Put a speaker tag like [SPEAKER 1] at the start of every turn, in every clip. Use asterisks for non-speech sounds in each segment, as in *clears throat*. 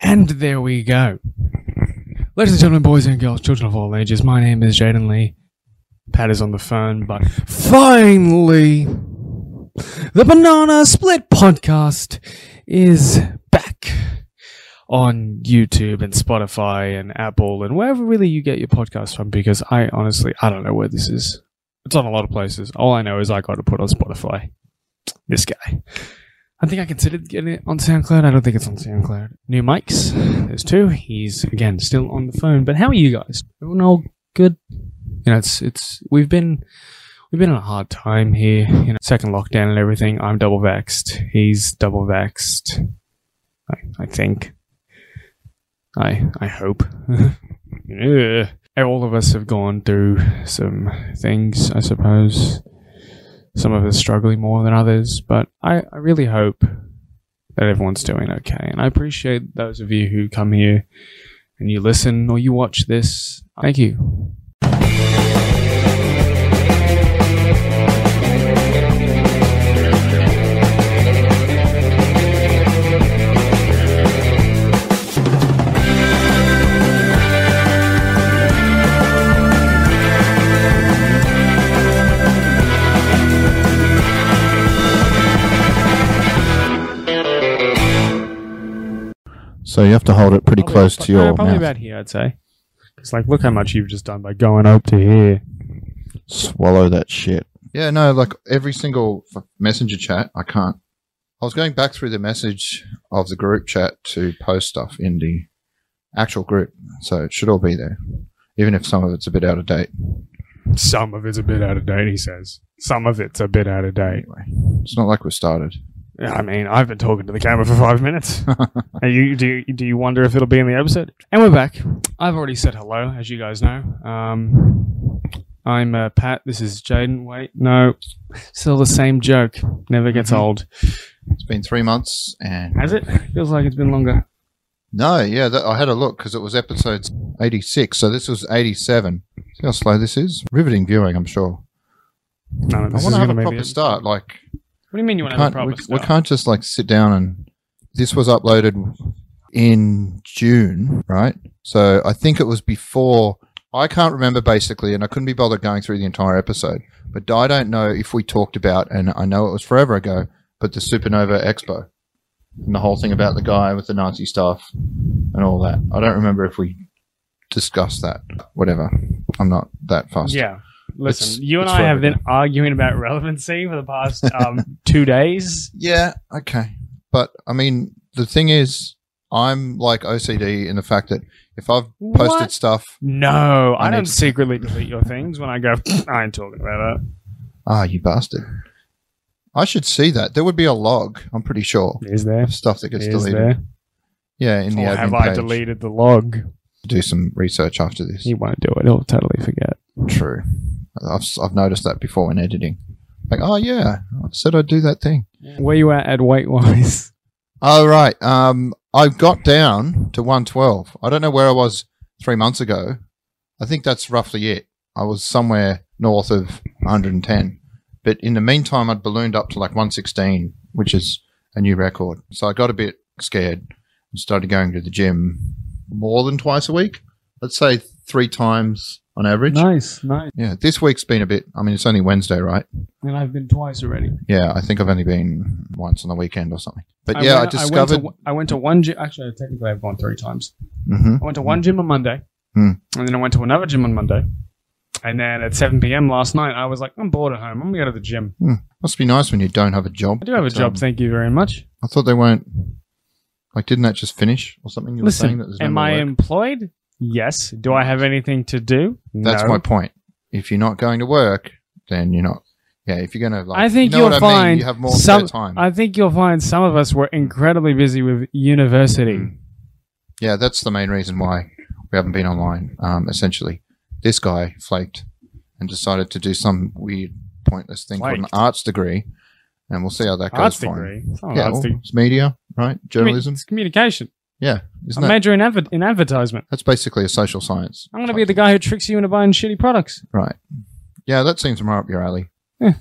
[SPEAKER 1] And there we go. Ladies and gentlemen, boys and girls, children of all ages, my name is Jaden Lee. Pat is on the phone, but finally, the Banana Split podcast is back on YouTube and Spotify and Apple and wherever really you get your podcast from because I honestly, I don't know where this is. It's on a lot of places. All I know is I got to put on Spotify. This guy. I think I considered getting it on SoundCloud. I don't think it's on SoundCloud. New mics. There's two. He's again still on the phone. But how are you guys? Everyone all good? You know, it's it's we've been we've been in a hard time here. You know, second lockdown and everything. I'm double vaxxed. He's double vaxxed. I, I think. I I hope. *laughs* Yeah. All of us have gone through some things, I suppose some of us struggling more than others, but I, I really hope that everyone's doing okay. And I appreciate those of you who come here and you listen or you watch this. Thank you.
[SPEAKER 2] So you have to hold it pretty
[SPEAKER 1] Probably
[SPEAKER 2] close
[SPEAKER 1] about-
[SPEAKER 2] to your
[SPEAKER 1] uh, probably
[SPEAKER 2] mouth.
[SPEAKER 1] about here, I'd say. It's like, look how much you've just done by going up to here.
[SPEAKER 2] Swallow that shit.
[SPEAKER 3] Yeah, no, like every single f- messenger chat, I can't. I was going back through the message of the group chat to post stuff in the actual group, so it should all be there, even if some of it's a bit out of date.
[SPEAKER 1] Some of it's a bit out of date, he says. Some of it's a bit out of date.
[SPEAKER 3] Anyway, it's not like we started.
[SPEAKER 1] Yeah, I mean, I've been talking to the camera for five
[SPEAKER 3] *laughs*
[SPEAKER 1] minutes. Are you, do, you, do you wonder if it'll be in the episode? And we're back. I've already said hello, as you guys know. Um, I'm uh, Pat. This is Jaden. Wait, no. Still the same joke. Never gets
[SPEAKER 3] Mhm.
[SPEAKER 1] old.
[SPEAKER 3] It's been three months, and
[SPEAKER 1] Has it? Feels like it's been longer.
[SPEAKER 3] no, yeah, that, I had a look because it was episode eighty six, so this was eighty seven. See how slow this is? Riveting viewing, I'm sure.
[SPEAKER 1] No, no, this
[SPEAKER 3] I
[SPEAKER 1] is
[SPEAKER 3] want to have
[SPEAKER 1] gonna be
[SPEAKER 3] a proper
[SPEAKER 1] the-
[SPEAKER 3] start, like.
[SPEAKER 1] What do you mean you want to have a
[SPEAKER 3] can't,
[SPEAKER 1] proper
[SPEAKER 3] we, we
[SPEAKER 1] start?
[SPEAKER 3] can't just like sit down and this was uploaded in June, right? So I think it was before. I can't remember basically, and I couldn't be bothered going through the entire episode. But I don't know if we talked about, and I know it was forever ago, but the Supernova Expo and the whole thing about the guy with the Nazi stuff and all that. I don't remember if we discussed that. Whatever. I'm not that fast.
[SPEAKER 1] Yeah. Listen,
[SPEAKER 3] It's-
[SPEAKER 1] you and
[SPEAKER 3] it's
[SPEAKER 1] I have
[SPEAKER 3] forever
[SPEAKER 1] been arguing about *laughs* relevancy for the
[SPEAKER 3] *laughs*
[SPEAKER 1] past um, two days.
[SPEAKER 3] Yeah, okay. But I mean, the thing is, I'm like OCD in the fact that if I've posted
[SPEAKER 1] What?
[SPEAKER 3] stuff,
[SPEAKER 1] No, I,
[SPEAKER 3] I need
[SPEAKER 1] don't
[SPEAKER 3] to-
[SPEAKER 1] secretly delete your things when I go, *clears throat* I ain't talking about
[SPEAKER 3] ah, you bastard. I should see that. There would be a log, I'm pretty sure,
[SPEAKER 1] that. Is there?
[SPEAKER 3] of stuff that gets
[SPEAKER 1] Is
[SPEAKER 3] deleted.
[SPEAKER 1] there?
[SPEAKER 3] Yeah, in the
[SPEAKER 1] or
[SPEAKER 3] admin
[SPEAKER 1] have I
[SPEAKER 3] page.
[SPEAKER 1] deleted the log?
[SPEAKER 3] Do some research after this.
[SPEAKER 1] He won't do it. He'll totally forget.
[SPEAKER 3] True. I've, s- I've noticed that before in editing. Like, oh, yeah, I said I'd do that thing.
[SPEAKER 1] Where you at at weight wise?
[SPEAKER 3] All right. Um, I got down to 112. I don't know where I was three months ago. I think that's roughly it. I was somewhere north of 110. But in the meantime, I'd ballooned up to like 116, which is a new record. So I got a bit scared and started going to the gym more than twice a week. Let's say three times on average.
[SPEAKER 1] Nice, nice.
[SPEAKER 3] Yeah, this week's been a bit. I mean, it's only Wednesday, right?
[SPEAKER 1] And I've been twice already.
[SPEAKER 3] Yeah, I think I've only been once on the weekend or something. But
[SPEAKER 1] went-
[SPEAKER 3] yeah, I
[SPEAKER 1] went to
[SPEAKER 3] discovered.
[SPEAKER 1] one- I went to one gym. Actually, technically, I've gone three times.
[SPEAKER 3] Mhm.
[SPEAKER 1] I went to one gym on Monday,
[SPEAKER 3] Hmm.
[SPEAKER 1] and then I went to another gym on Monday. And then at 7 p.m. last night, I was like, I'm bored at home. I'm going to go to the gym.
[SPEAKER 3] Must be nice when you don't have a job.
[SPEAKER 1] I do have a
[SPEAKER 3] But,
[SPEAKER 1] job,
[SPEAKER 3] um,
[SPEAKER 1] thank you very much.
[SPEAKER 3] I thought they weren't. Like, didn't that just finish or something? You were
[SPEAKER 1] Listen,
[SPEAKER 3] saying that there's no
[SPEAKER 1] am
[SPEAKER 3] more
[SPEAKER 1] I
[SPEAKER 3] work.
[SPEAKER 1] employed? Yes. Do I have anything to do?
[SPEAKER 3] That's
[SPEAKER 1] no.
[SPEAKER 3] my point. If you're not going to work, then you're not. Yeah, if you're gonna like,
[SPEAKER 1] I think
[SPEAKER 3] you know
[SPEAKER 1] you'll
[SPEAKER 3] what I mean?
[SPEAKER 1] find
[SPEAKER 3] you have more
[SPEAKER 1] some-
[SPEAKER 3] spare time.
[SPEAKER 1] I think you'll find some of us were incredibly busy with university.
[SPEAKER 3] Mm, yeah, that's the main reason why we haven't been online. Um, essentially, this guy flaked and decided to do some weird, pointless thing called an
[SPEAKER 1] Flaked.
[SPEAKER 3] arts degree, and we'll see how that
[SPEAKER 1] Arts
[SPEAKER 3] goes. for him.
[SPEAKER 1] degree. It's not an
[SPEAKER 3] Yeah,
[SPEAKER 1] arts
[SPEAKER 3] well,
[SPEAKER 1] degree.
[SPEAKER 3] it's media, right?
[SPEAKER 1] Commu-
[SPEAKER 3] Journalism.
[SPEAKER 1] It's communication.
[SPEAKER 3] yeah,
[SPEAKER 1] I
[SPEAKER 3] isn't that?
[SPEAKER 1] major in, adver- in advertisement.
[SPEAKER 3] That's basically a social science.
[SPEAKER 1] I'm going to be the guy who tricks you into buying shitty products.
[SPEAKER 3] Right. Yeah, that seems more up your alley.
[SPEAKER 1] Yeah.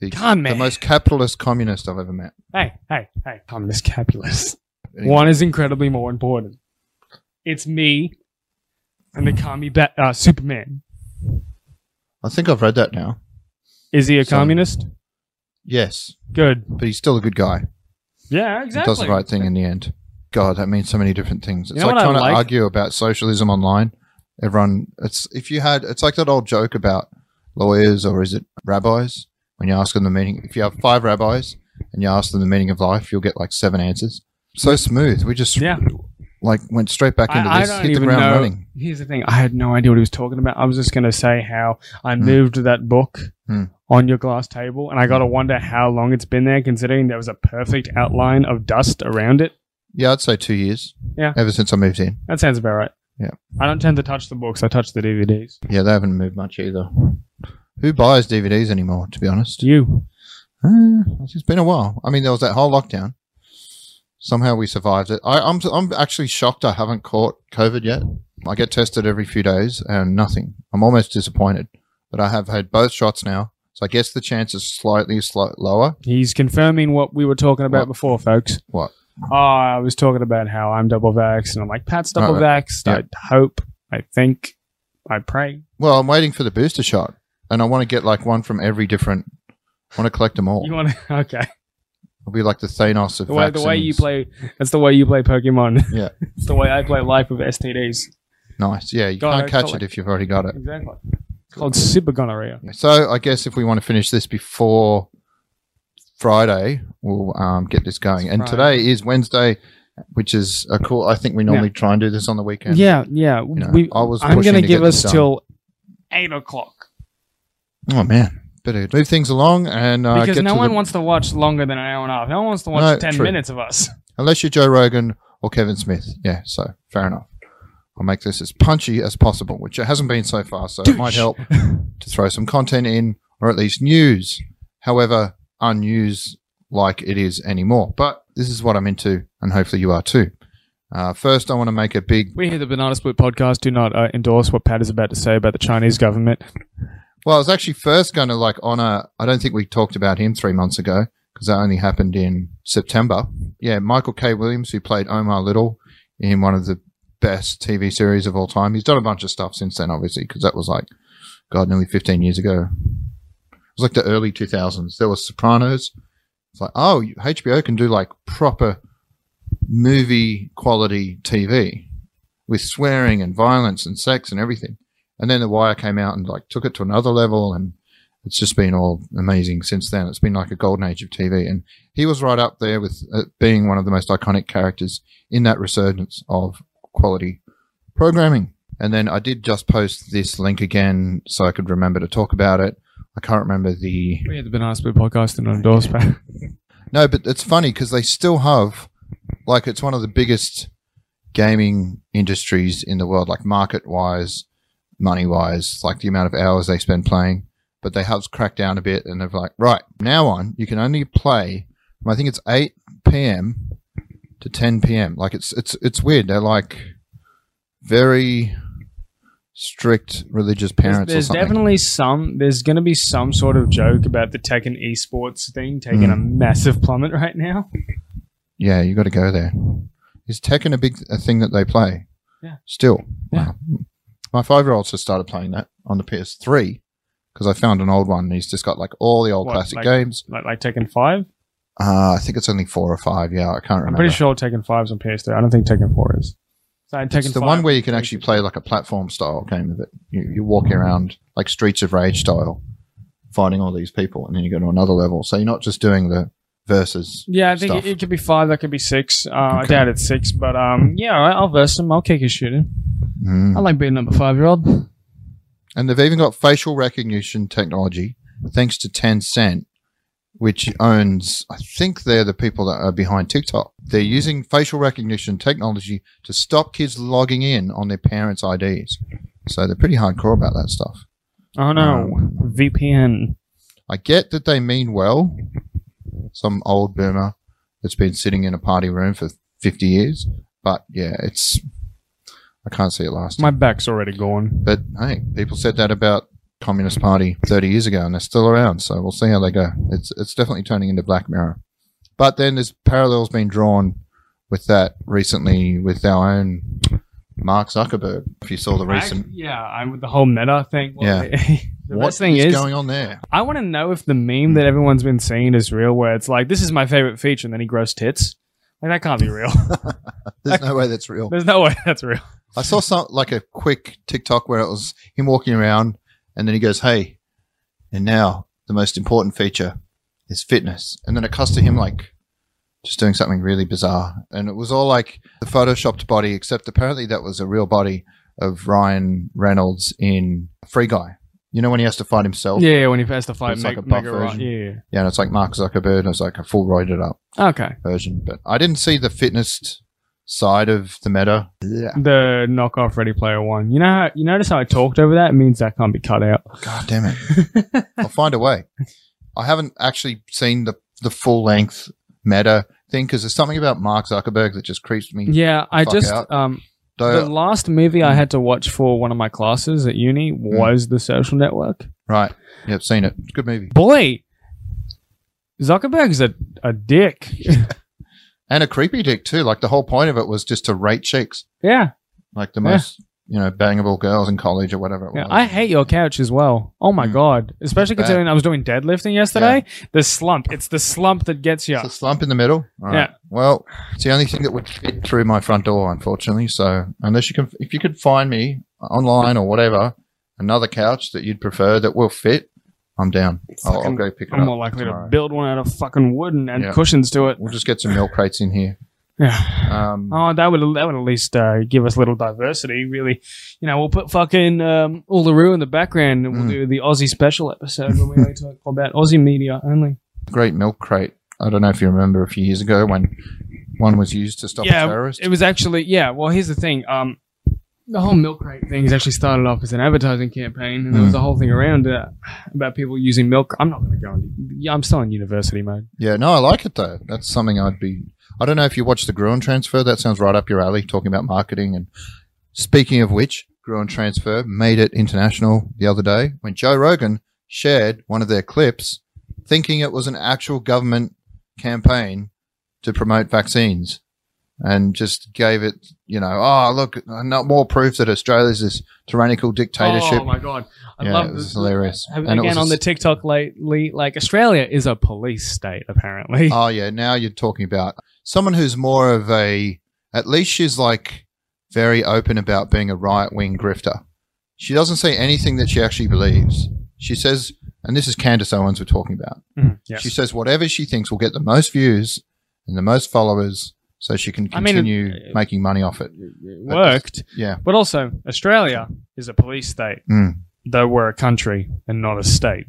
[SPEAKER 3] The,
[SPEAKER 1] Come
[SPEAKER 3] the
[SPEAKER 1] on.
[SPEAKER 3] most capitalist communist I've ever met.
[SPEAKER 1] Hey, hey, hey. I'm this capitalist.
[SPEAKER 3] Anyway,
[SPEAKER 1] One is incredibly more important. it's me, and they call me ba- uh, Superman.
[SPEAKER 3] I think I've read that now.
[SPEAKER 1] Is he a
[SPEAKER 3] So-
[SPEAKER 1] communist?
[SPEAKER 3] Yes,
[SPEAKER 1] Good.
[SPEAKER 3] but he's still a good guy.
[SPEAKER 1] Yeah,
[SPEAKER 3] He
[SPEAKER 1] exactly.
[SPEAKER 3] does the right thing in the end. God, that means so many different things.
[SPEAKER 1] You
[SPEAKER 3] It's
[SPEAKER 1] know
[SPEAKER 3] like
[SPEAKER 1] what I
[SPEAKER 3] trying
[SPEAKER 1] like?
[SPEAKER 3] to argue about socialism online. Everyone, it's if you had, it's like that old joke about lawyers or is it rabbis? When you ask them the meaning, if you have five rabbis and you ask them the meaning of life, you'll get like seven answers. So smooth. We just
[SPEAKER 1] Yeah.
[SPEAKER 3] like went straight back into
[SPEAKER 1] I, I
[SPEAKER 3] this,
[SPEAKER 1] don't
[SPEAKER 3] hit the
[SPEAKER 1] even
[SPEAKER 3] ground
[SPEAKER 1] know.
[SPEAKER 3] running.
[SPEAKER 1] Here's the thing: I had no idea what he was talking about. I was just going to say how I
[SPEAKER 3] Hmm.
[SPEAKER 1] moved that book
[SPEAKER 3] Hmm.
[SPEAKER 1] on your glass table, and I got to wonder how long it's been there, considering there was a perfect outline of dust around it.
[SPEAKER 3] Yeah, I'd say two years.
[SPEAKER 1] Yeah.
[SPEAKER 3] ever since I moved in.
[SPEAKER 1] That sounds about right.
[SPEAKER 3] Yeah.
[SPEAKER 1] I don't tend to touch the books; I touch the DVDs.
[SPEAKER 3] Yeah, they haven't moved much either. Who buys DVDs anymore? To be honest,
[SPEAKER 1] Do you?
[SPEAKER 3] Uh, it's been a while. I mean, there was that whole lockdown. Somehow we survived it. I, I'm I'm actually shocked. I haven't caught COVID yet. I get tested every few days and nothing. I'm almost disappointed, but I have had both shots now, so I guess the chance is slightly sli- lower.
[SPEAKER 1] He's confirming what we were talking about
[SPEAKER 3] What?
[SPEAKER 1] before, folks.
[SPEAKER 3] What?
[SPEAKER 1] Oh, I was talking about how I'm double vaxxed, and I'm like, Pat's double
[SPEAKER 3] Right,
[SPEAKER 1] vaxxed.
[SPEAKER 3] Yeah.
[SPEAKER 1] I hope, I think, I pray.
[SPEAKER 3] Well, I'm waiting for the booster shot, and I want to get like one from every different. I want to collect them all.
[SPEAKER 1] You want to? *laughs* Okay.
[SPEAKER 3] I'll be like the Thanos of
[SPEAKER 1] The way, the way you
[SPEAKER 3] vaccines.
[SPEAKER 1] play, that's the way you play *laughs* Pokemon.
[SPEAKER 3] Yeah.
[SPEAKER 1] it's the way I play Life of STDs.
[SPEAKER 3] Nice. Yeah, you
[SPEAKER 1] Go
[SPEAKER 3] can't
[SPEAKER 1] ahead,
[SPEAKER 3] catch
[SPEAKER 1] collect.
[SPEAKER 3] it if you've already got it.
[SPEAKER 1] Exactly. It's called super gonorrhea.
[SPEAKER 3] So I guess if we want to finish this before Friday, we'll um, get this going.
[SPEAKER 1] It's
[SPEAKER 3] and
[SPEAKER 1] Friday.
[SPEAKER 3] today is Wednesday, which is a cool. I think we normally try and do this on the weekend.
[SPEAKER 1] Yeah, yeah.
[SPEAKER 3] You know,
[SPEAKER 1] we,
[SPEAKER 3] I was.
[SPEAKER 1] I'm
[SPEAKER 3] pushing
[SPEAKER 1] going to
[SPEAKER 3] to
[SPEAKER 1] give
[SPEAKER 3] get this
[SPEAKER 1] us
[SPEAKER 3] done.
[SPEAKER 1] till eight o'clock
[SPEAKER 3] Oh man, better move things along and uh,
[SPEAKER 1] because
[SPEAKER 3] get
[SPEAKER 1] no
[SPEAKER 3] to
[SPEAKER 1] one
[SPEAKER 3] the-
[SPEAKER 1] wants to watch longer than an hour and a half. No one wants to watch
[SPEAKER 3] No,
[SPEAKER 1] ten
[SPEAKER 3] true.
[SPEAKER 1] minutes of us.
[SPEAKER 3] unless you're Joe Rogan or Kevin Smith. Yeah, so fair enough. I'll make this as punchy as possible, which it hasn't been so far, so it might
[SPEAKER 1] Douche.
[SPEAKER 3] help to throw some content in, or at least news, however unnews like it is anymore. But this is what I'm into, and hopefully you are too. Uh, first, I want to make a big
[SPEAKER 1] *laughs* We here at the Banana Split podcast do not uh, endorse what Pat is about to say about the Chinese government.
[SPEAKER 3] Well, I was actually first going to like honor. I don't think we talked about him three months ago because that only happened in September. Yeah, Michael K. Williams, who played Omar Little in one of the best TV series of all time. He's done a bunch of stuff since then, obviously, because that was like, God, nearly 15 years ago. It was like the early 2000s. There was Sopranos. It's like, oh, you- HBO can do like proper movie quality TV with swearing and violence and sex and everything. And then The Wire came out and like took it to another level, and it's just been all amazing since then. It's been like a golden age of TV, and he was right up there with uh, being one of the most iconic characters in that resurgence of quality programming. And then I did just post this link again so I could remember to talk about it. I can't remember the
[SPEAKER 1] We here at the Banana Split podcast do not endorse Pat.
[SPEAKER 3] no, but it's funny because they still have, like, it's one of the biggest gaming industries in the world, like market wise, money wise, like the amount of hours they spend playing. But they have cracked down a bit and they're like, right, now on, you can only play, from, I think it's 8 p.m. to 10 p.m. Like, it's, it's, it's weird. They're like very strict
[SPEAKER 1] There's,
[SPEAKER 3] religious parents
[SPEAKER 1] there's
[SPEAKER 3] or something.
[SPEAKER 1] definitely some. There's going to be some sort of joke about the tech and esports thing taking a massive plummet right now.
[SPEAKER 3] Yeah, you got to go there. Is Tekken a big a thing that they play?
[SPEAKER 1] Yeah.
[SPEAKER 3] Still.
[SPEAKER 1] Yeah.
[SPEAKER 3] Wow. My five year olds just started playing that on the PS3 because I found an old one. and He's just got like all the old
[SPEAKER 1] What,
[SPEAKER 3] classic
[SPEAKER 1] like-
[SPEAKER 3] games.
[SPEAKER 1] Like like Tekken Five.
[SPEAKER 3] Uh, I think it's only four or five. Yeah, I can't
[SPEAKER 1] I'm
[SPEAKER 3] remember.
[SPEAKER 1] pretty sure Tekken 5's on PS3. I don't think Tekken 4 is. So Tekken
[SPEAKER 3] it's the
[SPEAKER 1] 5
[SPEAKER 3] one where you can actually play like a platform style game of it. You, you walk around like Streets of Rage style, fighting all these people, and then you go to another level. So you're not just doing the versus.
[SPEAKER 1] Yeah, I think it,
[SPEAKER 3] stuff.
[SPEAKER 1] it could be five. That could be six. Uh, I
[SPEAKER 3] Okay.
[SPEAKER 1] doubt it's six, but um, yeah, all right, I'll verse him. I'll kick his shit in.
[SPEAKER 3] Mm.
[SPEAKER 1] I like being number five year old.
[SPEAKER 3] And they've even got facial recognition technology, thanks to Tencent, which owns, I think they're the people that are behind TikTok. They're using facial recognition technology to stop kids logging in on their parents' IDs. So they're pretty hardcore about that stuff.
[SPEAKER 1] Oh no, VPN.
[SPEAKER 3] I get that they mean well. Some old boomer that's been sitting in a party room for 50 years. But yeah, it's, I can't see it lasting.
[SPEAKER 1] My back's already gone.
[SPEAKER 3] But hey, people said that about Communist Party 30 years ago, and they're still around. So we'll see how they go. It's it's definitely turning into Black Mirror. But then there's parallels being drawn with that recently with our own Mark Zuckerberg. If you saw the recent,
[SPEAKER 1] Act- yeah, I'm with the whole meta thing. Well, *laughs* the
[SPEAKER 3] what
[SPEAKER 1] best thing
[SPEAKER 3] is
[SPEAKER 1] is,
[SPEAKER 3] going on there?
[SPEAKER 1] I want to know if the meme that everyone's been seeing is real, where it's like, "This is my favorite feature," and then he grows tits. Like that can't be real. *laughs*
[SPEAKER 3] There's no way that's real.
[SPEAKER 1] There's no way that's real.
[SPEAKER 3] I saw some like a quick TikTok where it was him walking around, and then he goes, "Hey," and now the most important feature is fitness, and then it cuts to him like just doing something really bizarre, and it was all like the photoshopped body, except apparently that was a real body of Ryan Reynolds in Free Guy. You know when he has to fight himself,
[SPEAKER 1] Yeah, when he has to fight
[SPEAKER 3] It's
[SPEAKER 1] Meg-
[SPEAKER 3] like a buff
[SPEAKER 1] Megaron-
[SPEAKER 3] version.
[SPEAKER 1] Yeah.
[SPEAKER 3] yeah, and it's like Mark Zuckerberg, and it's like a full roided up
[SPEAKER 1] Okay.
[SPEAKER 3] version, but I didn't see the fitness side of the meta. Yeah,
[SPEAKER 1] The knockoff Ready Player One. You know how you notice how I talked over that? It means that can't be cut out.
[SPEAKER 3] God damn it. I'll find a way. I haven't actually seen the the full length meta thing because there's something about Mark Zuckerberg that just creeps me.
[SPEAKER 1] Yeah, I
[SPEAKER 3] Fuck
[SPEAKER 1] just
[SPEAKER 3] out. Uh, mm.
[SPEAKER 1] um the
[SPEAKER 3] So-
[SPEAKER 1] last movie I had to watch for one of my classes at
[SPEAKER 3] Mm.
[SPEAKER 1] uni was The Social Network.
[SPEAKER 3] right. Yep, seen it. Good movie.
[SPEAKER 1] Boy, Zuckerberg's a a dick.
[SPEAKER 3] And a creepy dick too. Like the whole point of it was just to rate chicks.
[SPEAKER 1] yeah,
[SPEAKER 3] Like the
[SPEAKER 1] Yeah.
[SPEAKER 3] most, you know, bangable girls in college or whatever it
[SPEAKER 1] yeah.
[SPEAKER 3] was.
[SPEAKER 1] I hate your couch as well. Oh my
[SPEAKER 3] Mm.
[SPEAKER 1] god! Especially
[SPEAKER 3] Bad.
[SPEAKER 1] considering I was doing deadlifting yesterday. The slump. It's the slump that gets you.
[SPEAKER 3] It's a slump in the middle. All right.
[SPEAKER 1] Yeah.
[SPEAKER 3] Well, it's the only thing that would fit through my front door, unfortunately. So unless you can, if you could find me online or whatever, another couch that you'd prefer that will fit, I'm down. I'll, I'll
[SPEAKER 1] Fucking-
[SPEAKER 3] go pick it
[SPEAKER 1] I'm
[SPEAKER 3] up.
[SPEAKER 1] more likely
[SPEAKER 3] tomorrow.
[SPEAKER 1] to build one out of fucking wood and, and
[SPEAKER 3] Yeah.
[SPEAKER 1] cushions to it.
[SPEAKER 3] We'll just get some milk crates in here.
[SPEAKER 1] *laughs* Yeah.
[SPEAKER 3] Um,
[SPEAKER 1] Oh, that would that would at least uh, give us a little diversity, really. You know, we'll put fucking um, Uluru in the background, and we'll
[SPEAKER 3] Mm.
[SPEAKER 1] do the Aussie special episode when we only talk about Aussie media only.
[SPEAKER 3] Great milk crate. I don't know if you remember a few years ago when one was used to stop
[SPEAKER 1] Yeah,
[SPEAKER 3] a terrorist.
[SPEAKER 1] It was actually yeah. Well, here's the thing. Um, the whole milk crate thing has actually started off as an advertising campaign, and there
[SPEAKER 3] Hmm.
[SPEAKER 1] was a whole thing around uh, about people using milk. I'm not going to go into. Yeah, I'm still in university mode.
[SPEAKER 3] yeah, no, I like it though. That's something I'd be. I don't know if you watched the Gruen transfer. That sounds right up your alley. Talking about marketing and speaking of which, Gruen transfer made it international the other day when Joe Rogan shared one of their clips, thinking it was an actual government campaign to promote vaccines, and just gave it. You know, oh look, not more proof that Australia's this tyrannical dictatorship.
[SPEAKER 1] Oh my god, I
[SPEAKER 3] yeah,
[SPEAKER 1] love
[SPEAKER 3] it was
[SPEAKER 1] this.
[SPEAKER 3] hilarious.
[SPEAKER 1] Have-
[SPEAKER 3] And it
[SPEAKER 1] Again,
[SPEAKER 3] was a
[SPEAKER 1] on the
[SPEAKER 3] s-
[SPEAKER 1] TikTok lately, like Australia is a police state, apparently.
[SPEAKER 3] *laughs* oh yeah, now you're talking about someone who's more of a. At least she's like very open about being a right wing grifter. She doesn't say anything that she actually believes. She says, and this is Candace Owens we're talking about.
[SPEAKER 1] Mm, yes.
[SPEAKER 3] She says whatever she thinks will get the most views and the most followers, so she can
[SPEAKER 1] I mean, uh, it-
[SPEAKER 3] continue making money off it.
[SPEAKER 1] it worked.
[SPEAKER 3] Yeah,
[SPEAKER 1] But also, Australia is a police state,
[SPEAKER 3] Mm.
[SPEAKER 1] though we're a country and not a state.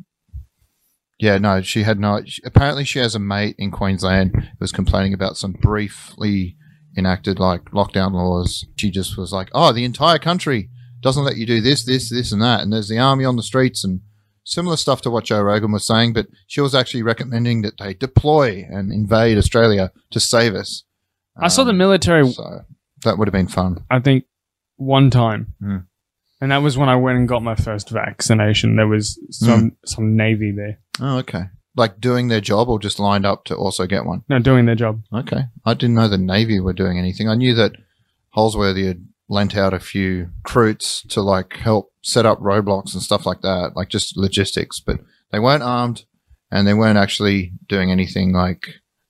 [SPEAKER 3] yeah. No, she had no. she- apparently, she has a mate in Queensland who was complaining about some briefly enacted like lockdown laws. She just was like, "Oh, the entire country doesn't let you do this, this, this, and that," and there's the army on the streets and similar stuff to what Joe Rogan was saying. But she was actually recommending that they deploy and invade Australia to save us.
[SPEAKER 1] I saw the
[SPEAKER 3] Um,
[SPEAKER 1] military,
[SPEAKER 3] So that would have been fun.
[SPEAKER 1] I think, one time.
[SPEAKER 3] Mm.
[SPEAKER 1] And that was when I went and got my first vaccination. There was
[SPEAKER 3] Hmm.
[SPEAKER 1] some, some Navy there.
[SPEAKER 3] Oh, okay. Like doing their job or just lined up to also get one?
[SPEAKER 1] No, doing their job.
[SPEAKER 3] Okay. I didn't know the Navy were doing anything. I knew that Holsworthy had lent out a few recruits to like help set up roadblocks and stuff like that, like just logistics, but they weren't armed and they weren't actually doing anything like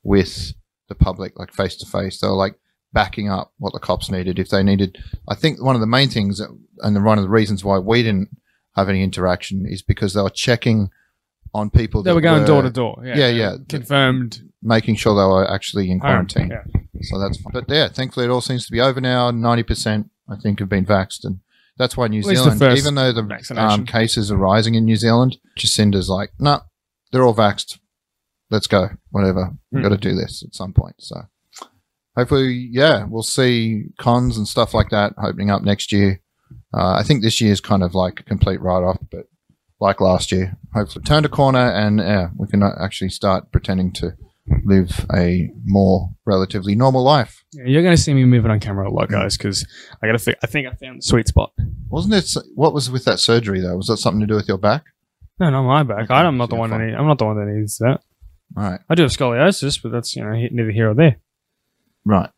[SPEAKER 3] with the public, like face to face. They were like backing up what the cops needed if they needed. I think one of the main things that, and the- one of the reasons why we didn't have any interaction is because they were checking on people
[SPEAKER 1] They
[SPEAKER 3] that
[SPEAKER 1] were going door to door. Yeah,
[SPEAKER 3] Yeah, yeah.
[SPEAKER 1] Confirmed.
[SPEAKER 3] making sure they were actually in quarantine.
[SPEAKER 1] Yeah.
[SPEAKER 3] So that's fine. But yeah, thankfully it all seems to be over now. Ninety percent, I think, have been vaxxed, and that's why New
[SPEAKER 1] At least the
[SPEAKER 3] Zealand,
[SPEAKER 1] first
[SPEAKER 3] even though the
[SPEAKER 1] vaccination.
[SPEAKER 3] um, cases are rising in New Zealand, Jacinda's like, no, they're all vaxxed. Let's go. Whatever. We've
[SPEAKER 1] Hmm.
[SPEAKER 3] got to do this at some point. So hopefully, yeah, we'll see cons and stuff like that opening up next year. Uh, I think this year's kind of like a complete write off, but like last year, hopefully turn a corner and yeah, we can uh, actually start pretending to live a more relatively normal life.
[SPEAKER 1] Yeah, You're going to see me moving on camera a lot,
[SPEAKER 3] Hmm.
[SPEAKER 1] guys, because I got to. Fi- I think I found the sweet spot.
[SPEAKER 3] Wasn't it? What was with that surgery though? Was that something to do with your back?
[SPEAKER 1] No, not my back.
[SPEAKER 3] Okay,
[SPEAKER 1] I'm not the
[SPEAKER 3] so
[SPEAKER 1] one. That
[SPEAKER 3] fine.
[SPEAKER 1] need, I'm not the one that needs that.
[SPEAKER 3] Right,
[SPEAKER 1] I do have scoliosis, but that's you know neither here or there.
[SPEAKER 3] right.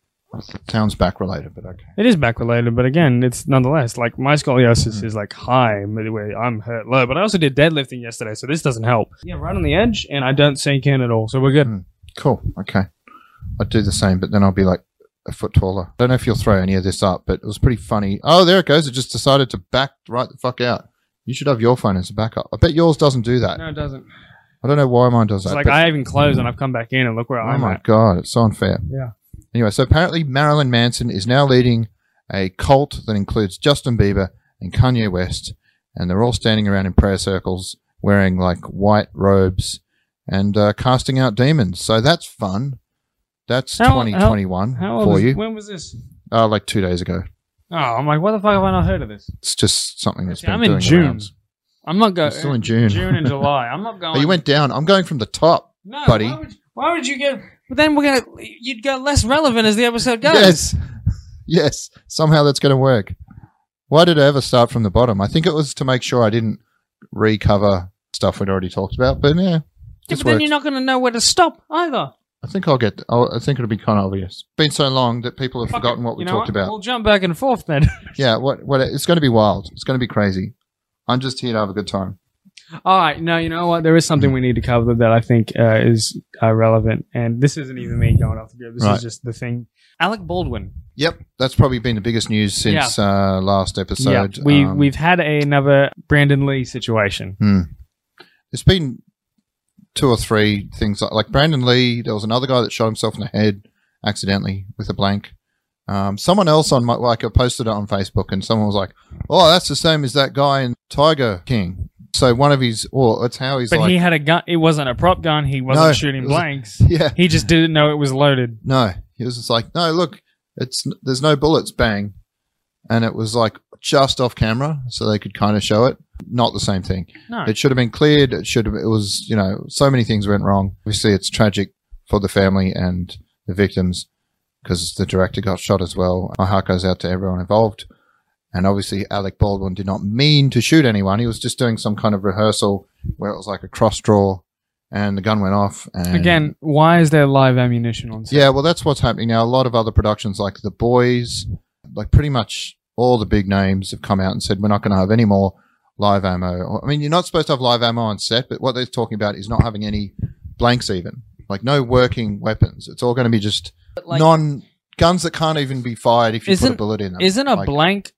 [SPEAKER 3] Sounds back related, but okay.
[SPEAKER 1] It is back related, but again, it's nonetheless like my scoliosis
[SPEAKER 3] Mm.
[SPEAKER 1] is like high, but where I'm hurt low. But I also did deadlifting yesterday, so this doesn't help. Yeah, right on the edge, and I don't sink in at all, so we're good.
[SPEAKER 3] Hmm. Cool. Okay. I'd do the same, but then I'll be like a foot taller. I don't know if you'll throw any of this up, but it was pretty funny. Oh, there it goes. It just decided to back right the fuck out. You should have your phone as a backup. I bet yours doesn't do that.
[SPEAKER 1] No, it doesn't.
[SPEAKER 3] I Mm. don't know why mine does
[SPEAKER 1] It's
[SPEAKER 3] that.
[SPEAKER 1] like
[SPEAKER 3] but-
[SPEAKER 1] I even closed and I've come back in and look where
[SPEAKER 3] oh
[SPEAKER 1] I'm
[SPEAKER 3] my
[SPEAKER 1] at.
[SPEAKER 3] god, it's so unfair.
[SPEAKER 1] Yeah.
[SPEAKER 3] Anyway, so apparently Marilyn Manson is now leading a cult that includes Justin Bieber and Kanye West, and they're all standing around in prayer circles wearing like white robes and uh, casting out demons. So that's fun. That's
[SPEAKER 1] How- how-
[SPEAKER 3] 2021
[SPEAKER 1] How old
[SPEAKER 3] for
[SPEAKER 1] is,
[SPEAKER 3] you.
[SPEAKER 1] When was this?
[SPEAKER 3] Uh, like two days ago.
[SPEAKER 1] Oh, I'm like, what the fuck have I not heard of this?
[SPEAKER 3] It's just something that's
[SPEAKER 1] See,
[SPEAKER 3] been
[SPEAKER 1] I'm in
[SPEAKER 3] doing
[SPEAKER 1] June.
[SPEAKER 3] rounds.
[SPEAKER 1] I'm not going.
[SPEAKER 3] You're still in June.
[SPEAKER 1] June
[SPEAKER 3] *laughs*
[SPEAKER 1] and July. I'm not going.
[SPEAKER 3] Oh, you went down. I'm going from the top.
[SPEAKER 1] no,
[SPEAKER 3] buddy.
[SPEAKER 1] Why would, why would you get? But then we're gonna. You'd get less relevant as the episode goes.
[SPEAKER 3] Yes. Yes. Somehow that's going to work. Why did I ever start from the bottom? I think it was to make sure I didn't recover stuff we'd already talked about. But yeah,
[SPEAKER 1] Yeah,
[SPEAKER 3] this
[SPEAKER 1] but then
[SPEAKER 3] works.
[SPEAKER 1] you're not going to know where to stop either.
[SPEAKER 3] I think I'll get. I'll, I think it'll be kind of obvious. Been so long that people have
[SPEAKER 1] Fuck
[SPEAKER 3] forgotten
[SPEAKER 1] it.
[SPEAKER 3] what we
[SPEAKER 1] You know
[SPEAKER 3] talked about.
[SPEAKER 1] We'll jump back and forth then.
[SPEAKER 3] yeah. What? What? It's going to be wild. It's going to be crazy. I'm just here to have a good time.
[SPEAKER 1] All right. No, you know what? There is something we need to cover that I think uh, is uh, relevant, and this isn't even me going off the grid. This
[SPEAKER 3] Right.
[SPEAKER 1] is just the thing. Alec Baldwin.
[SPEAKER 3] Yep. That's probably been the biggest news since uh, last episode.
[SPEAKER 1] yeah, we
[SPEAKER 3] Um,
[SPEAKER 1] we've had a, another Brandon Lee situation.
[SPEAKER 3] There's been two or three things like, like Brandon Lee. There was another guy that shot himself in the head accidentally with a blank. Um, someone else on my like I posted it on Facebook, and someone was like, "Oh, that's the same as that guy in Tiger King." So one of his, or it's how he's
[SPEAKER 1] But
[SPEAKER 3] like, *laughs*
[SPEAKER 1] he had a gun. It wasn't a prop gun. He wasn't
[SPEAKER 3] No,
[SPEAKER 1] shooting
[SPEAKER 3] it was a-
[SPEAKER 1] blanks.
[SPEAKER 3] yeah,
[SPEAKER 1] He just didn't know it was loaded.
[SPEAKER 3] no, he was just like, "No, look, it's there's no bullets, bang," and it was like just off camera, so they could kind of show it. Not the same thing.
[SPEAKER 1] No.
[SPEAKER 3] It should have been cleared. It should have. It was. You know, so many things went wrong. Obviously, it's tragic for the family and the victims because the director got shot as well. My heart goes out to everyone involved. And obviously, Alec Baldwin did not mean to shoot anyone. He was just doing some kind of rehearsal where it was like a cross draw, and the gun went off. And
[SPEAKER 1] Again, why is there live ammunition on set?
[SPEAKER 3] yeah, well, that's what's happening now. A lot of other productions like The Boys, like pretty much all the big names have come out and said, we're not going to have any more live ammo. Or- I mean, you're not supposed to have live ammo on set, but what they're talking about is not having any blanks even, like no working weapons. It's all going to be just
[SPEAKER 1] like-
[SPEAKER 3] non guns that can't even be fired if you put
[SPEAKER 1] Isn't-
[SPEAKER 3] a bullet in them.
[SPEAKER 1] Isn't a
[SPEAKER 3] Like,
[SPEAKER 1] blank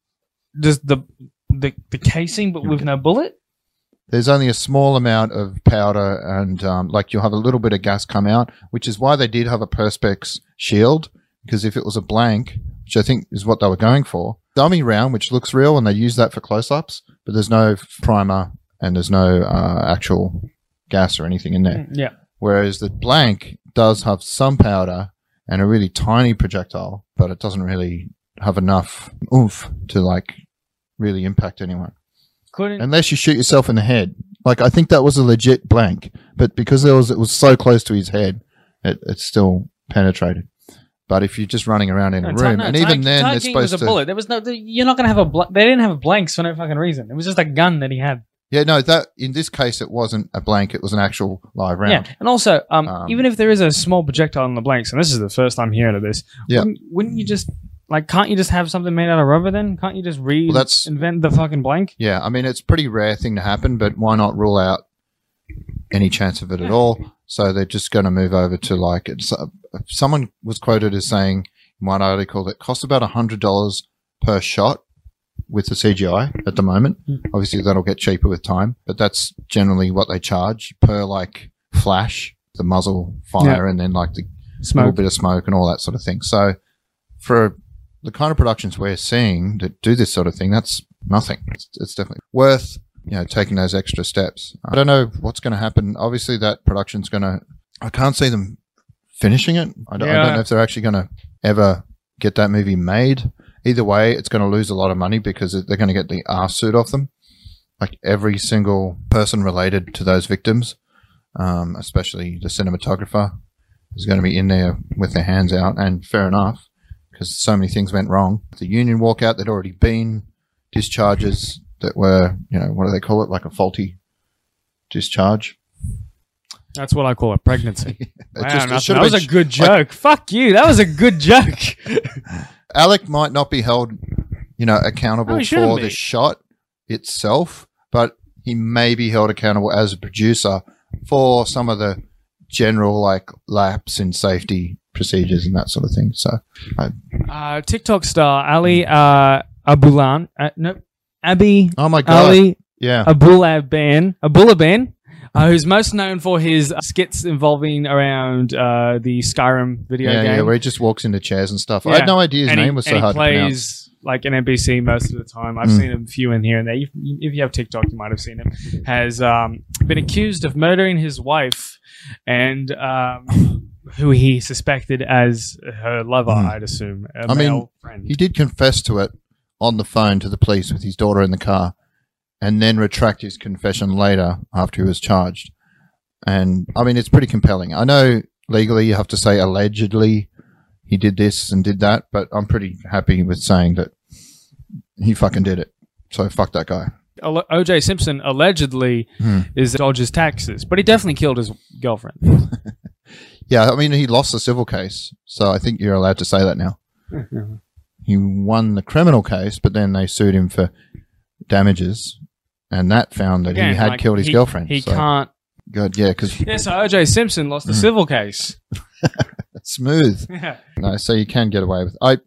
[SPEAKER 1] just the the the casing, but with no bullet?
[SPEAKER 3] there's only a small amount of powder and um, like you'll have a little bit of gas come out, which is why they did have a perspex shield because if it was a blank, which I think is what they were going for, dummy round, which looks real, and they use that for close-ups, but there's no f- primer and there's no uh, actual gas or anything in there.
[SPEAKER 1] Mm, Yeah.
[SPEAKER 3] Whereas the blank does have some powder and a really tiny projectile, but it doesn't really have enough oomph to like really impact anyone
[SPEAKER 1] Couldn't
[SPEAKER 3] unless you shoot yourself in the head. Like I think that was a legit blank, but because there was it was so close to his head, it, it still penetrated. But if you're just running around in a
[SPEAKER 1] No, Ti-
[SPEAKER 3] room,
[SPEAKER 1] no,
[SPEAKER 3] and
[SPEAKER 1] Ti-
[SPEAKER 3] even then
[SPEAKER 1] Tiger
[SPEAKER 3] they're
[SPEAKER 1] King was
[SPEAKER 3] supposed
[SPEAKER 1] a
[SPEAKER 3] to.
[SPEAKER 1] bullet. There was no. there- You're not gonna have a. Bl- they didn't have blanks for no fucking reason. It was just a gun that he had.
[SPEAKER 3] Yeah, no, that in this case it wasn't a blank; it was an actual live round.
[SPEAKER 1] Yeah, and also, um,
[SPEAKER 3] Um,
[SPEAKER 1] even if there is a small projectile on the blanks, and this is the first time hearing of this,
[SPEAKER 3] Yeah.
[SPEAKER 1] wouldn't, wouldn't you just like? Can't you just have something made out of rubber? Then can't you just re
[SPEAKER 3] Well, that's-
[SPEAKER 1] invent the fucking blank?
[SPEAKER 3] Yeah. I mean it's a pretty rare thing to happen, but why not rule out any chance of it at all? So they're just going to move over to like it's, uh, someone was quoted as saying in one article that costs about hundred dollars per shot with the CGI at the moment. Obviously, that'll get cheaper with time, but that's generally what they charge per like flash, the muzzle fire, and then like the little
[SPEAKER 1] Smoke.
[SPEAKER 3] bit of smoke and all that sort of thing. So for the kind of productions we're seeing that do this sort of thing, that's nothing. It's, it's definitely worth you know taking those extra steps. I don't know what's going to happen. Obviously, that production's going to. I can't see them finishing it. I don't, I
[SPEAKER 1] Yeah.
[SPEAKER 3] don't know if they're actually going to ever get that movie made. Either way, it's going to lose a lot of money because they're going to get the arse suit off them. Like every single person related to those victims, um, especially the cinematographer, is going to be in there with their hands out, and fair enough, because so many things went wrong. The union walkout, there'd already been discharges that were, you know, what do they call it? Like a faulty discharge.
[SPEAKER 1] That's what I call a
[SPEAKER 3] *laughs*
[SPEAKER 1] pregnancy.
[SPEAKER 3] It
[SPEAKER 1] Wow,
[SPEAKER 3] just- it
[SPEAKER 1] nothing.
[SPEAKER 3] should
[SPEAKER 1] that
[SPEAKER 3] have
[SPEAKER 1] was
[SPEAKER 3] been
[SPEAKER 1] a good joke. Fuck you. That was a good
[SPEAKER 3] *laughs*
[SPEAKER 1] joke.
[SPEAKER 3] Alec might not be held, you know, accountable
[SPEAKER 1] No, he shouldn't
[SPEAKER 3] for
[SPEAKER 1] be.
[SPEAKER 3] the shot itself, but he may be held accountable as a producer for some of the general like laps in safety procedures and that sort of thing. So
[SPEAKER 1] uh, TikTok star Ali uh, Abulan. Uh, no, Abby
[SPEAKER 3] oh my god.
[SPEAKER 1] Ali
[SPEAKER 3] Yeah.
[SPEAKER 1] Abulaban. Abulaban. Uh, who's most known for his uh, skits involving around uh, the Skyrim video
[SPEAKER 3] Yeah,
[SPEAKER 1] game?
[SPEAKER 3] yeah, where he just walks into chairs and stuff. I
[SPEAKER 1] Yeah.
[SPEAKER 3] had no idea his
[SPEAKER 1] and
[SPEAKER 3] name
[SPEAKER 1] he,
[SPEAKER 3] was so
[SPEAKER 1] and he
[SPEAKER 3] hard to pronounce.
[SPEAKER 1] plays like an NPC most of the time. I've
[SPEAKER 3] Mm.
[SPEAKER 1] seen a few in here and there. You, you, if you have TikTok, you might have seen him. Has um, been accused of murdering his wife and um, who he suspected as her lover,
[SPEAKER 3] Mm.
[SPEAKER 1] I'd assume. a
[SPEAKER 3] I mean,
[SPEAKER 1] male friend.
[SPEAKER 3] He did confess to it on the phone to the police with his daughter in the car and then retract his confession later after he was charged. And I mean, it's pretty compelling. I know legally you have to say allegedly he did this and did that, but I'm pretty happy with saying that he fucking did it. So fuck that guy.
[SPEAKER 1] Al- OJ Simpson allegedly
[SPEAKER 3] Hmm.
[SPEAKER 1] is Dodge's taxes, but he definitely killed his girlfriend.
[SPEAKER 3] Yeah, I mean, he lost the civil case. So I think you're allowed to say that now. he won the criminal case, but then they sued him for damages, and that found that
[SPEAKER 1] Again,
[SPEAKER 3] he had
[SPEAKER 1] like,
[SPEAKER 3] killed his
[SPEAKER 1] he-
[SPEAKER 3] girlfriend.
[SPEAKER 1] He
[SPEAKER 3] so-
[SPEAKER 1] can't.
[SPEAKER 3] Good, yeah, because
[SPEAKER 1] Yeah, so OJ Simpson lost the
[SPEAKER 3] Mm.
[SPEAKER 1] civil case. *laughs*
[SPEAKER 3] smooth.
[SPEAKER 1] Yeah.
[SPEAKER 3] No, so you can get away with. I,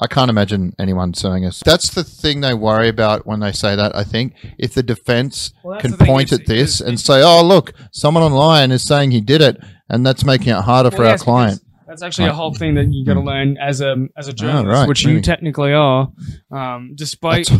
[SPEAKER 3] I can't imagine anyone suing us. That's the thing they worry about when they say that. I think if the defense
[SPEAKER 1] Well, that's
[SPEAKER 3] can
[SPEAKER 1] the thing,
[SPEAKER 3] point
[SPEAKER 1] it's-
[SPEAKER 3] at this
[SPEAKER 1] it's-
[SPEAKER 3] and say, "Oh, look, someone online is saying he did it," and that's making it harder for
[SPEAKER 1] Well,
[SPEAKER 3] our
[SPEAKER 1] yes,
[SPEAKER 3] client. Mm. Ah,
[SPEAKER 1] because That's actually a whole thing that you got to learn as a as a journalist,
[SPEAKER 3] right,
[SPEAKER 1] which you
[SPEAKER 3] really.
[SPEAKER 1] technically are. Um, despite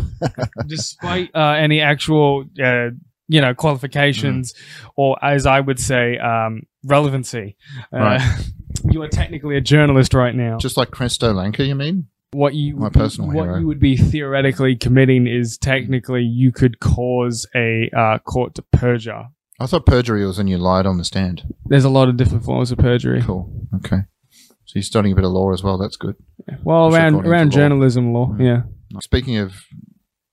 [SPEAKER 1] despite uh, any actual uh, you know qualifications
[SPEAKER 3] Mm.
[SPEAKER 1] or, as I would say, um, relevancy, uh,
[SPEAKER 3] Right.
[SPEAKER 1] *laughs* you are technically a journalist right now.
[SPEAKER 3] *laughs* Just like Cresto Lanka, you mean?
[SPEAKER 1] what you
[SPEAKER 3] my personal
[SPEAKER 1] what
[SPEAKER 3] hero.
[SPEAKER 1] you would be theoretically committing is technically you could cause a uh, court to perjure.
[SPEAKER 3] I thought perjury was when you lied on the stand.
[SPEAKER 1] There's a lot of different forms of perjury.
[SPEAKER 3] Cool. Okay. So you're studying a bit of law as well. That's good.
[SPEAKER 1] Well,
[SPEAKER 3] Which
[SPEAKER 1] around
[SPEAKER 3] according to
[SPEAKER 1] around
[SPEAKER 3] law.
[SPEAKER 1] journalism law,
[SPEAKER 3] Mm.
[SPEAKER 1] yeah.
[SPEAKER 3] Speaking of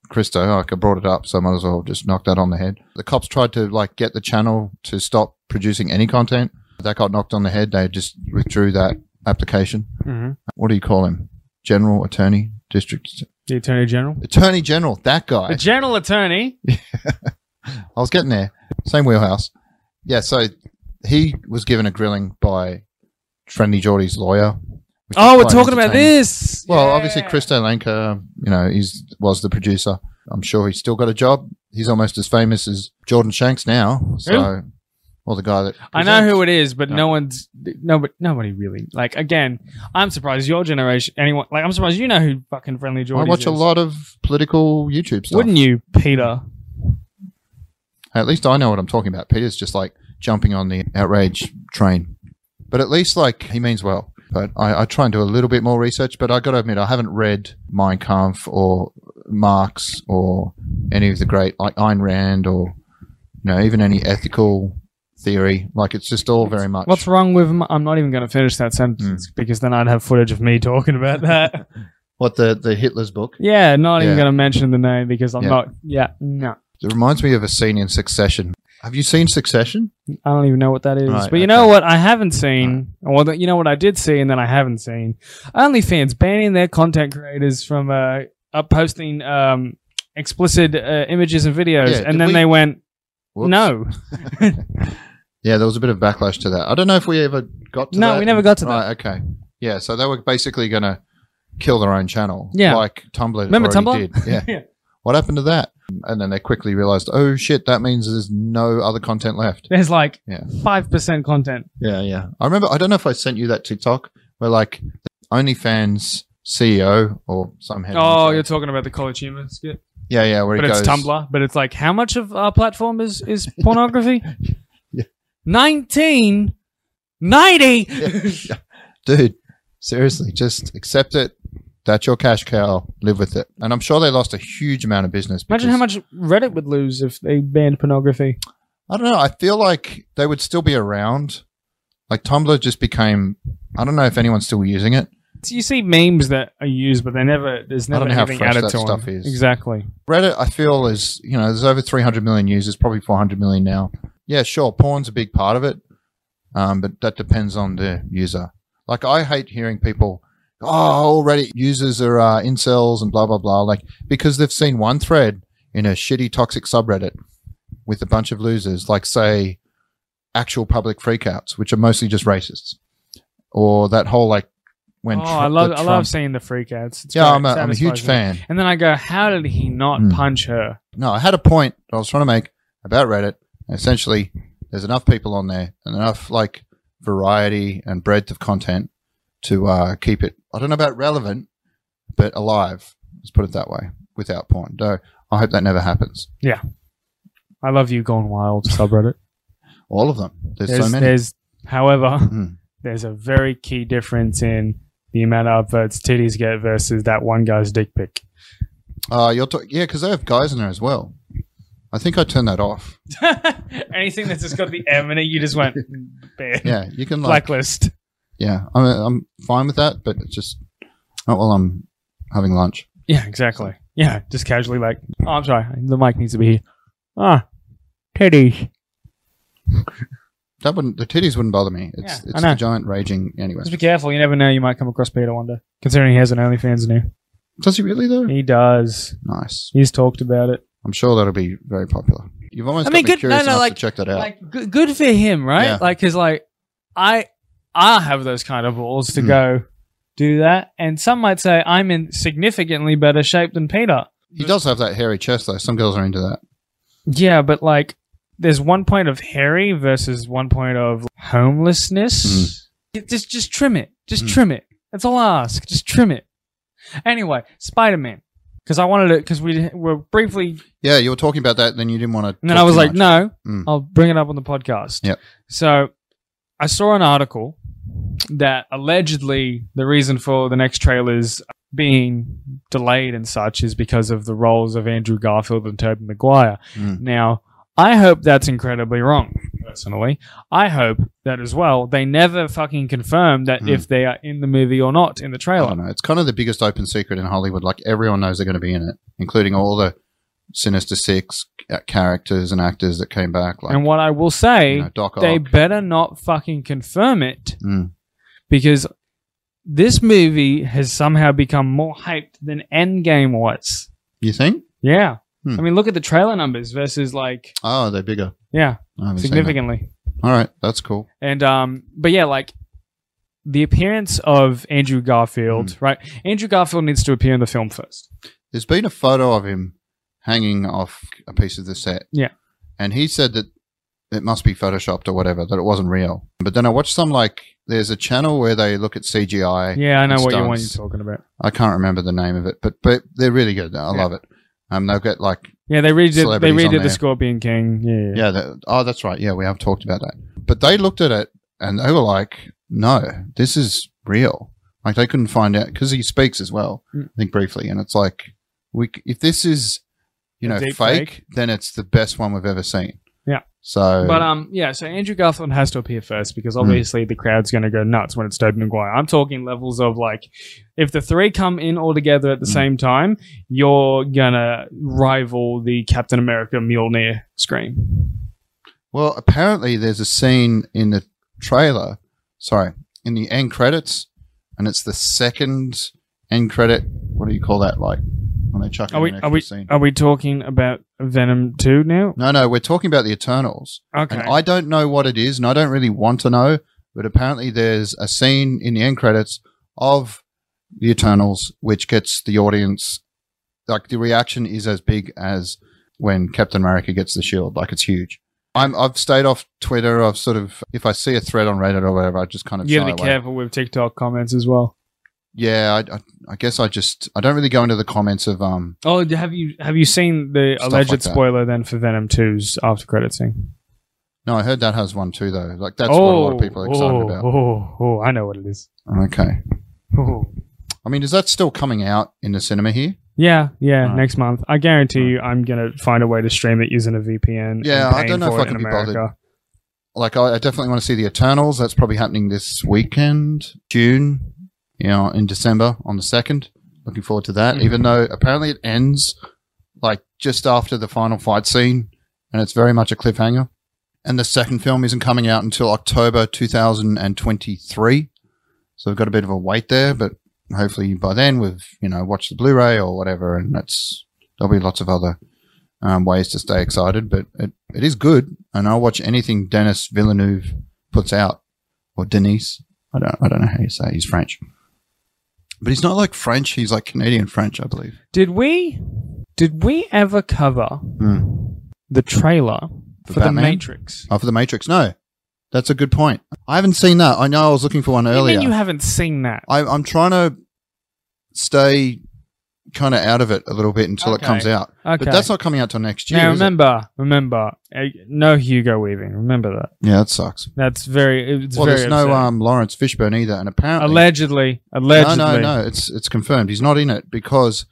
[SPEAKER 3] Christo, like I brought it up, so I might as well just knock that on the head. The cops tried to like get the channel to stop producing any content. That got knocked on the head. They just withdrew that application.
[SPEAKER 1] Mm-hmm.
[SPEAKER 3] What do you call him? General Attorney, District
[SPEAKER 1] The Attorney General.
[SPEAKER 3] Attorney General. That guy.
[SPEAKER 1] The General Attorney.
[SPEAKER 3] I was getting there. Same wheelhouse. Yeah, so he was given a grilling by Friendly Geordie's lawyer. which
[SPEAKER 1] Oh,
[SPEAKER 3] was
[SPEAKER 1] we're
[SPEAKER 3] quite
[SPEAKER 1] talking about
[SPEAKER 3] entertaining.
[SPEAKER 1] this.
[SPEAKER 3] Well,
[SPEAKER 1] Yeah.
[SPEAKER 3] obviously, Chris Lanka, you know, he's was the producer. I'm sure he's still got a job. He's almost as famous as Jordan Shanks now. So, well, the guy that
[SPEAKER 1] I know who it is, but
[SPEAKER 3] No.
[SPEAKER 1] no one's nobody. Nobody really. Like again, I'm surprised your generation. Anyone like I'm surprised you know who fucking friendly
[SPEAKER 3] I
[SPEAKER 1] Geordie
[SPEAKER 3] watch
[SPEAKER 1] is.
[SPEAKER 3] a lot of political YouTube stuff.
[SPEAKER 1] Wouldn't you, Peter?
[SPEAKER 3] At least I know what I'm talking about. Peter's just like jumping on the outrage train, but at least like he means well. But I, I try and do a little bit more research. But I got to admit, I haven't read Mein Kampf or Marx or any of the great like Ayn Rand or you know even any ethical theory. Like it's just all very much.
[SPEAKER 1] What's wrong with? My, I'm not even going to finish that sentence
[SPEAKER 3] Mm.
[SPEAKER 1] because then I'd have footage of me talking about
[SPEAKER 3] *laughs*
[SPEAKER 1] that.
[SPEAKER 3] What the the Hitler's book?
[SPEAKER 1] yeah, not even
[SPEAKER 3] Yeah.
[SPEAKER 1] going to mention the name because I'm
[SPEAKER 3] Yeah.
[SPEAKER 1] not. Yeah, no,
[SPEAKER 3] It reminds me of a scene in Succession. Have you seen Succession?
[SPEAKER 1] I don't even know what that is.
[SPEAKER 3] Right,
[SPEAKER 1] but you know
[SPEAKER 3] okay.
[SPEAKER 1] what? I haven't seen. Well, you know what I did see, and then I haven't seen. OnlyFans banning their content creators from uh, up posting um, explicit uh, images and videos,
[SPEAKER 3] Yeah,
[SPEAKER 1] and
[SPEAKER 3] did
[SPEAKER 1] then
[SPEAKER 3] we-
[SPEAKER 1] they went
[SPEAKER 3] Whoops.
[SPEAKER 1] no.
[SPEAKER 3] Yeah, there was a bit of backlash to that. I don't know if we ever got to
[SPEAKER 1] No,
[SPEAKER 3] that.
[SPEAKER 1] we never got to
[SPEAKER 3] right, Okay. Yeah, so they were basically going to kill their own channel.
[SPEAKER 1] Yeah.
[SPEAKER 3] Like Tumblr.
[SPEAKER 1] Remember
[SPEAKER 3] already
[SPEAKER 1] Tumblr? *laughs*
[SPEAKER 3] Did. Yeah.
[SPEAKER 1] Yeah.
[SPEAKER 3] What happened to that? And then they quickly realized, oh shit, that means there's no other content left.
[SPEAKER 1] There's like
[SPEAKER 3] Yeah.
[SPEAKER 1] five percent content.
[SPEAKER 3] Yeah, yeah. I remember, I don't know if I sent you that TikTok where like OnlyFans CEO or some head.
[SPEAKER 1] Oh,
[SPEAKER 3] honcho-
[SPEAKER 1] you're talking about the college humor skit,
[SPEAKER 3] yeah, yeah, where
[SPEAKER 1] but
[SPEAKER 3] it
[SPEAKER 1] it's
[SPEAKER 3] goes.
[SPEAKER 1] Tumblr. But it's like how much of our platform is is pornography? Nineteen ninety.
[SPEAKER 3] *laughs* Yeah. Dude, seriously, just accept it. That's your cash cow. Live with it. And I'm sure they lost a huge amount of business.
[SPEAKER 1] Imagine
[SPEAKER 3] because-
[SPEAKER 1] how much Reddit would lose if they banned pornography.
[SPEAKER 3] I don't know. I feel like they would still be around. Like Tumblr just became. I don't know if anyone's still using it.
[SPEAKER 1] So you see memes that are used, but they never there's
[SPEAKER 3] I
[SPEAKER 1] never
[SPEAKER 3] don't know how
[SPEAKER 1] anything
[SPEAKER 3] fresh
[SPEAKER 1] added
[SPEAKER 3] that
[SPEAKER 1] to
[SPEAKER 3] stuff
[SPEAKER 1] them.
[SPEAKER 3] is.
[SPEAKER 1] Exactly.
[SPEAKER 3] Reddit, I feel, is you know, there's over 300 million users, probably 400 million now. Yeah, sure, porn's a big part of it, um, but that depends on the user. Like I hate hearing people, oh, all Reddit users are uh, incels and blah blah blah, like because they've seen one thread in a shitty toxic subreddit with a bunch of losers, like say actual public freakouts, which are mostly just racists, or that whole like when
[SPEAKER 1] oh,
[SPEAKER 3] Tr-
[SPEAKER 1] I love
[SPEAKER 3] the
[SPEAKER 1] I love
[SPEAKER 3] Trump-
[SPEAKER 1] seeing the freakouts. It's
[SPEAKER 3] yeah,
[SPEAKER 1] great.
[SPEAKER 3] I'm a,
[SPEAKER 1] It
[SPEAKER 3] I'm a huge
[SPEAKER 1] satisfies me.
[SPEAKER 3] fan.
[SPEAKER 1] And then I go, how did he not
[SPEAKER 2] Hmm.
[SPEAKER 1] punch her?
[SPEAKER 3] No, I had a point that I was trying to make about Reddit. Essentially, there's enough people on there and enough like variety and breadth of content to uh, keep it. I don't know about relevant, but alive. Let's put it that way. Without porn, though, I hope that never happens.
[SPEAKER 1] I love you gone
[SPEAKER 3] *laughs*
[SPEAKER 1] wild subreddit.
[SPEAKER 3] All of them. There's,
[SPEAKER 1] there's,
[SPEAKER 3] so many.
[SPEAKER 1] there's- however,
[SPEAKER 3] Hmm.
[SPEAKER 1] *laughs* there's a very key difference in the amount of upvotes titties get versus that one guy's dick
[SPEAKER 3] *laughs*
[SPEAKER 1] pic. *laughs*
[SPEAKER 3] Uh, you're talk- yeah, because they have guys in there as well. I think I turned that off.
[SPEAKER 1] Anything that's just got the M in it, you just went banned.
[SPEAKER 3] Yeah, you can like.
[SPEAKER 1] Blacklist.
[SPEAKER 3] Yeah, I'm I'm fine with that, but it's just not while I'm having lunch.
[SPEAKER 1] Yeah, exactly. Yeah, just casually like, oh, I'm sorry, the mic needs to be here. Ah, titties.
[SPEAKER 3] That wouldn't the titties wouldn't bother me. It's
[SPEAKER 1] Yeah, I
[SPEAKER 3] it's
[SPEAKER 1] know.
[SPEAKER 3] the giant raging anyway.
[SPEAKER 1] Just be careful. You never know. You might come across Peter one day. Considering he has an OnlyFans now,
[SPEAKER 3] Does he really though?
[SPEAKER 1] he does.
[SPEAKER 3] Nice.
[SPEAKER 1] He's talked about it.
[SPEAKER 3] I'm sure that'll be very popular. You've almost
[SPEAKER 1] I
[SPEAKER 3] I
[SPEAKER 1] mean,
[SPEAKER 3] got me
[SPEAKER 1] good-
[SPEAKER 3] curious
[SPEAKER 1] no, no,
[SPEAKER 3] enough
[SPEAKER 1] like-
[SPEAKER 3] to check that out.
[SPEAKER 1] Like, good, good for him, right?
[SPEAKER 3] Yeah.
[SPEAKER 1] Like, cause like, I, I have those kind of balls to
[SPEAKER 3] Hmm.
[SPEAKER 1] go do that. And some might say I'm in significantly better shape than Peter.
[SPEAKER 3] he does have that hairy chest though. Some girls are into that.
[SPEAKER 1] Yeah, but like, there's one point of hairy versus one point of homelessness. It- Just, just trim it. Just
[SPEAKER 3] Mm.
[SPEAKER 1] trim it. That's all I ask. Just trim it. Anyway, Spider Man. Because I wanted it. Because we were briefly
[SPEAKER 3] Yeah, you were talking about that, then you didn't want to.
[SPEAKER 1] And then I was like, no,
[SPEAKER 3] Mm.
[SPEAKER 1] I'll bring it up on the podcast.
[SPEAKER 3] Yep.
[SPEAKER 1] So I saw an article that allegedly the reason for the next trailers being delayed and such is because of the roles of Andrew Garfield and Tobey Maguire.
[SPEAKER 3] Mm.
[SPEAKER 1] Now, I hope that's incredibly wrong, personally. I hope that as well, they never fucking confirm that
[SPEAKER 3] Mm.
[SPEAKER 1] if they are in the movie or not in the
[SPEAKER 3] I
[SPEAKER 1] trailer.
[SPEAKER 3] don't know. It's kind of the biggest open secret in Hollywood. Like everyone knows they're going to be in it, including all the Sinister Six uh, characters and actors that came back. Like
[SPEAKER 1] and what I will say
[SPEAKER 3] you know, Doc
[SPEAKER 1] they
[SPEAKER 3] Ock.
[SPEAKER 1] better not fucking confirm it
[SPEAKER 3] Mm.
[SPEAKER 1] because this movie has somehow become more hyped than Endgame was.
[SPEAKER 3] You think?
[SPEAKER 1] Yeah.
[SPEAKER 3] Hmm.
[SPEAKER 1] I mean, look at the trailer numbers versus like,
[SPEAKER 3] Oh, they're bigger.
[SPEAKER 1] yeah,
[SPEAKER 3] I haven't seen that.
[SPEAKER 1] significantly.
[SPEAKER 3] All right, that's cool.
[SPEAKER 1] And, um, but yeah, like the appearance of Andrew Garfield,
[SPEAKER 3] Hmm.
[SPEAKER 1] right? Andrew Garfield needs to appear in the film first.
[SPEAKER 3] There's been a photo of him hanging off a piece of the set.
[SPEAKER 1] Yeah.
[SPEAKER 3] And he said that it must be photoshopped or whatever, that it wasn't real. But then I watched some like there's a channel where they look at CGI.
[SPEAKER 1] Yeah, I know
[SPEAKER 3] It
[SPEAKER 1] what you
[SPEAKER 3] starts.
[SPEAKER 1] want you're talking about.
[SPEAKER 3] I can't remember the name of it, but but they're really good. I
[SPEAKER 1] Yeah.
[SPEAKER 3] love it. Um, they've got like
[SPEAKER 1] Yeah, they redid, they
[SPEAKER 3] Celebrities on
[SPEAKER 1] redid the
[SPEAKER 3] there.
[SPEAKER 1] Scorpion King. Yeah.
[SPEAKER 3] yeah, that, oh that's right. Yeah, we have talked about that. But they looked at it and they were like, no, this is real. Like they couldn't find out because he speaks as well.
[SPEAKER 1] Mm.
[SPEAKER 3] I think briefly, and it's like we c- if this is you
[SPEAKER 1] A
[SPEAKER 3] know fake,
[SPEAKER 1] deep fake.
[SPEAKER 3] then it's the best one we've ever seen.
[SPEAKER 1] Yeah.
[SPEAKER 3] So
[SPEAKER 1] But um, yeah. So Andrew Garfield has to appear first
[SPEAKER 3] Hmm.
[SPEAKER 1] because obviously the crowd's going to go nuts when it's Tobey Maguire. I'm talking levels of like, if the three come in all together at the
[SPEAKER 3] Mm.
[SPEAKER 1] same time, you're gonna rival the Captain America Mjolnir scream.
[SPEAKER 3] well, apparently there's a scene in the trailer, sorry, in the end credits, and it's the second end credit. What do you call that? Like when they chuck
[SPEAKER 1] Are
[SPEAKER 3] in
[SPEAKER 1] we-
[SPEAKER 3] an
[SPEAKER 1] are
[SPEAKER 3] extra scene.
[SPEAKER 1] Are we talking about Venom two now?
[SPEAKER 3] no, no, we're talking about the Eternals.
[SPEAKER 1] Okay.
[SPEAKER 3] And I don't know what it is, and I don't really want to know, but apparently there's a scene in the end credits of the Eternals which gets the audience like the reaction is as big as when Captain America gets the shield, like it's huge. I'm I've stayed off Twitter. I've sort of if I see a thread on Reddit or whatever, I just kind of
[SPEAKER 1] you
[SPEAKER 3] shy
[SPEAKER 1] gotta be
[SPEAKER 3] away.
[SPEAKER 1] careful with TikTok comments as well.
[SPEAKER 3] Yeah, I, I, I guess I just I don't really go into the comments of um.
[SPEAKER 1] Oh, d- have you have you seen the
[SPEAKER 3] Stuff
[SPEAKER 1] alleged
[SPEAKER 3] like that.
[SPEAKER 1] spoiler then for Venom 2's after credit scene?
[SPEAKER 3] No, I heard that has one too though. Like that's
[SPEAKER 1] oh,
[SPEAKER 3] what a lot of people are excited
[SPEAKER 1] oh,
[SPEAKER 3] about.
[SPEAKER 1] Oh, oh, I know what it is.
[SPEAKER 3] Okay,
[SPEAKER 1] Oh.
[SPEAKER 3] I mean, is that still coming out in the cinema here?
[SPEAKER 1] Yeah, yeah,
[SPEAKER 3] Right.
[SPEAKER 1] next month. I guarantee you, I'm gonna find a way to stream it using a VPN.
[SPEAKER 3] Yeah,
[SPEAKER 1] and
[SPEAKER 3] I
[SPEAKER 1] paying
[SPEAKER 3] don't know
[SPEAKER 1] for
[SPEAKER 3] if I
[SPEAKER 1] it in
[SPEAKER 3] could be bothered.
[SPEAKER 1] America.
[SPEAKER 3] like I, I definitely want to see the Eternals. That's probably happening this weekend, June, you know, in December on the second. Looking forward to that.
[SPEAKER 1] Mhm.
[SPEAKER 3] Even though apparently it ends like just after the final fight scene, and it's very much a cliffhanger. and the second film isn't coming out until October 2023. So we've got a bit of a wait there, but hopefully by then we've you know watched the Blu-ray or whatever, and that's there'll be lots of other um, ways to stay excited. But it, it is good, and I'll watch anything Dennis Villeneuve puts out or Denise. I don't I don't know how you say it. he's French, but he's not like French. He's like Canadian French, I believe.
[SPEAKER 1] Did we did we ever cover
[SPEAKER 3] Hmm.
[SPEAKER 1] the trailer
[SPEAKER 3] For
[SPEAKER 1] for The
[SPEAKER 3] Batman?
[SPEAKER 1] Matrix?
[SPEAKER 3] Oh, for the Matrix, no. That's a good point. I haven't seen that. I know I was looking for one
[SPEAKER 1] What do
[SPEAKER 3] earlier.
[SPEAKER 1] You mean you haven't seen that?
[SPEAKER 3] I, I'm trying to stay kind of out of it a little bit until
[SPEAKER 1] Okay.
[SPEAKER 3] it comes out.
[SPEAKER 1] Okay.
[SPEAKER 3] But that's not coming out till next year.
[SPEAKER 1] now
[SPEAKER 3] is it?
[SPEAKER 1] remember, remember, eh, no Hugo Weaving. Remember that.
[SPEAKER 3] Yeah, that sucks.
[SPEAKER 1] That's very. It's
[SPEAKER 3] well,
[SPEAKER 1] very
[SPEAKER 3] there's no
[SPEAKER 1] upsetting.
[SPEAKER 3] um, Lawrence Fishburne either, and apparently
[SPEAKER 1] Allegedly, allegedly.
[SPEAKER 3] No, no, no. It's it's confirmed. He's not in it because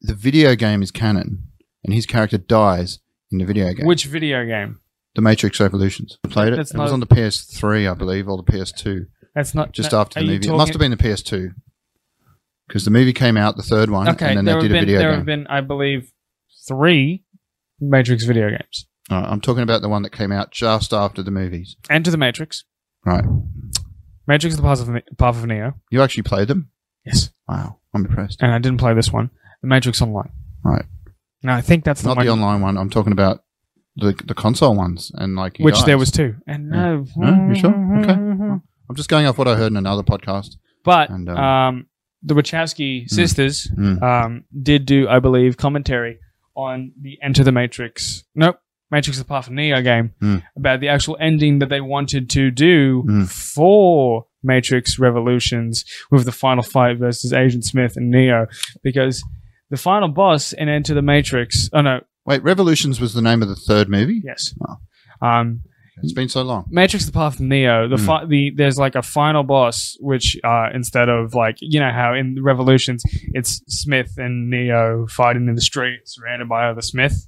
[SPEAKER 3] the video game is canon, and his character dies in the video game.
[SPEAKER 1] Which video game?
[SPEAKER 3] The Matrix Revolutions. I played it.
[SPEAKER 1] That's
[SPEAKER 3] it was
[SPEAKER 1] not-
[SPEAKER 3] on the PS3, I believe, or the PS2.
[SPEAKER 1] That's not
[SPEAKER 3] just
[SPEAKER 1] no,
[SPEAKER 3] after the
[SPEAKER 1] are you
[SPEAKER 3] movie. It must have
[SPEAKER 1] talking-
[SPEAKER 3] been the PS2 because the movie came out, the third one,
[SPEAKER 1] Okay,
[SPEAKER 3] and then
[SPEAKER 1] there
[SPEAKER 3] they
[SPEAKER 1] have
[SPEAKER 3] did
[SPEAKER 1] been
[SPEAKER 3] a video
[SPEAKER 1] there
[SPEAKER 3] game.
[SPEAKER 1] have been, I believe, three Matrix video games.
[SPEAKER 3] All right, I'm talking about the one that came out just after the movies.
[SPEAKER 1] Enter the Matrix,
[SPEAKER 3] Right,
[SPEAKER 1] Matrix: The Path of, Path of Neo.
[SPEAKER 3] you actually played them?
[SPEAKER 1] Yes,
[SPEAKER 3] Wow, I'm impressed.
[SPEAKER 1] and I didn't play this one. The Matrix Online.
[SPEAKER 3] Right.
[SPEAKER 1] Now I think that's the
[SPEAKER 3] Not
[SPEAKER 1] one
[SPEAKER 3] the online one. I'm talking about the the console ones and like he
[SPEAKER 1] which
[SPEAKER 3] dies.
[SPEAKER 1] there was two. And no,
[SPEAKER 3] No? You sure? Okay. I'm just going off what I heard in another podcast.
[SPEAKER 1] But
[SPEAKER 3] And, um,
[SPEAKER 1] um, the Wachowski sisters
[SPEAKER 3] Mm.
[SPEAKER 1] um, did do, I believe, commentary on the Enter the Matrix. Nope. Matrix the Path of Neo game
[SPEAKER 3] Mm.
[SPEAKER 1] about the actual ending that they wanted to do
[SPEAKER 3] Mm.
[SPEAKER 1] for Matrix Revolutions with the final fight versus Agent Smith and Neo because the final boss in Enter the Matrix. Oh no,
[SPEAKER 3] Wait, Revolutions was the name of the third movie.
[SPEAKER 1] yes,
[SPEAKER 3] Wow.
[SPEAKER 1] um,
[SPEAKER 3] It's been so long.
[SPEAKER 1] Matrix: The Path of Neo. The,
[SPEAKER 3] Hmm.
[SPEAKER 1] fi- the there's like a final boss, which uh, instead of like you know how in Revolutions it's Smith and Neo fighting in the street, surrounded by other Smith.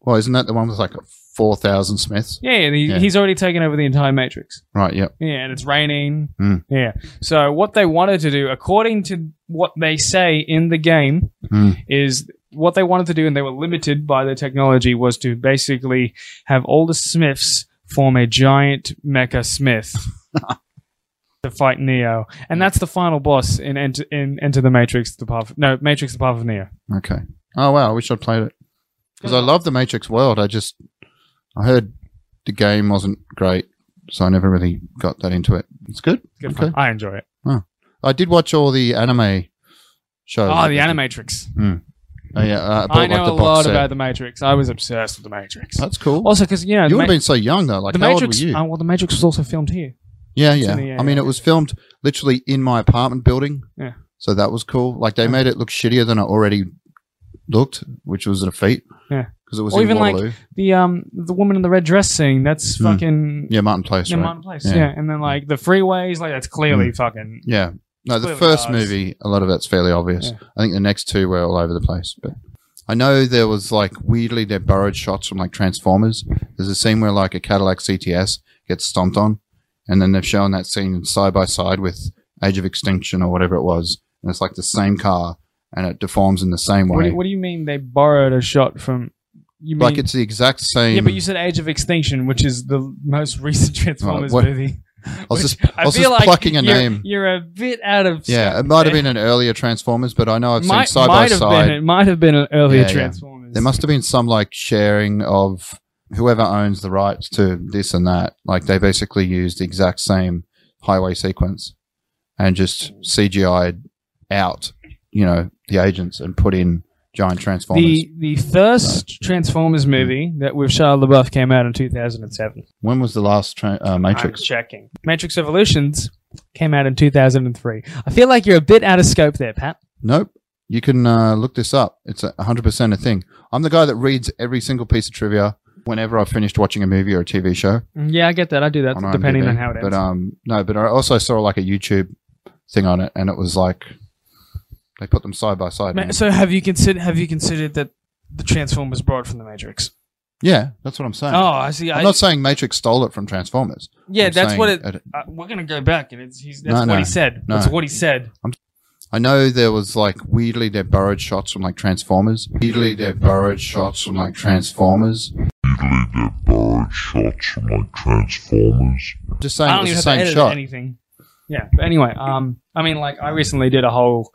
[SPEAKER 3] Well, isn't that the one with like four thousand Smiths?
[SPEAKER 1] Yeah, and he,
[SPEAKER 3] Yeah.
[SPEAKER 1] he's already taken over the entire Matrix.
[SPEAKER 3] Right. Yep.
[SPEAKER 1] Yeah, and it's raining.
[SPEAKER 3] Hmm.
[SPEAKER 1] Yeah. So what they wanted to do, according to what they say in the game,
[SPEAKER 3] Hmm.
[SPEAKER 1] is what they wanted to do, and they were limited by their technology, was to basically have all the Smiths form a giant mecha
[SPEAKER 3] *laughs*
[SPEAKER 1] Smith to fight Neo, and that's the final boss in Enter, in Enter the Matrix, the path no Matrix, the path of Neo.
[SPEAKER 3] Okay. Oh wow, I wish I'd played it because I love the Matrix world. I just I heard the game wasn't great, so I never really got that into it. It's good.
[SPEAKER 1] It's good
[SPEAKER 3] Okay.
[SPEAKER 1] fun. I enjoy it.
[SPEAKER 3] I did watch all the anime shows.
[SPEAKER 1] Oh, the Animatrix.
[SPEAKER 3] Oh, yeah, uh, I, bought,
[SPEAKER 1] I know
[SPEAKER 3] like, the
[SPEAKER 1] a
[SPEAKER 3] box
[SPEAKER 1] lot
[SPEAKER 3] set.
[SPEAKER 1] about the Matrix. I was obsessed with the Matrix.
[SPEAKER 3] That's cool.
[SPEAKER 1] Also, because you know,
[SPEAKER 3] you
[SPEAKER 1] the,
[SPEAKER 3] would have
[SPEAKER 1] Ma-
[SPEAKER 3] been so young though. Like
[SPEAKER 1] the
[SPEAKER 3] how
[SPEAKER 1] Matrix.
[SPEAKER 3] old were you?
[SPEAKER 1] Oh, well, the Matrix was also filmed here.
[SPEAKER 3] yeah, yeah.
[SPEAKER 1] in the, uh,
[SPEAKER 3] I mean, it was filmed literally in my apartment building.
[SPEAKER 1] Yeah.
[SPEAKER 3] So that was cool. Like they made it look shittier than it already looked, which was a feat.
[SPEAKER 1] Yeah.
[SPEAKER 3] Because it was
[SPEAKER 1] Or
[SPEAKER 3] in
[SPEAKER 1] even, like-
[SPEAKER 3] Waterloo.
[SPEAKER 1] the um the woman in the red dress scene that's
[SPEAKER 3] Hmm.
[SPEAKER 1] fucking
[SPEAKER 3] yeah, Martin Place.
[SPEAKER 1] in
[SPEAKER 3] right?
[SPEAKER 1] Martin Place. Yeah.
[SPEAKER 3] Yeah. Hmm.
[SPEAKER 1] and then like the freeways, like that's clearly fucking.
[SPEAKER 3] Yeah. No, the
[SPEAKER 1] Clearly
[SPEAKER 3] first
[SPEAKER 1] ours.
[SPEAKER 3] movie, a lot of that's fairly obvious.
[SPEAKER 1] Yeah.
[SPEAKER 3] I think the next two were all over the place. But I know there was like weirdly they borrowed shots from like Transformers. There's a scene where like a Cadillac CTS gets stomped on, and then they've shown that scene side by side with Age of Extinction or whatever it was, and it's like the same car and it deforms in the same
[SPEAKER 1] What
[SPEAKER 3] way.
[SPEAKER 1] do, what do you mean they borrowed a shot from? You mean
[SPEAKER 3] like it's the exact same.
[SPEAKER 1] yeah, but you said Age of Extinction, which is the most *laughs* recent Transformers
[SPEAKER 3] what-
[SPEAKER 1] movie. *laughs*
[SPEAKER 3] I was just,
[SPEAKER 1] Which
[SPEAKER 3] I was just plucking a
[SPEAKER 1] you're,
[SPEAKER 3] name.
[SPEAKER 1] You're a bit out of
[SPEAKER 3] yeah, it might have been an earlier Transformers, but I know I've
[SPEAKER 1] Eh? might,
[SPEAKER 3] seen side by
[SPEAKER 1] might have
[SPEAKER 3] side.
[SPEAKER 1] been it might have been an earlier
[SPEAKER 3] Yeah, yeah.
[SPEAKER 1] Transformers.
[SPEAKER 3] There must have been some like sharing of whoever owns the rights to this and that. Like they basically used the exact same highway sequence and just CGI'd out, you know, the agents and put in giant transformers.
[SPEAKER 1] the the first
[SPEAKER 3] Hmm.
[SPEAKER 1] Transformers movie that with Shia LaBeouf came out in 2007.
[SPEAKER 3] when was the last tra- uh,
[SPEAKER 1] I'm
[SPEAKER 3] Matrix?
[SPEAKER 1] checking. Matrix Evolutions came out in 2003. I feel like you're a bit out of scope there, Pat.
[SPEAKER 3] Nope. You can uh, look this up. It's a 100% a thing. I'm the guy that reads every single piece of trivia whenever I've finished watching a movie or a TV show.
[SPEAKER 1] Yeah, I get that. I do that
[SPEAKER 3] on
[SPEAKER 1] depending
[SPEAKER 3] IMDb.
[SPEAKER 1] on how it ends.
[SPEAKER 3] But um, no, but I also saw like a YouTube thing on it, and it was like they put them side by side.
[SPEAKER 1] Ma-
[SPEAKER 3] and-
[SPEAKER 1] so have you considered have you considered that the Transformers borrowed from the Matrix?
[SPEAKER 3] yeah, that's what I'm saying.
[SPEAKER 1] Oh, I see.
[SPEAKER 3] I'm
[SPEAKER 1] I,
[SPEAKER 3] not saying Matrix stole it from Transformers.
[SPEAKER 1] yeah,
[SPEAKER 3] I'm
[SPEAKER 1] that's
[SPEAKER 3] saying
[SPEAKER 1] what it.
[SPEAKER 3] it-
[SPEAKER 1] Uh, we're gonna go back, and it's he's, that's
[SPEAKER 3] No,
[SPEAKER 1] what
[SPEAKER 3] no,
[SPEAKER 1] he said.
[SPEAKER 3] no.
[SPEAKER 1] That's what he said.
[SPEAKER 3] I know there was like weirdly they borrowed shots from like Transformers. Weirdly they borrowed shots from like Transformers.
[SPEAKER 4] usually they're borrowed shots from like Transformers.
[SPEAKER 3] Just saying,
[SPEAKER 1] I
[SPEAKER 3] it
[SPEAKER 1] don't even have
[SPEAKER 3] was the
[SPEAKER 1] to
[SPEAKER 3] same
[SPEAKER 1] edit
[SPEAKER 3] shot.
[SPEAKER 1] anything. Yeah, but anyway, um, I mean, like I recently did a whole,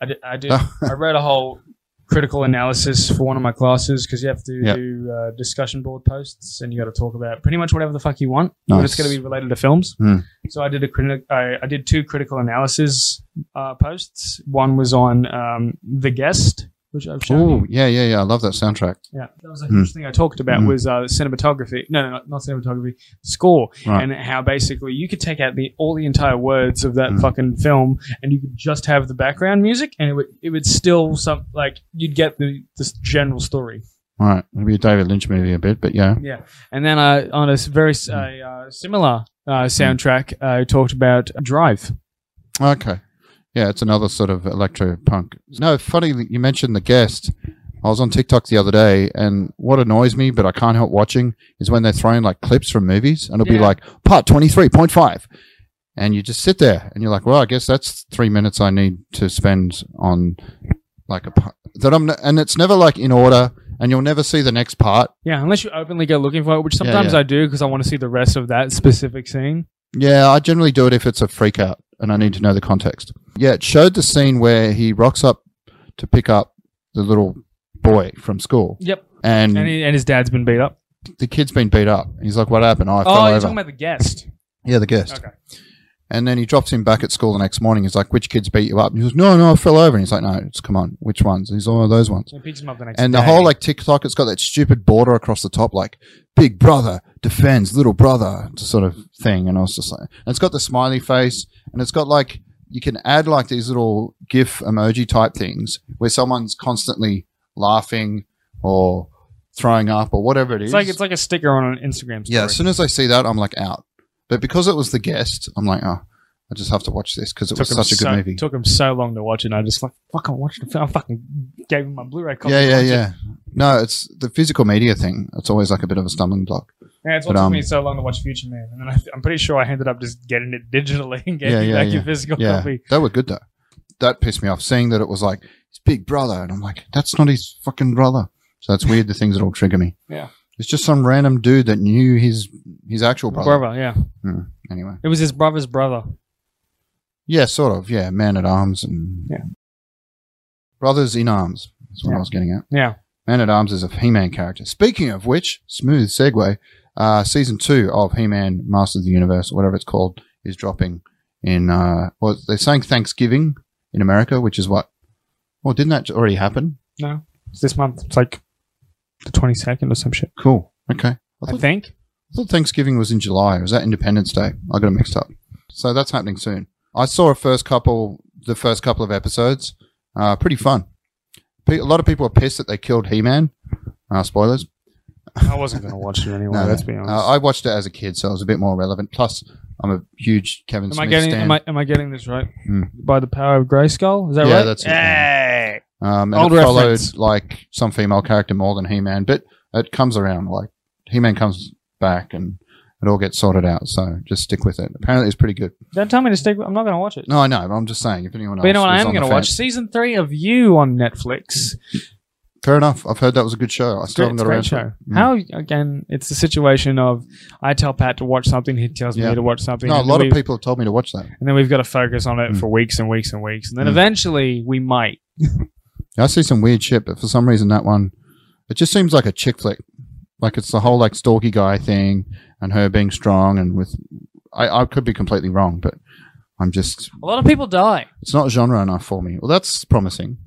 [SPEAKER 1] I did,
[SPEAKER 3] *laughs*
[SPEAKER 1] I, did, I read a whole critical analysis for one of my classes because you have to
[SPEAKER 3] Yeah.
[SPEAKER 1] do uh, discussion board posts and you got to talk about pretty much whatever the fuck you want, but it's
[SPEAKER 3] Nice.
[SPEAKER 1] going to be related to films.
[SPEAKER 3] Hmm.
[SPEAKER 1] So I did a criti- I, I did two critical analysis uh, posts. One was on um, the guest, which I've shown. you.
[SPEAKER 3] Oh, yeah, yeah, yeah. I love that soundtrack.
[SPEAKER 1] Yeah, that was a
[SPEAKER 3] Hmm.
[SPEAKER 1] huge thing I talked about
[SPEAKER 3] Mm.
[SPEAKER 1] was uh, cinematography. No, no, not, not cinematography. Score
[SPEAKER 3] Right.
[SPEAKER 1] and how basically you could take out the all the entire words of that
[SPEAKER 3] Mm.
[SPEAKER 1] fucking film, and you could just have the background music, and it would it would still some like you'd get the this general story.
[SPEAKER 3] All right. It'll be a David Lynch movie a bit, but yeah.
[SPEAKER 1] And then uh, on a s- very s-
[SPEAKER 3] Hmm.
[SPEAKER 1] a, uh, similar uh, soundtrack, I talked about Drive.
[SPEAKER 3] Okay. Yeah, it's another sort of electro punk. No, funny that you mentioned the guest. I was on TikTok the other day, and what annoys me, but I can't help watching, is when they're throwing like clips from movies, and it'll be
[SPEAKER 1] Yeah.
[SPEAKER 3] like part twenty three point five, and you just sit there, and you're like, well, I guess that's three minutes I need to spend on like a part that I'm, n- and it's never like in order, and you'll never see the next part.
[SPEAKER 1] Yeah, unless you openly go looking for it, which
[SPEAKER 3] Yeah,
[SPEAKER 1] sometimes
[SPEAKER 3] yeah.
[SPEAKER 1] I do because I want to see the rest of that specific scene.
[SPEAKER 3] Yeah, I generally do it if it's a freak out and I need to know the context. Yeah, it showed the scene where he rocks up to pick up the little boy from school
[SPEAKER 1] Yep,
[SPEAKER 3] and,
[SPEAKER 1] and, he, and his dad's been beat up.
[SPEAKER 3] the kid's been beat up. He's like, What happened? Oh, I
[SPEAKER 1] Oh,
[SPEAKER 3] fell
[SPEAKER 1] you're
[SPEAKER 3] over.
[SPEAKER 1] talking about the guest.
[SPEAKER 3] yeah, the guest.
[SPEAKER 1] Okay.
[SPEAKER 3] And then he drops him back at school the next morning. He's like, Which kids beat you up? And he goes, No, no, I fell over. And he's like, No, it's come on. Which ones? And he's all those ones.
[SPEAKER 1] So he picks him up the next
[SPEAKER 3] And the
[SPEAKER 1] day.
[SPEAKER 3] whole like TikTok, it's got that stupid border across the top, like big brother defends little brother to sort of thing. And I was just like, and it's got the smiley face and it's got like, you can add like these little GIF emoji type things where someone's constantly laughing or throwing up or whatever it is.
[SPEAKER 1] it's like it's like a sticker on an Instagram story.
[SPEAKER 3] yeah, as soon as I see that, I'm like out. But because it was the guest, I'm like, oh, I just have to watch this because it was
[SPEAKER 1] him
[SPEAKER 3] such a good
[SPEAKER 1] so,
[SPEAKER 3] movie.
[SPEAKER 1] Took him so long to watch it. and I just like fucking watched the film. *laughs* I fucking gave him my Blu-ray copy.
[SPEAKER 3] yeah,
[SPEAKER 1] to
[SPEAKER 3] yeah,
[SPEAKER 1] watch it.
[SPEAKER 3] yeah. No, it's the physical media thing. It's always like a bit of a stumbling block.
[SPEAKER 1] Yeah, it's what
[SPEAKER 3] But,
[SPEAKER 1] took
[SPEAKER 3] um,
[SPEAKER 1] me so long to watch Future Man, and then I, I'm pretty sure I ended up just getting it *laughs* digitally and getting
[SPEAKER 3] Yeah,
[SPEAKER 1] you
[SPEAKER 3] yeah,
[SPEAKER 1] back your
[SPEAKER 3] yeah.
[SPEAKER 1] physical
[SPEAKER 3] Yeah,
[SPEAKER 1] copy.
[SPEAKER 3] they were good though. That pissed me off. Seeing that it was like his big brother, and I'm like, that's not his fucking brother. So that's weird. the things that all trigger me.
[SPEAKER 1] *laughs* Yeah.
[SPEAKER 3] it's just some random dude that knew his his actual brother.
[SPEAKER 1] Brother, yeah,
[SPEAKER 3] Anyway,
[SPEAKER 1] it was his brother's brother.
[SPEAKER 3] yeah, sort of. Yeah, man at arms and
[SPEAKER 1] Yeah.
[SPEAKER 3] brothers in arms. That's what
[SPEAKER 1] Yeah.
[SPEAKER 3] I was getting at.
[SPEAKER 1] Yeah,
[SPEAKER 3] Man at Arms is a He Man character. Speaking of which, smooth segue, uh, season two of He Man Masters of the Universe, or whatever it's called, is dropping in, uh, well, they're saying Thanksgiving in America, which is what? Well, didn't that already happen?
[SPEAKER 1] no, it's this month. It's like the 22nd or some shit.
[SPEAKER 3] Cool. Okay. I
[SPEAKER 1] I
[SPEAKER 3] thought, *laughs*
[SPEAKER 1] think.
[SPEAKER 3] I thought Thanksgiving was in July. Was that Independence Day? I got it mixed up. So that's happening soon. I saw a first couple, the first couple of episodes. Uh, pretty fun. Pe- a lot of people are pissed that they killed He Man. Uh, spoilers.
[SPEAKER 1] I wasn't gonna watch it anyway.
[SPEAKER 3] No,
[SPEAKER 1] let's
[SPEAKER 3] no.
[SPEAKER 1] be honest.
[SPEAKER 3] Uh, I watched it as a kid, so it was a bit more relevant. Plus, I'm a huge Kevin
[SPEAKER 1] am
[SPEAKER 3] Smith
[SPEAKER 1] I getting
[SPEAKER 3] stan.
[SPEAKER 1] am I, am I getting this right?
[SPEAKER 3] Hmm.
[SPEAKER 1] By the power of Grayskull, is that
[SPEAKER 3] Yeah,
[SPEAKER 1] right?
[SPEAKER 3] that's it, yeah.
[SPEAKER 1] Hey!
[SPEAKER 3] um, and
[SPEAKER 1] Old
[SPEAKER 3] it followed
[SPEAKER 1] reference.
[SPEAKER 3] like some female character more than He-Man, but it comes around. Like He-Man comes back, and it all gets sorted out. So just stick with it. Apparently, it's pretty good.
[SPEAKER 1] Don't tell me to stick. with- I'm not gonna watch it.
[SPEAKER 3] No, I know. But I'm just saying, if anyone else,
[SPEAKER 1] But you know what? I
[SPEAKER 3] was
[SPEAKER 1] am
[SPEAKER 3] on
[SPEAKER 1] going
[SPEAKER 3] the
[SPEAKER 1] to watch
[SPEAKER 3] fence-
[SPEAKER 1] season three of You on Netflix.
[SPEAKER 3] Fair enough. I've heard that was a good show. I still
[SPEAKER 1] Great-
[SPEAKER 3] haven't
[SPEAKER 1] It's a
[SPEAKER 3] got around
[SPEAKER 1] great
[SPEAKER 3] to it.
[SPEAKER 1] show.
[SPEAKER 3] Mm.
[SPEAKER 1] How again? It's the situation of I tell Pat to watch something, he tells
[SPEAKER 3] Yeah.
[SPEAKER 1] me to watch something.
[SPEAKER 3] No, a
[SPEAKER 1] and
[SPEAKER 3] lot
[SPEAKER 1] then
[SPEAKER 3] of
[SPEAKER 1] we-
[SPEAKER 3] people have told me to watch that.
[SPEAKER 1] and then we've got to focus on it
[SPEAKER 3] Mm.
[SPEAKER 1] for weeks and weeks and weeks, and then
[SPEAKER 3] Mm.
[SPEAKER 1] eventually we might.
[SPEAKER 3] I see some weird shit, but for some reason that one, it just seems like a chick flick. Like it's the whole like stalky guy thing and her being strong and with, I, I could be completely wrong, but I'm just,
[SPEAKER 1] A lot of people die.
[SPEAKER 3] it's not genre enough for me. Well, that's promising.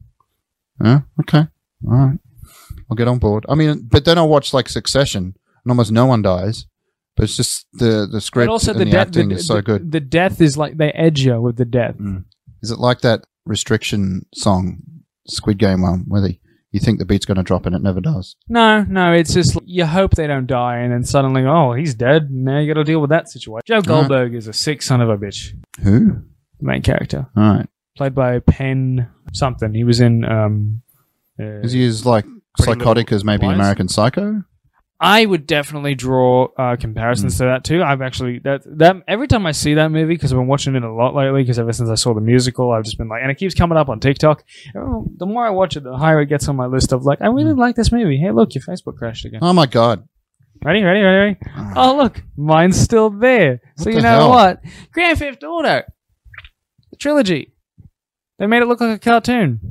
[SPEAKER 3] Yeah. Okay. All right. I'll get on board. I mean, but then I watch like Succession and almost no one dies, but it's just the, the
[SPEAKER 1] But
[SPEAKER 3] script
[SPEAKER 1] also
[SPEAKER 3] and
[SPEAKER 1] the,
[SPEAKER 3] the,
[SPEAKER 1] death.
[SPEAKER 3] acting
[SPEAKER 1] the,
[SPEAKER 3] is so
[SPEAKER 1] the-
[SPEAKER 3] good. Hmm.
[SPEAKER 1] The death is like they edge you with the death.
[SPEAKER 3] Is it like that restriction song, Squid Game one, where the, you think the beat's going to drop and it never does?
[SPEAKER 1] No, no, it's just like, you hope they don't die, and then suddenly, oh, he's dead. Now you got to deal with that situation. Joe Goldberg is a sick son of a bitch.
[SPEAKER 3] Who?
[SPEAKER 1] The main character,
[SPEAKER 3] All right.
[SPEAKER 1] played by Penn something. He was in. Um, uh,
[SPEAKER 3] Is he as like
[SPEAKER 1] Pretty
[SPEAKER 3] psychotic as maybe
[SPEAKER 1] Lies?
[SPEAKER 3] American Psycho?
[SPEAKER 1] I would definitely draw uh, comparisons to
[SPEAKER 3] Hmm.
[SPEAKER 1] that too. I've actually that that every time I see that movie because I've been watching it a lot lately. Because ever since I saw the musical, I've just been like, and it keeps coming up on TikTok. Oh,
[SPEAKER 3] Hmm.
[SPEAKER 1] The more I watch it, the higher it gets on my list of like, I really like this movie. Hey, look, your Facebook crashed again.
[SPEAKER 3] Oh my god!
[SPEAKER 1] Ready, ready, ready, ready. Oh, look, mine's still there. so
[SPEAKER 3] What
[SPEAKER 1] you
[SPEAKER 3] the
[SPEAKER 1] know
[SPEAKER 3] hell?
[SPEAKER 1] what? Grand Theft Auto, the trilogy. They made it look like a cartoon.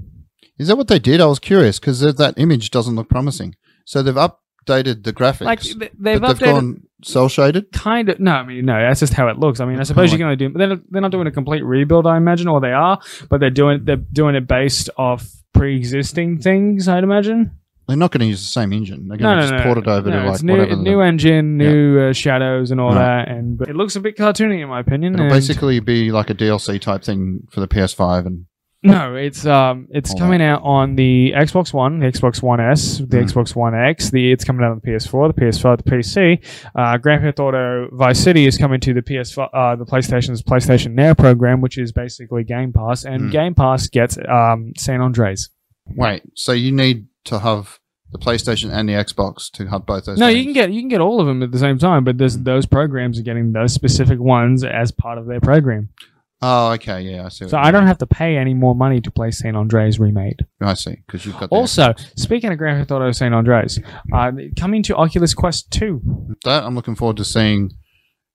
[SPEAKER 3] Is that what they did? I was curious because that image doesn't look promising. So they've updated the graphics,
[SPEAKER 1] Like
[SPEAKER 3] but
[SPEAKER 1] th- they've
[SPEAKER 3] they've
[SPEAKER 1] updated
[SPEAKER 3] gone cell shaded.
[SPEAKER 1] kind of no i mean no that's just how it looks i mean i
[SPEAKER 3] That's
[SPEAKER 1] suppose you
[SPEAKER 3] kinda
[SPEAKER 1] can only do they're, they're not doing a complete rebuild i imagine or they are but they're doing they're doing it based off pre-existing things i'd imagine
[SPEAKER 3] They're not going to use the same engine. They're
[SPEAKER 1] no
[SPEAKER 3] going to
[SPEAKER 1] no
[SPEAKER 3] just
[SPEAKER 1] no
[SPEAKER 3] port it over
[SPEAKER 1] no,
[SPEAKER 3] to like
[SPEAKER 1] it's new,
[SPEAKER 3] whatever. the-
[SPEAKER 1] new engine new uh, shadows and all that and but it looks a bit cartoony in my opinion
[SPEAKER 3] It'll
[SPEAKER 1] and-
[SPEAKER 3] basically be like a DLC type thing for the PS5 and
[SPEAKER 1] no it's um it's
[SPEAKER 3] All
[SPEAKER 1] coming out on the xbox one the xbox one s the
[SPEAKER 3] Hmm.
[SPEAKER 1] xbox one x the it's coming out on the ps4 the ps5 the pc uh, Grand Theft Auto Vice City is coming to the PS, uh, the PlayStation's PlayStation Now program, which is basically Game Pass, and
[SPEAKER 3] Mm.
[SPEAKER 1] Game Pass gets um, San Andreas.
[SPEAKER 3] Wait, so you need to have the PlayStation and the Xbox to have both those?
[SPEAKER 1] No,
[SPEAKER 3] games?
[SPEAKER 1] you can get you can get all of them at the same time, but this, those programs are getting those specific ones as part of their program.
[SPEAKER 3] Oh, okay, yeah, I see. what
[SPEAKER 1] So
[SPEAKER 3] you
[SPEAKER 1] I don't
[SPEAKER 3] mean.
[SPEAKER 1] have to pay any more money to play San Andreas remade.
[SPEAKER 3] I see because you've got also
[SPEAKER 1] Also, speaking of Grand Theft Auto San Andreas, uh, coming to Oculus Quest Two.
[SPEAKER 3] that. I'm looking forward to seeing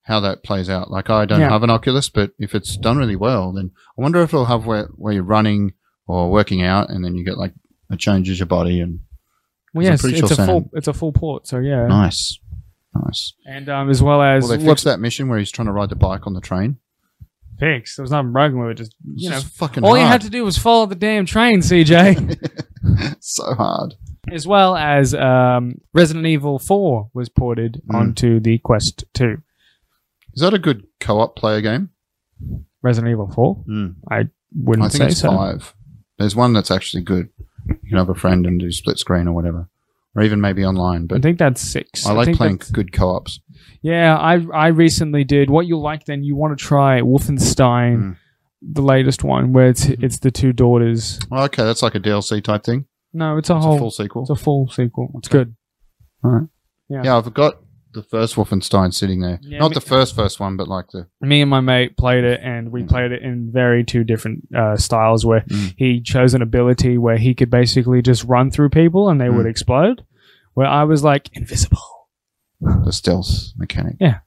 [SPEAKER 3] how that plays out. Like I don't
[SPEAKER 1] Yeah.
[SPEAKER 3] have an Oculus, but if it's done really well, then I wonder if it'll have where where you're running or working out, and then you get like it changes your body and
[SPEAKER 1] Well,
[SPEAKER 3] 'Cause I'm
[SPEAKER 1] yes,
[SPEAKER 3] pretty
[SPEAKER 1] it's
[SPEAKER 3] sure
[SPEAKER 1] a
[SPEAKER 3] San-
[SPEAKER 1] full it's a full port. So yeah,
[SPEAKER 3] nice, nice.
[SPEAKER 1] and um, as well as
[SPEAKER 3] Well, they
[SPEAKER 1] what-
[SPEAKER 3] fixed that mission where he's trying to ride the bike on the train.
[SPEAKER 1] fixed. There was nothing wrong with it. Just
[SPEAKER 3] It's
[SPEAKER 1] you know,
[SPEAKER 3] just fucking
[SPEAKER 1] All you had
[SPEAKER 3] hard.
[SPEAKER 1] to do was follow the damn train, CJ.
[SPEAKER 3] *laughs* so hard.
[SPEAKER 1] as well as um, Resident Evil 4 was ported
[SPEAKER 3] Mm.
[SPEAKER 1] onto the Quest 2.
[SPEAKER 3] Is that a good co-op player game?
[SPEAKER 1] Resident Evil 4?
[SPEAKER 3] Mm.
[SPEAKER 1] Wouldn't
[SPEAKER 3] I think
[SPEAKER 1] say
[SPEAKER 3] it's
[SPEAKER 1] so.
[SPEAKER 3] five. There's one that's actually good. You can have a friend and do split screen or whatever, or even maybe online.
[SPEAKER 1] I
[SPEAKER 3] But
[SPEAKER 1] think that's six.
[SPEAKER 3] I like
[SPEAKER 1] think
[SPEAKER 3] playing
[SPEAKER 1] that's-
[SPEAKER 3] good co-ops.
[SPEAKER 1] Yeah, I I recently did. What you like, then you want to try Wolfenstein,
[SPEAKER 3] Mm.
[SPEAKER 1] the latest one, where
[SPEAKER 3] Hmm.
[SPEAKER 1] it's it's the two daughters.
[SPEAKER 3] Well, okay, that's like a DLC type thing.
[SPEAKER 1] No, it's a
[SPEAKER 3] It's
[SPEAKER 1] whole.
[SPEAKER 3] a full sequel.
[SPEAKER 1] Oh, it's a full sequel. It's good. yeah.
[SPEAKER 3] yeah, I've got the first Wolfenstein sitting there.
[SPEAKER 1] Yeah,
[SPEAKER 3] Not
[SPEAKER 1] me-
[SPEAKER 3] the first first one, but like the
[SPEAKER 1] me and my mate played it and we
[SPEAKER 3] Mm.
[SPEAKER 1] played it in very two different uh, styles where
[SPEAKER 3] Mm.
[SPEAKER 1] he chose an ability where he could basically just run through people and they would
[SPEAKER 3] Mm.
[SPEAKER 1] explode where i was like invisible
[SPEAKER 3] the stealth mechanic.
[SPEAKER 1] Yeah.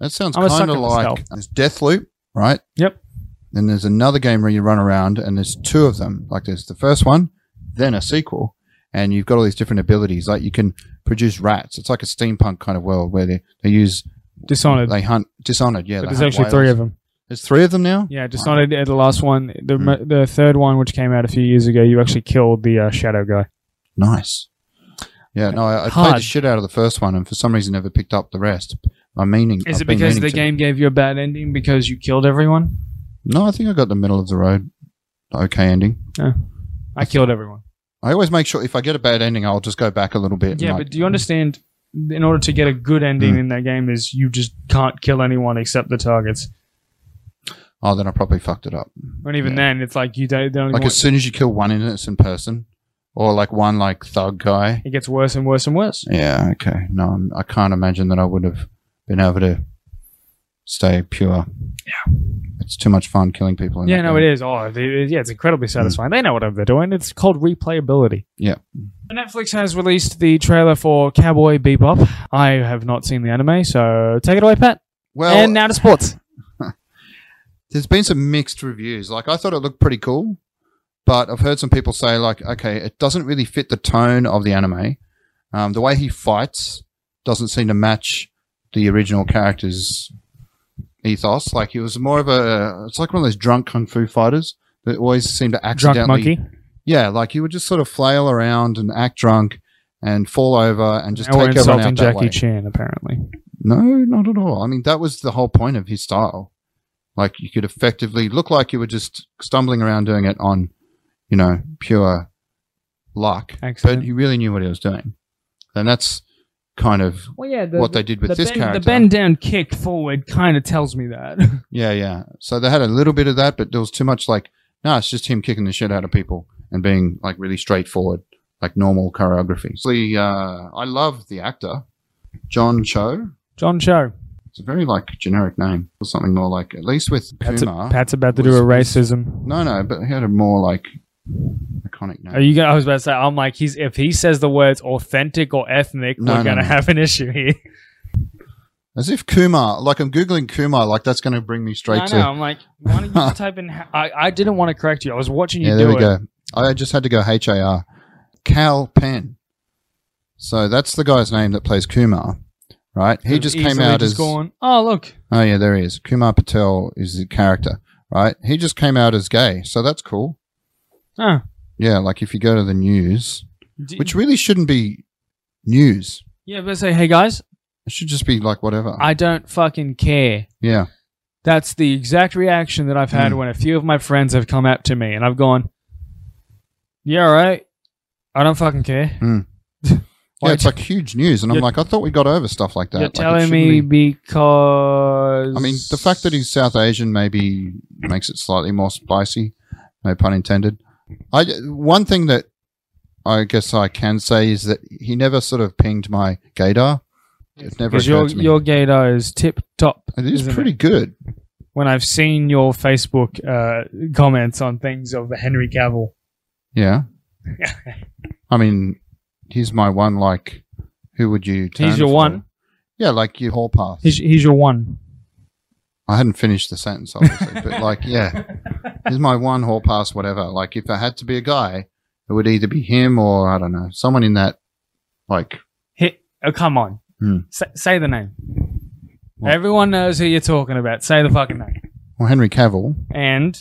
[SPEAKER 3] that sounds
[SPEAKER 1] I'm a
[SPEAKER 3] kind
[SPEAKER 1] sucker
[SPEAKER 3] of
[SPEAKER 1] for
[SPEAKER 3] like
[SPEAKER 1] stealth.
[SPEAKER 3] there's Deathloop, right?
[SPEAKER 1] Yep.
[SPEAKER 3] Then there's another game where you run around, and there's two of them. Like there's the first one, then a sequel, and you've got all these different abilities. Like you can produce rats. It's like a steampunk kind of world where they, they use
[SPEAKER 1] dishonored
[SPEAKER 3] they hunt Dishonored. Yeah,
[SPEAKER 1] but
[SPEAKER 3] they
[SPEAKER 1] there's
[SPEAKER 3] hunt
[SPEAKER 1] actually three
[SPEAKER 3] whales.
[SPEAKER 1] of them
[SPEAKER 3] There's three of them now.
[SPEAKER 1] yeah dishonored uh, the last one the,
[SPEAKER 3] Hmm.
[SPEAKER 1] mo- the third one which came out a few years ago you actually killed the uh, shadow guy
[SPEAKER 3] Nice. Yeah, no, I, I played the
[SPEAKER 1] Hard.
[SPEAKER 3] shit out of the first one, and for some reason never picked up the rest. I'm meaning.
[SPEAKER 1] is
[SPEAKER 3] I've
[SPEAKER 1] it
[SPEAKER 3] been
[SPEAKER 1] because
[SPEAKER 3] meaning
[SPEAKER 1] the
[SPEAKER 3] to.
[SPEAKER 1] game gave you a bad ending because you killed everyone
[SPEAKER 3] No, I think I got the middle of the road. Okay, ending.
[SPEAKER 1] i killed everyone
[SPEAKER 3] I always make sure if I get a bad ending, I'll just go back a little bit. and,
[SPEAKER 1] Yeah,
[SPEAKER 3] like-
[SPEAKER 1] but do you understand? In order to get a good
[SPEAKER 3] Hmm.
[SPEAKER 1] ending in that game, is you just can't kill anyone except the targets.
[SPEAKER 3] Oh, then I probably fucked it up.
[SPEAKER 1] And even
[SPEAKER 3] Yeah.
[SPEAKER 1] then, it's like you don't. they don't
[SPEAKER 3] Like
[SPEAKER 1] even
[SPEAKER 3] as soon as you kill one innocent person, or like one like thug guy.
[SPEAKER 1] want- it gets worse and worse and worse.
[SPEAKER 3] Yeah. Okay. No, I'm, I can't imagine that I would have been able to stay pure. Yeah. It's too much fun killing people. In
[SPEAKER 1] Yeah,
[SPEAKER 3] that
[SPEAKER 1] no,
[SPEAKER 3] game.
[SPEAKER 1] it is. Oh, they, yeah, it's incredibly satisfying. They know what they're doing. It's called replayability.
[SPEAKER 3] Hmm. Yeah.
[SPEAKER 1] Netflix has released the trailer for Cowboy Bebop. I have not seen the anime, so take it away, Pat.
[SPEAKER 3] Well,
[SPEAKER 1] and now to sports.
[SPEAKER 3] there's been some mixed reviews. Like I thought it looked pretty cool, but I've heard some people say like, okay, it doesn't really fit the tone of the anime. Um, the way he fights doesn't seem to match the original character's ethos. Like he was more of a, it's like one of those drunk kung fu fighters that always seem to accidentally
[SPEAKER 1] Drunk monkey.
[SPEAKER 3] yeah, like you would just sort of flail around and act drunk and fall over and just
[SPEAKER 1] Now we're
[SPEAKER 3] take everyone
[SPEAKER 1] insulting
[SPEAKER 3] out that
[SPEAKER 1] Jackie
[SPEAKER 3] way.
[SPEAKER 1] Chan, apparently.
[SPEAKER 3] No, not at all. I mean, that was the whole point of his style. Like you could effectively look like you were just stumbling around doing it on, you know, pure luck,
[SPEAKER 1] Accident.
[SPEAKER 3] but you really knew what he was doing. And that's kind of
[SPEAKER 1] Well, yeah, the,
[SPEAKER 3] what they did with
[SPEAKER 1] the
[SPEAKER 3] this
[SPEAKER 1] bend,
[SPEAKER 3] character.
[SPEAKER 1] The bend down kick forward kind of tells me that. *laughs*
[SPEAKER 3] Yeah, yeah. So they had a little bit of that, but there was too much like, no, it's just him kicking the shit out of people and being like really straightforward, like normal choreography. So the, uh, I love the actor, John Cho.
[SPEAKER 1] John Cho.
[SPEAKER 3] It's a very like generic name or something more like, at least with
[SPEAKER 1] Pat's,
[SPEAKER 3] Puma.
[SPEAKER 1] Pat's about to do
[SPEAKER 3] was-
[SPEAKER 1] a racism.
[SPEAKER 3] no, no, but he had a more like
[SPEAKER 5] Iconic name.
[SPEAKER 1] Are you gonna? I was about to say. I'm like, he's if he says the words authentic or ethnic,
[SPEAKER 3] No,
[SPEAKER 1] we're
[SPEAKER 3] no,
[SPEAKER 1] gonna
[SPEAKER 3] no.
[SPEAKER 1] have an issue here.
[SPEAKER 3] As if Kumar, like I'm googling Kumar, like that's going to bring me *laughs* straight
[SPEAKER 1] I
[SPEAKER 3] to.
[SPEAKER 1] know. I'm like, why don't you
[SPEAKER 3] *laughs*
[SPEAKER 1] just type in? ha- I, I didn't want to correct you. I was watching you
[SPEAKER 3] yeah,
[SPEAKER 1] do
[SPEAKER 3] there we
[SPEAKER 1] it.
[SPEAKER 3] go. I just had to go H A R. Cal Penn. So that's the guy's name that plays Kumar, right? He
[SPEAKER 1] Could've
[SPEAKER 3] just came
[SPEAKER 1] easily
[SPEAKER 3] out
[SPEAKER 1] just
[SPEAKER 3] as
[SPEAKER 1] gone, oh look,
[SPEAKER 3] oh yeah, there he is. Kumar Patel is the character, right? He just came out as gay, so that's cool.
[SPEAKER 1] Huh.
[SPEAKER 3] Yeah, like if you go to the news,
[SPEAKER 1] D-
[SPEAKER 3] which really shouldn't be news,
[SPEAKER 1] yeah, but say, hey guys,
[SPEAKER 3] it should just be like whatever.
[SPEAKER 1] I don't fucking care.
[SPEAKER 3] yeah,
[SPEAKER 1] That's the exact reaction that I've
[SPEAKER 3] Hmm.
[SPEAKER 1] had when a few of my friends have come up to me and I've gone, yeah, all right, I don't fucking care. *laughs*
[SPEAKER 3] Mm.
[SPEAKER 1] Why
[SPEAKER 3] yeah, it's like huge news, and I'm
[SPEAKER 1] You're-
[SPEAKER 3] like, I thought we got over stuff like that.
[SPEAKER 1] You're
[SPEAKER 3] Like, it
[SPEAKER 1] telling
[SPEAKER 3] shouldn't
[SPEAKER 1] me
[SPEAKER 3] be-
[SPEAKER 1] because
[SPEAKER 3] I mean, the fact that he's South Asian maybe makes it slightly more spicy. No pun intended. I one thing that I guess I can say is that he never sort of pinged my gaydar. It never
[SPEAKER 1] because
[SPEAKER 3] occurred
[SPEAKER 1] your
[SPEAKER 3] to me.
[SPEAKER 1] your gaydar is tip top.
[SPEAKER 3] it is
[SPEAKER 1] isn't
[SPEAKER 3] pretty good.
[SPEAKER 1] When I've seen your Facebook uh, comments on things of the Henry Cavill, *laughs*
[SPEAKER 3] Yeah. I mean, he's my one. Like, who would you? Turn
[SPEAKER 1] he's your
[SPEAKER 3] for?
[SPEAKER 1] one.
[SPEAKER 3] Yeah, like your whole path.
[SPEAKER 1] He's, he's your one.
[SPEAKER 3] I hadn't finished the sentence, obviously,
[SPEAKER 1] *laughs*
[SPEAKER 3] but like, yeah, he's my one hall pass, whatever. Like, if I had to be a guy, it would either be him or I don't know, someone in that, like,
[SPEAKER 1] He, oh, come on.
[SPEAKER 3] Hmm.
[SPEAKER 1] Say, say the name.
[SPEAKER 3] What?
[SPEAKER 1] Everyone knows who you're talking about. Say the fucking name.
[SPEAKER 3] well, Henry Cavill.
[SPEAKER 1] And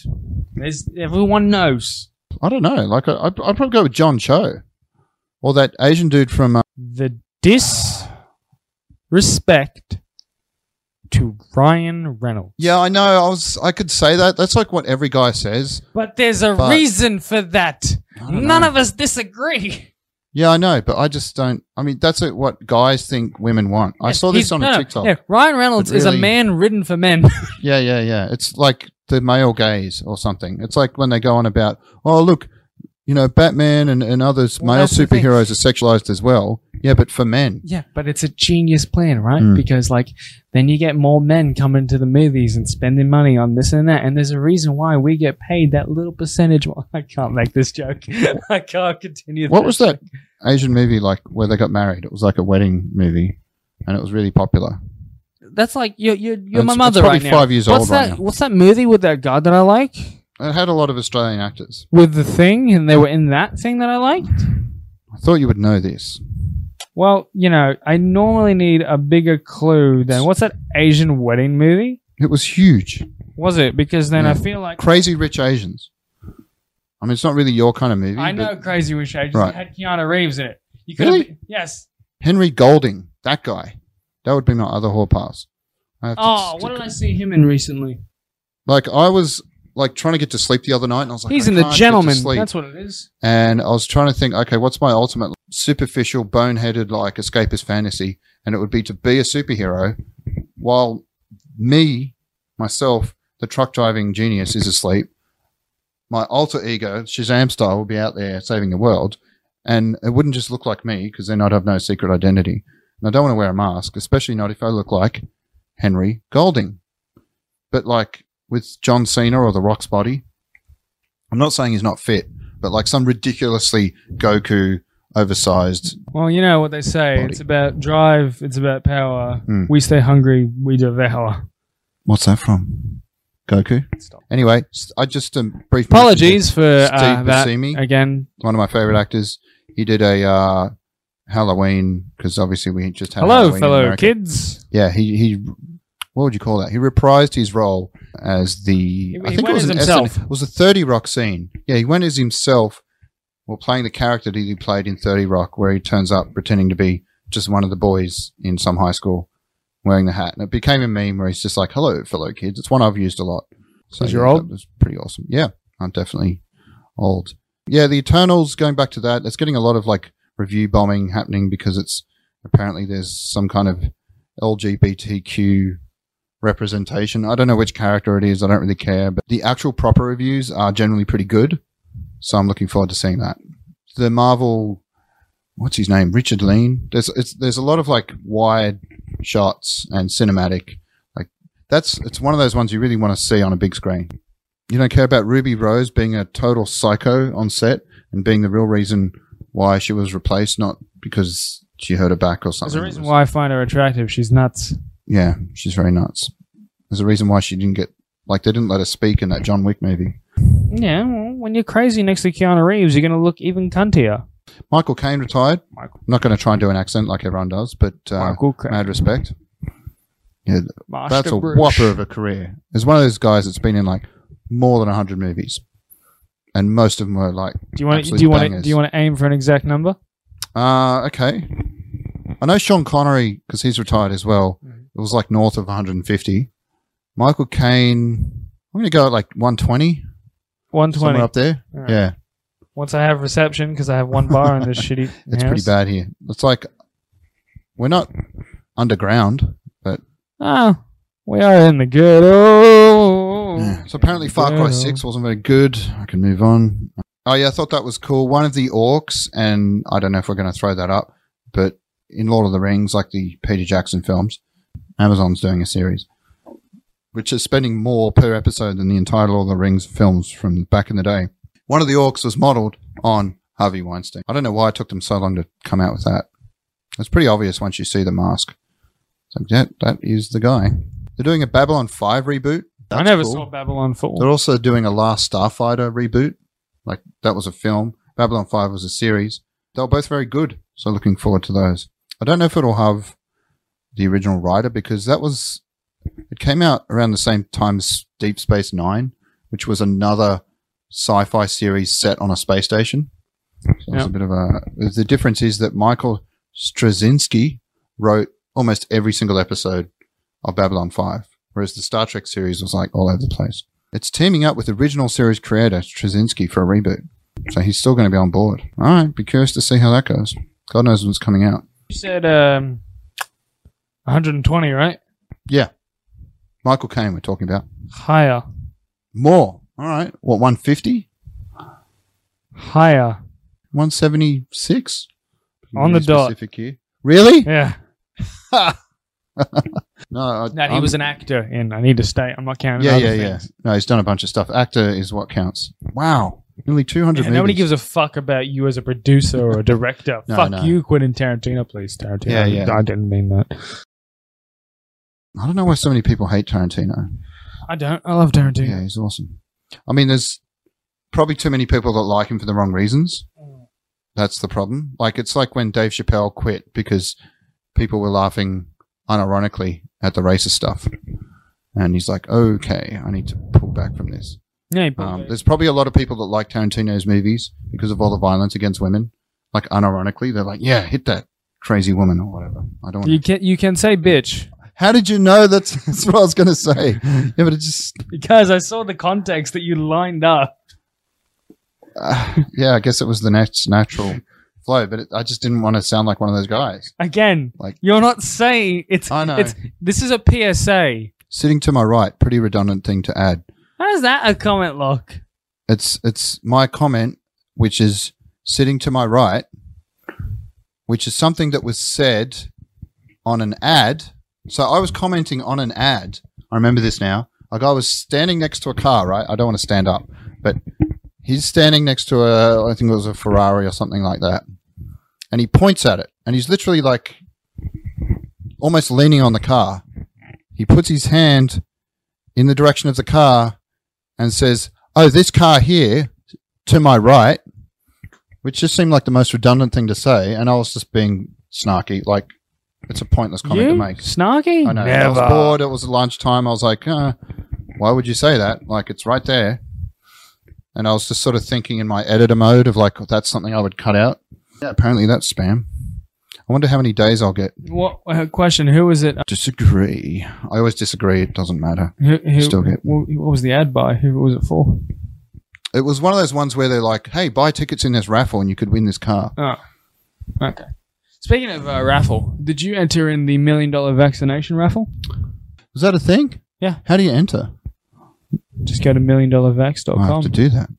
[SPEAKER 1] there's everyone knows
[SPEAKER 3] I don't know. Like, I, I'd I'd probably go with John Cho or that Asian dude from, uh,
[SPEAKER 1] the disrespect to Ryan Reynolds.
[SPEAKER 3] yeah, I know. I was, I could say that. That's like what every guy says.
[SPEAKER 1] But there's a
[SPEAKER 3] But-
[SPEAKER 1] reason for that. None of us disagree.
[SPEAKER 3] Yeah, I know, but I just don't. I mean, that's it, what guys think women want. I saw this
[SPEAKER 1] He's-
[SPEAKER 3] on
[SPEAKER 1] no,
[SPEAKER 3] a
[SPEAKER 1] no,
[SPEAKER 3] TikTok.
[SPEAKER 1] yeah, Ryan Reynolds
[SPEAKER 3] But
[SPEAKER 1] is a
[SPEAKER 3] really-
[SPEAKER 1] man ridden for men. *laughs*
[SPEAKER 3] Yeah, yeah, yeah. It's like the male gaze or something. It's like when they go on about, oh, look, you know, Batman and, and other
[SPEAKER 1] Well,
[SPEAKER 3] male
[SPEAKER 1] that's the thing.
[SPEAKER 3] superheroes are sexualized as well. Yeah, but for men.
[SPEAKER 1] yeah, but it's a genius plan, right?
[SPEAKER 3] Mm.
[SPEAKER 1] Because like then you get more men coming to the movies and spending money on this and that, and there's a reason why we get paid that little percentage. *laughs* Well, I can't make this joke. *laughs* I can't continue.
[SPEAKER 3] What
[SPEAKER 1] this.
[SPEAKER 3] was that Asian movie like where they got married? It was like a wedding movie and it was really popular.
[SPEAKER 1] That's like you're you're, you're
[SPEAKER 3] It's-
[SPEAKER 1] my
[SPEAKER 3] it's
[SPEAKER 1] mother
[SPEAKER 3] probably
[SPEAKER 1] right now.
[SPEAKER 3] five years
[SPEAKER 1] what's
[SPEAKER 3] old
[SPEAKER 1] that?
[SPEAKER 3] right now.
[SPEAKER 1] What's that movie with that guy that I like
[SPEAKER 3] It had a lot of Australian actors.
[SPEAKER 1] with the thing, and they were in that thing that I liked.
[SPEAKER 3] I thought you would know this.
[SPEAKER 1] Well, you know, I normally need a bigger clue than what's that Asian wedding movie?
[SPEAKER 3] It was huge.
[SPEAKER 1] Was it? Because then I
[SPEAKER 3] Yeah.
[SPEAKER 1] feel like
[SPEAKER 3] Crazy Rich Asians. I mean, it's not really your kind of movie.
[SPEAKER 1] I
[SPEAKER 3] but
[SPEAKER 1] know Crazy Rich Asians
[SPEAKER 3] Right.
[SPEAKER 1] had Keanu Reeves in it. You could
[SPEAKER 3] Really?
[SPEAKER 1] have yes.
[SPEAKER 3] Henry Golding, that guy. That would be my other whore pass. I have to
[SPEAKER 1] Oh,
[SPEAKER 3] stick
[SPEAKER 1] what did I see him in recently?
[SPEAKER 3] Like I was like trying to get to sleep the other night, and I was like,
[SPEAKER 1] He's
[SPEAKER 3] I
[SPEAKER 1] in the
[SPEAKER 3] can't get to
[SPEAKER 1] gentleman.
[SPEAKER 3] sleep.
[SPEAKER 1] That's what it is.
[SPEAKER 3] and I was trying to think, okay, what's my ultimate superficial, boneheaded, like escapist fantasy? And it would be to be a superhero, while me, myself, the truck driving genius, is asleep. My alter ego, Shazam style, will be out there saving the world, and it wouldn't just look like me because then I'd have no secret identity. And I don't want to wear a mask, especially not if I look like Henry Golding. But like with John Cena or The Rock's body, I'm not saying he's not fit, but like some ridiculously Goku oversized.
[SPEAKER 1] Well, you know what they say.
[SPEAKER 3] Body.
[SPEAKER 1] It's about drive. It's about power.
[SPEAKER 3] Hmm.
[SPEAKER 1] We stay hungry. We devour.
[SPEAKER 3] What's that from? Goku.
[SPEAKER 1] Stop.
[SPEAKER 3] Anyway, s- I just um, brief mention
[SPEAKER 1] Apologies for uh,
[SPEAKER 3] Steve
[SPEAKER 1] that
[SPEAKER 3] Buscemi.
[SPEAKER 1] again.
[SPEAKER 3] that One of my favorite actors. He did a uh, Halloween because obviously we just had
[SPEAKER 1] Hello,
[SPEAKER 3] Halloween in
[SPEAKER 1] fellow
[SPEAKER 3] America.
[SPEAKER 1] kids.
[SPEAKER 3] Yeah, he he. What would you call that? He reprised his role as the. I
[SPEAKER 1] he
[SPEAKER 3] think
[SPEAKER 1] went
[SPEAKER 3] it was
[SPEAKER 1] as
[SPEAKER 3] an
[SPEAKER 1] himself.
[SPEAKER 3] SN it was a Thirty Rock scene. Yeah, he went as himself, while playing the character that he played in Thirty Rock, where he turns up pretending to be just one of the boys in some high school, wearing the hat, and it became a meme where he's just like, "Hello, fellow kids." It's one I've used a lot. So
[SPEAKER 1] 'Cause you're
[SPEAKER 3] yeah,
[SPEAKER 1] old?
[SPEAKER 3] That was pretty awesome. Yeah, I'm definitely old. Yeah, the Eternals. Going back to that, it's getting a lot of like review bombing happening because it's apparently there's some kind of LGBTQ representation. I don't know which character it is. I don't really care, but the actual proper reviews are generally pretty good. So I'm looking forward to seeing that. The Marvel, what's his name, Richard Lean. There's it's, there's a lot of like wide shots and cinematic. Like that's it's one of those ones you really want to see on a big screen. You don't care about Ruby Rose being a total psycho on set and being the real reason why she was replaced, not because she hurt her back or something.
[SPEAKER 1] There's a
[SPEAKER 3] It
[SPEAKER 1] reason
[SPEAKER 3] was-
[SPEAKER 1] why I find her attractive. She's nuts.
[SPEAKER 3] Yeah, she's very nuts. There's a reason why she didn't get like they didn't let her speak in that John Wick movie.
[SPEAKER 1] Yeah, well, when you're crazy next to Keanu Reeves, you're going to look even cuntier.
[SPEAKER 3] Michael Caine retired.
[SPEAKER 1] Michael.
[SPEAKER 3] I'm not going to try and do an accent like everyone does, but uh,
[SPEAKER 1] Michael Caine.
[SPEAKER 3] mad respect. Yeah,
[SPEAKER 1] Master
[SPEAKER 3] that's a
[SPEAKER 1] Bruce.
[SPEAKER 3] whopper of a career. It's one of those guys that's been in like more than hundred movies, and most of them were like,
[SPEAKER 1] Do you want to
[SPEAKER 3] absolute
[SPEAKER 1] do you want to
[SPEAKER 3] bangers.
[SPEAKER 1] do you want to aim for an exact number?
[SPEAKER 3] uh, okay. I know Sean Connery because he's retired as well.
[SPEAKER 1] Mm-hmm.
[SPEAKER 3] It was like north of 150. Michael Caine, I'm going to go at like 120,
[SPEAKER 1] 120.
[SPEAKER 3] somewhere up there.
[SPEAKER 1] All right.
[SPEAKER 3] Yeah,
[SPEAKER 1] Once I have reception because I have one bar
[SPEAKER 3] *laughs*
[SPEAKER 1] in this shitty
[SPEAKER 3] it's
[SPEAKER 1] house.
[SPEAKER 3] pretty bad here. It's like we're not underground.
[SPEAKER 1] Oh, we are in the ghetto.
[SPEAKER 3] So apparently, Far
[SPEAKER 1] Yeah.
[SPEAKER 3] Cry Six wasn't very good. I can move on. Oh yeah, I thought that was cool. One of the orcs, and I don't know if we're going to throw that up, but in Lord of the Rings, like the Peter Jackson films, Amazon's doing a series, which is spending more per episode than the entire Lord of the Rings films from back in the day. One of the orcs was modelled on Harvey Weinstein. I don't know why it took them so long to come out with that. It's pretty obvious once you see the mask. So yeah, that is the guy. They're doing a Babylon Five reboot.
[SPEAKER 1] I
[SPEAKER 3] That's
[SPEAKER 1] never
[SPEAKER 3] cool.
[SPEAKER 1] saw Babylon
[SPEAKER 3] They're
[SPEAKER 1] Fall.
[SPEAKER 3] also doing a Last Starfighter reboot. Like that was a film. Babylon Five was a series. They were both very good, so looking forward to those. I don't know if it'll have the original writer because that was it came out around the same time as Deep Space Nine, which was another sci-fi series set on a space station. So it was
[SPEAKER 1] Yeah.
[SPEAKER 3] a bit of a. The difference is that Michael Straczynski wrote almost every single episode of Babylon Five, whereas the Star Trek series was like all over the place. It's teaming up with original series creator Straczynski for a reboot. So he's still going to be on board. All right, be curious to see how that goes. God knows what's coming out.
[SPEAKER 1] You said um, 120, right?
[SPEAKER 3] Michael Caine, we're talking about.
[SPEAKER 1] Higher,
[SPEAKER 3] More. All right. What, 150?
[SPEAKER 1] higher
[SPEAKER 3] 176?
[SPEAKER 1] on the dot.
[SPEAKER 3] Specific here. Really?
[SPEAKER 1] Yeah.
[SPEAKER 3] No, I,
[SPEAKER 1] That he
[SPEAKER 3] I'm-
[SPEAKER 1] was an actor, and I need to stay. I'm not counting.
[SPEAKER 3] Yeah,
[SPEAKER 1] other
[SPEAKER 3] yeah, yeah.
[SPEAKER 1] things.
[SPEAKER 3] No, he's done a bunch of stuff. Actor is what counts. Wow. Nearly 200
[SPEAKER 1] Yeah, nobody gives
[SPEAKER 3] movies.
[SPEAKER 1] a fuck about you as a producer or a director.
[SPEAKER 3] *laughs* No,
[SPEAKER 1] fuck
[SPEAKER 3] no.
[SPEAKER 1] you, Quentin Tarantino, please, Tarantino.
[SPEAKER 3] Yeah, yeah.
[SPEAKER 1] I didn't mean that.
[SPEAKER 3] I don't know why so many people hate Tarantino.
[SPEAKER 1] I don't. I love Tarantino.
[SPEAKER 3] Yeah, he's awesome. I mean, there's probably too many people that like him for the wrong reasons. That's the problem. Like, it's like when Dave Chappelle quit because people were laughing unironically at the racist stuff. And he's like, okay, I need to pull back from this.
[SPEAKER 1] Yeah, he
[SPEAKER 3] Um,
[SPEAKER 1] probably-
[SPEAKER 3] there's probably a lot of people that like Tarantino's movies because of all the violence against women. Like, unironically, they're like, yeah, hit that crazy woman or whatever. I don't
[SPEAKER 1] you
[SPEAKER 3] want
[SPEAKER 1] can you can say bitch
[SPEAKER 3] How did you know that's, *laughs* that's what I was going to say? Yeah, but it just.
[SPEAKER 1] because I saw the context that you lined up.
[SPEAKER 3] uh, *laughs* yeah, I guess it was the next natural flow, but it, I just didn't want to sound like one of those guys.
[SPEAKER 1] Again,
[SPEAKER 3] Like-
[SPEAKER 1] you're not saying it's.
[SPEAKER 3] I know.
[SPEAKER 1] It's this is a PSA.
[SPEAKER 3] Sitting to my right, pretty redundant thing to add.
[SPEAKER 1] How does that a comment look?
[SPEAKER 3] It's it's my comment, which is sitting to my right, which is something that was said on an ad. So I was commenting on an ad. I remember this now. Like I was standing next to a car, right? I don't want to stand up, but he's standing next to a, I think it was a Ferrari or something like that, and he points at it, and he's literally like almost leaning on the car. He puts his hand in the direction of the car and says, "Oh, this car here to my right," which just seemed like the most redundant thing to say, and I was just being snarky, like it's a pointless comment
[SPEAKER 1] you
[SPEAKER 3] to make.
[SPEAKER 1] snarky?
[SPEAKER 3] I know. I Oh, was bored. It was lunchtime. I was like, uh, why would you say that? Like, it's right there. And I was just sort of thinking in my editor mode of like, that's something I would cut out. Yeah, apparently that's spam. I wonder how many days I'll get.
[SPEAKER 1] What uh, question? Who was it?
[SPEAKER 3] Disagree. I always disagree. It doesn't matter.
[SPEAKER 1] Who, who,
[SPEAKER 3] Still get-
[SPEAKER 1] What, what was the ad by? Who was it for?
[SPEAKER 3] It was one of those ones where they're like, hey, buy tickets in this raffle and you could win this car.
[SPEAKER 1] Oh, okay. Speaking of uh, raffle, did you enter in the million dollar vaccination raffle?
[SPEAKER 3] Is that a thing?
[SPEAKER 1] Yeah.
[SPEAKER 3] How do you enter?
[SPEAKER 1] Just go to
[SPEAKER 3] I have
[SPEAKER 1] milliondollarvax.com.
[SPEAKER 3] to do that.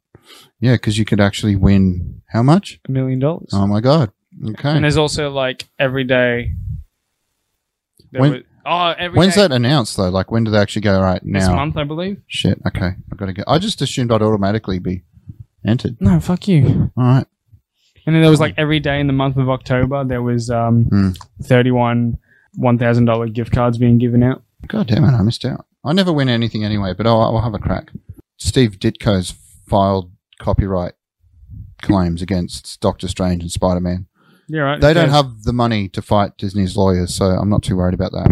[SPEAKER 3] Yeah, because you could actually win how much?
[SPEAKER 1] A million dollars.
[SPEAKER 3] Oh my God. Okay.
[SPEAKER 1] And there's also like every day. There
[SPEAKER 3] When-
[SPEAKER 1] was, Oh, every
[SPEAKER 3] When's
[SPEAKER 1] day
[SPEAKER 3] that announced though? Like when do they actually go? Right now.
[SPEAKER 1] This month, I believe.
[SPEAKER 3] Shit. Okay, I gotta go. I just assumed I'd automatically be entered.
[SPEAKER 1] No, fuck you.
[SPEAKER 3] All right.
[SPEAKER 1] And then there was like every day in the month of October, there was um,
[SPEAKER 3] Hmm.
[SPEAKER 1] 31 $1,000 gift cards being given out.
[SPEAKER 3] God damn it, I missed out. I never win anything anyway, but I'll, I'll have a crack. Steve Ditko's filed copyright claims against Doctor Strange and Spider Man.
[SPEAKER 1] Yeah, right.
[SPEAKER 3] They don't have the money to fight Disney's lawyers, so I'm not too worried about that.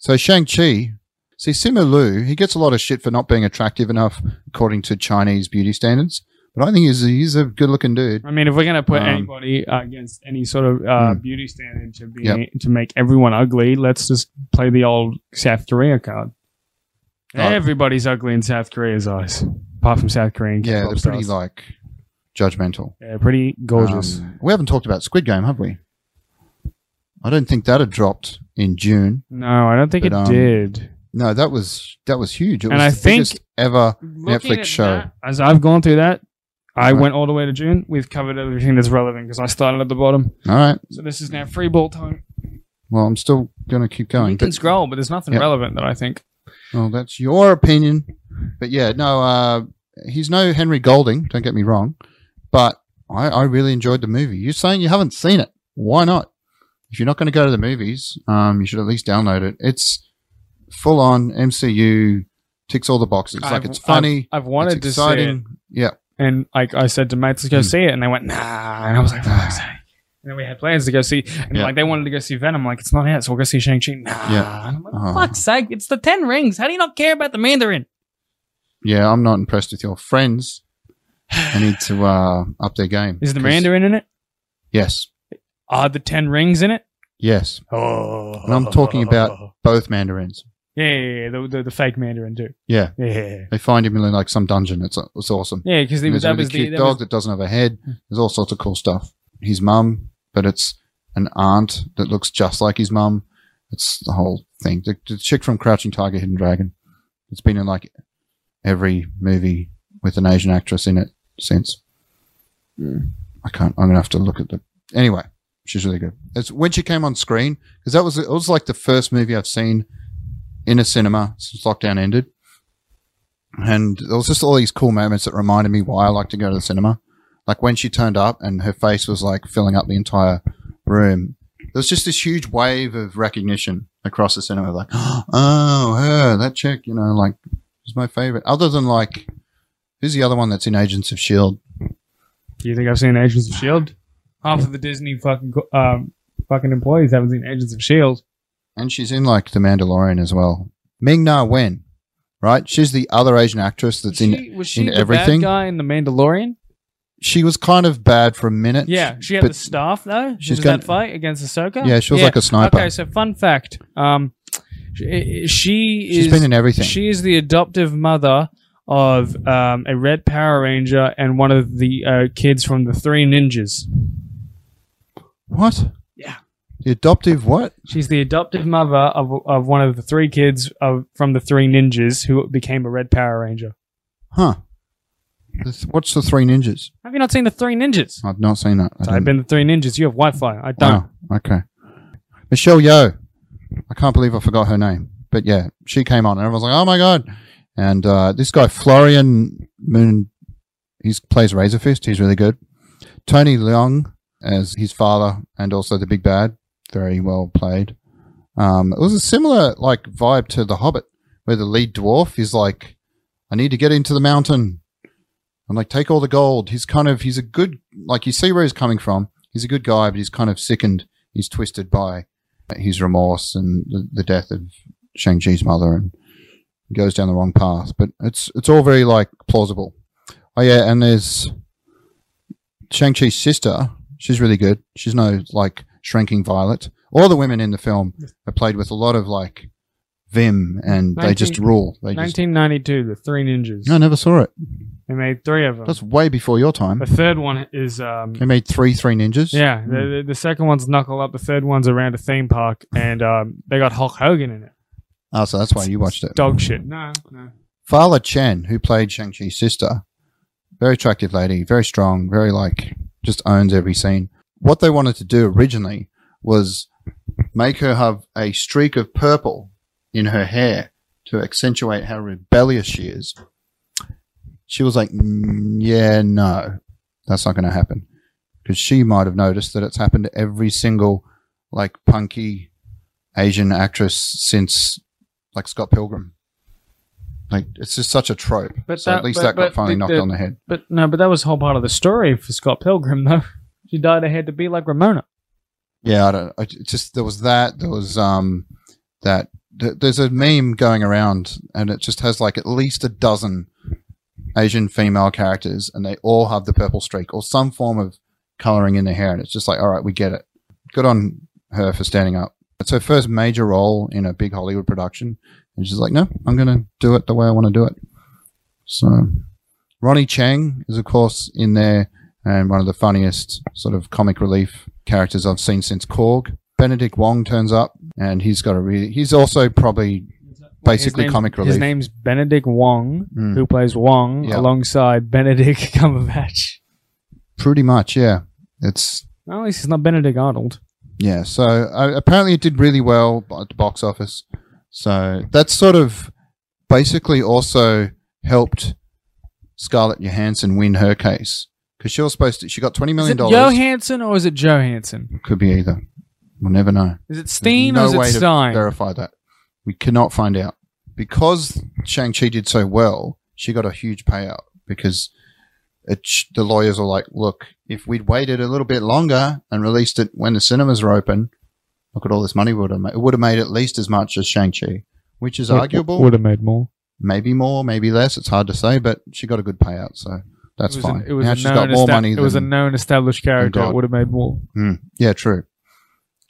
[SPEAKER 3] So Shang-Chi, see Simu Liu, he gets a lot of shit for not being attractive enough according to Chinese beauty standards, but I think he's, he's a good looking dude.
[SPEAKER 1] I mean, if we're going to put
[SPEAKER 3] Um,
[SPEAKER 1] anybody uh, against any sort of uh,
[SPEAKER 3] Mm.
[SPEAKER 1] beauty standard to be
[SPEAKER 3] Yep.
[SPEAKER 1] to make everyone ugly, let's just play the old South Korea card.
[SPEAKER 3] Right.
[SPEAKER 1] Everybody's ugly in South Korea's eyes, apart from South Korean.
[SPEAKER 3] Yeah,
[SPEAKER 1] K-pop
[SPEAKER 3] they're pretty
[SPEAKER 1] stars.
[SPEAKER 3] like judgmental.
[SPEAKER 1] yeah, pretty gorgeous.
[SPEAKER 3] Um, we haven't talked about Squid Game, have we? I don't think that had dropped in June.
[SPEAKER 1] no, I don't think
[SPEAKER 3] but,
[SPEAKER 1] it
[SPEAKER 3] um,
[SPEAKER 1] did.
[SPEAKER 3] No, that was that was huge. It
[SPEAKER 1] And
[SPEAKER 3] was
[SPEAKER 1] I
[SPEAKER 3] the
[SPEAKER 1] think-
[SPEAKER 3] biggest ever.
[SPEAKER 1] Looking
[SPEAKER 3] Netflix
[SPEAKER 1] at
[SPEAKER 3] show.
[SPEAKER 1] that, as I've gone through that, I
[SPEAKER 3] Right.
[SPEAKER 1] went all the way to June. We've covered everything that's relevant because I started at the bottom.
[SPEAKER 3] All right.
[SPEAKER 1] So this is now free ball time.
[SPEAKER 3] Well, I'm still gonna keep going.
[SPEAKER 1] you can
[SPEAKER 3] but-
[SPEAKER 1] scroll, but there's nothing
[SPEAKER 3] Yep.
[SPEAKER 1] relevant that I think.
[SPEAKER 3] Well, that's your opinion. But yeah, no, uh, he's no Henry Golding. Don't get me wrong, but I, I really enjoyed the movie. You're saying you haven't seen it? Why not? If you're not going to go to the movies, um, you should at least download it. It's full on MCU, ticks all the boxes.
[SPEAKER 1] I've-
[SPEAKER 3] like it's funny,
[SPEAKER 1] I've, I've wanted
[SPEAKER 3] it's
[SPEAKER 1] to see it.
[SPEAKER 3] exciting. Yeah,
[SPEAKER 1] And like I said to mates, let's go
[SPEAKER 3] Hmm.
[SPEAKER 1] see it, and they went nah, and I was like, for fuck's sake. And then we had plans to go see, and
[SPEAKER 3] Yeah.
[SPEAKER 1] like they wanted to go see Venom. Like it's not out, so we'll go see Shang Chi. Nah,
[SPEAKER 3] Yeah.
[SPEAKER 1] and I'm like,
[SPEAKER 3] Oh.
[SPEAKER 1] fuck's sake, it's the Ten Rings. How do you not care about the Mandarin?
[SPEAKER 3] yeah. I'm not impressed with your friends. I need to uh, up their game.
[SPEAKER 1] Is the
[SPEAKER 3] 'Cause-
[SPEAKER 1] Mandarin in it?
[SPEAKER 3] Yes,
[SPEAKER 1] Are the Ten Rings in it?
[SPEAKER 3] yes.
[SPEAKER 1] Oh,
[SPEAKER 3] And I'm talking about both Mandarins.
[SPEAKER 1] yeah, yeah, yeah, the, the the fake Mandarin too.
[SPEAKER 3] Yeah,
[SPEAKER 1] Yeah,
[SPEAKER 3] they find him in like some dungeon. It's it's awesome.
[SPEAKER 1] yeah, because
[SPEAKER 3] There's
[SPEAKER 1] that
[SPEAKER 3] a really
[SPEAKER 1] was the
[SPEAKER 3] cute
[SPEAKER 1] that
[SPEAKER 3] dog
[SPEAKER 1] was, Hmm.
[SPEAKER 3] that doesn't have a head. There's all sorts of cool stuff. His mum, but it's an aunt that looks just like his mum. It's the whole thing. The, the chick from Crouching Tiger, Hidden Dragon. It's been in like every movie with an Asian actress in it since. I can't. I'm gonna have to look at the. Anyway, she's really good. It's when she came on screen because that was it was like the first movie I've seen in a cinema since lockdown ended. And there was just all these cool moments that reminded me why I like to go to the cinema. Like when she turned up and her face was like filling up the entire room. There was just this huge wave of recognition across the cinema. Like, *gasps* oh, her, that chick, you know, like, is my favorite. Other than like, who's the other one that's in Agents of S.H.I.E.L.D.?
[SPEAKER 1] Do you think I've seen Agents of Shield? E Half of the Disney fucking co- um, fucking employees haven't seen Agents of Shield.
[SPEAKER 3] And she's in like The Mandalorian as well. Ming Na Wen, right? She's the other Asian actress that's in.
[SPEAKER 1] was
[SPEAKER 3] in everything?
[SPEAKER 1] bad guy in the Mandalorian?
[SPEAKER 3] She was kind of bad for a minute.
[SPEAKER 1] Yeah, she had
[SPEAKER 3] but-
[SPEAKER 1] the staff though. She
[SPEAKER 3] she's
[SPEAKER 1] was
[SPEAKER 3] gonna-
[SPEAKER 1] that fight against Ahsoka.
[SPEAKER 3] Yeah, she was like a sniper.
[SPEAKER 1] Okay, so fun fact. Um, she, she
[SPEAKER 3] She's
[SPEAKER 1] is
[SPEAKER 3] been in everything.
[SPEAKER 1] she is the adoptive mother of um, a red Power Ranger and one of the uh, kids from the Three Ninjas.
[SPEAKER 3] What?
[SPEAKER 1] Yeah.
[SPEAKER 3] The adoptive what?
[SPEAKER 1] She's the adoptive mother of, of one of the three kids of, from the Three Ninjas who became a Red Power Ranger.
[SPEAKER 3] Huh. The th- What's the three ninjas?
[SPEAKER 1] Have you not seen the Three Ninjas?
[SPEAKER 3] I've not seen that. I
[SPEAKER 1] Type
[SPEAKER 3] didn't-
[SPEAKER 1] in the Three Ninjas. You have Wi-Fi. I don't.
[SPEAKER 3] Wow. Okay. Michelle Yeoh. I can't believe I forgot her name. But yeah, she came on and everyone was like, oh my God. And uh, this guy, Florian Moon, he plays Razor Fist. He's really good. Tony Leung as his father and also the big bad. Very well played. Um, it was a similar like vibe to The Hobbit, where the lead dwarf is like, I need to get into the mountain and like take all the gold. He's kind of he's a good like you see where he's coming from. He's a good guy, but he's kind of sickened. He's twisted by his remorse and the, the death of Shang Chi's mother, and he goes down the wrong path. But it's it's all very like plausible. Oh yeah, and there's Shang Chi's sister. She's really good. She's no like shrinking violet. All the women in the film are played with a lot of like vim, and they just
[SPEAKER 1] 19
[SPEAKER 3] rule. They just
[SPEAKER 1] 1992, the Three Ninjas.
[SPEAKER 3] I never saw it.
[SPEAKER 1] They made three of them.
[SPEAKER 3] That's way before your time.
[SPEAKER 1] the third one is um,
[SPEAKER 3] They made three three ninjas.
[SPEAKER 1] yeah. The, the, the second one's Knuckle Up. The third one's around a theme park, and um, they got Hulk Hogan in it.
[SPEAKER 3] Oh, so that's why you watched it.
[SPEAKER 1] Dog shit. No, no.
[SPEAKER 3] Fala Chen, who played Shang Chi's sister, very attractive lady, very strong, very like just owns every scene. What they wanted to do originally was Make her have a streak of purple in her hair to accentuate how rebellious she is. She was like, "Mm, Yeah, no, that's not going to happen. Because she might have noticed that it's happened to every single like punky Asian actress since like Scott Pilgrim. Like, it's just such a trope.
[SPEAKER 1] But
[SPEAKER 3] so
[SPEAKER 1] that-
[SPEAKER 3] at least
[SPEAKER 1] but-
[SPEAKER 3] that
[SPEAKER 1] but
[SPEAKER 3] got finally
[SPEAKER 1] the-
[SPEAKER 3] knocked
[SPEAKER 1] the-
[SPEAKER 3] on the head.
[SPEAKER 1] But no, but that was the whole part of the story for Scott Pilgrim, though. *laughs* She dyed her hair to be like Ramona.
[SPEAKER 3] Yeah, I don't. I j- just there was that. There was um that. th- There's a meme going around, and it just has like at least a dozen Asian female characters, and they all have the purple streak or some form of coloring in their hair, and it's just like, all right, we get it. Good on her for standing up. It's her first major role in a big Hollywood production, and she's like, no, I'm gonna do it the way I want to do it. So, Ronnie Chang is of course in there and one of the funniest sort of comic relief characters I've seen since Korg. Benedict Wong turns up, and he's got a really. He's also probably basically
[SPEAKER 1] His name-
[SPEAKER 3] comic relief.
[SPEAKER 1] His name's Benedict Wong,
[SPEAKER 3] Mm.
[SPEAKER 1] who plays Wong
[SPEAKER 3] Yeah.
[SPEAKER 1] alongside Benedict *laughs* Cumberbatch.
[SPEAKER 3] Pretty much, yeah. It's
[SPEAKER 1] Well, at least he's not Benedict Arnold.
[SPEAKER 3] yeah. So uh, apparently, it did really well at the box office. So that sort of basically also helped Scarlett Johansson win her case because she was supposed to. She got twenty
[SPEAKER 1] Is
[SPEAKER 3] million
[SPEAKER 1] it
[SPEAKER 3] dollars.
[SPEAKER 1] Johansson or is it Johansson?
[SPEAKER 3] Could be either. We'll never know.
[SPEAKER 1] Is it
[SPEAKER 3] There's
[SPEAKER 1] Steen
[SPEAKER 3] no
[SPEAKER 1] or
[SPEAKER 3] way
[SPEAKER 1] is it
[SPEAKER 3] to
[SPEAKER 1] Stein?
[SPEAKER 3] verify that. We cannot find out because Shang Chi did so well. She got a huge payout because it, sh- the lawyers were like, "Look, if we'd waited a little bit longer and released it when the cinemas are open, look at all this money we would have made. It would have made at least as much as Shang Chi, which is arguable.
[SPEAKER 1] Would have made more.
[SPEAKER 3] maybe more, maybe less. It's hard to say, but she got a good payout, so that's
[SPEAKER 1] it was
[SPEAKER 3] fine.
[SPEAKER 1] An, it was
[SPEAKER 3] now
[SPEAKER 1] a
[SPEAKER 3] she's
[SPEAKER 1] known
[SPEAKER 3] got more
[SPEAKER 1] esta-
[SPEAKER 3] money.
[SPEAKER 1] It was a
[SPEAKER 3] than-
[SPEAKER 1] known established character.
[SPEAKER 3] God.
[SPEAKER 1] It would have made more.
[SPEAKER 3] Mm, yeah, true.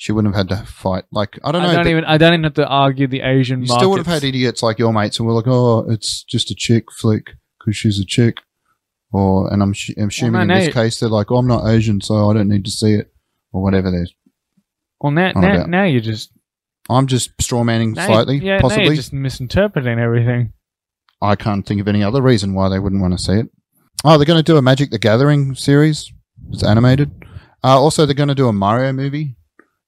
[SPEAKER 3] She wouldn't have had to fight. Like I
[SPEAKER 1] I
[SPEAKER 3] don't
[SPEAKER 1] don't,
[SPEAKER 3] know. but-
[SPEAKER 1] even. I don't even have to argue the Asian.
[SPEAKER 3] You still would have
[SPEAKER 1] markets.
[SPEAKER 3] had idiots like your mates who were like, "Oh, it's just a chick flick because she's a chick," or and I'm, sh- I'm assuming
[SPEAKER 1] no,
[SPEAKER 3] in
[SPEAKER 1] no,
[SPEAKER 3] this
[SPEAKER 1] you-
[SPEAKER 3] case they're like, "Oh, I'm not Asian, so I don't need to see it," or whatever. There's,
[SPEAKER 1] Well, now,
[SPEAKER 3] Oh,
[SPEAKER 1] now,
[SPEAKER 3] yeah.
[SPEAKER 1] now you're just
[SPEAKER 3] I'm just straw manning
[SPEAKER 1] now you-
[SPEAKER 3] slightly,
[SPEAKER 1] yeah, now
[SPEAKER 3] possibly.
[SPEAKER 1] you're just misinterpreting everything.
[SPEAKER 3] I can't think of any other reason why they wouldn't want to see it. Oh, they're going to do a Magic the Gathering series. It's animated. Uh, also, they're going to do a Mario movie,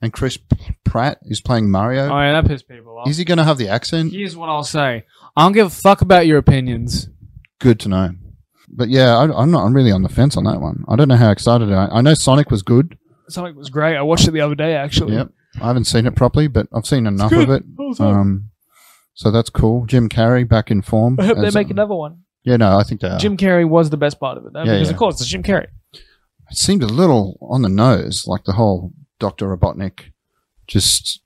[SPEAKER 3] and Chris P- Pratt is playing Mario.
[SPEAKER 1] Oh yeah, that pissed people off.
[SPEAKER 3] is he going to have the accent?
[SPEAKER 1] Here's what I'll say. I don't give a fuck about your opinions.
[SPEAKER 3] good to know. But yeah, I, I'm not. I'm really on the fence on that one. I don't know how excited I. I know Sonic was good.
[SPEAKER 1] Sonic was great. I watched it the other day actually. *laughs*
[SPEAKER 3] Yep, I haven't seen it properly, but I've seen enough of it. Um, so that's cool. Jim Carrey back in form.
[SPEAKER 1] I hope they
[SPEAKER 3] as-
[SPEAKER 1] make another one.
[SPEAKER 3] Yeah, no, I think they are.
[SPEAKER 1] Jim Carrey was the best part of it, though,
[SPEAKER 3] Yeah,
[SPEAKER 1] because
[SPEAKER 3] yeah.
[SPEAKER 1] of course it's Jim Carrey.
[SPEAKER 3] it seemed a little on the nose, like the whole Doctor Robotnik, just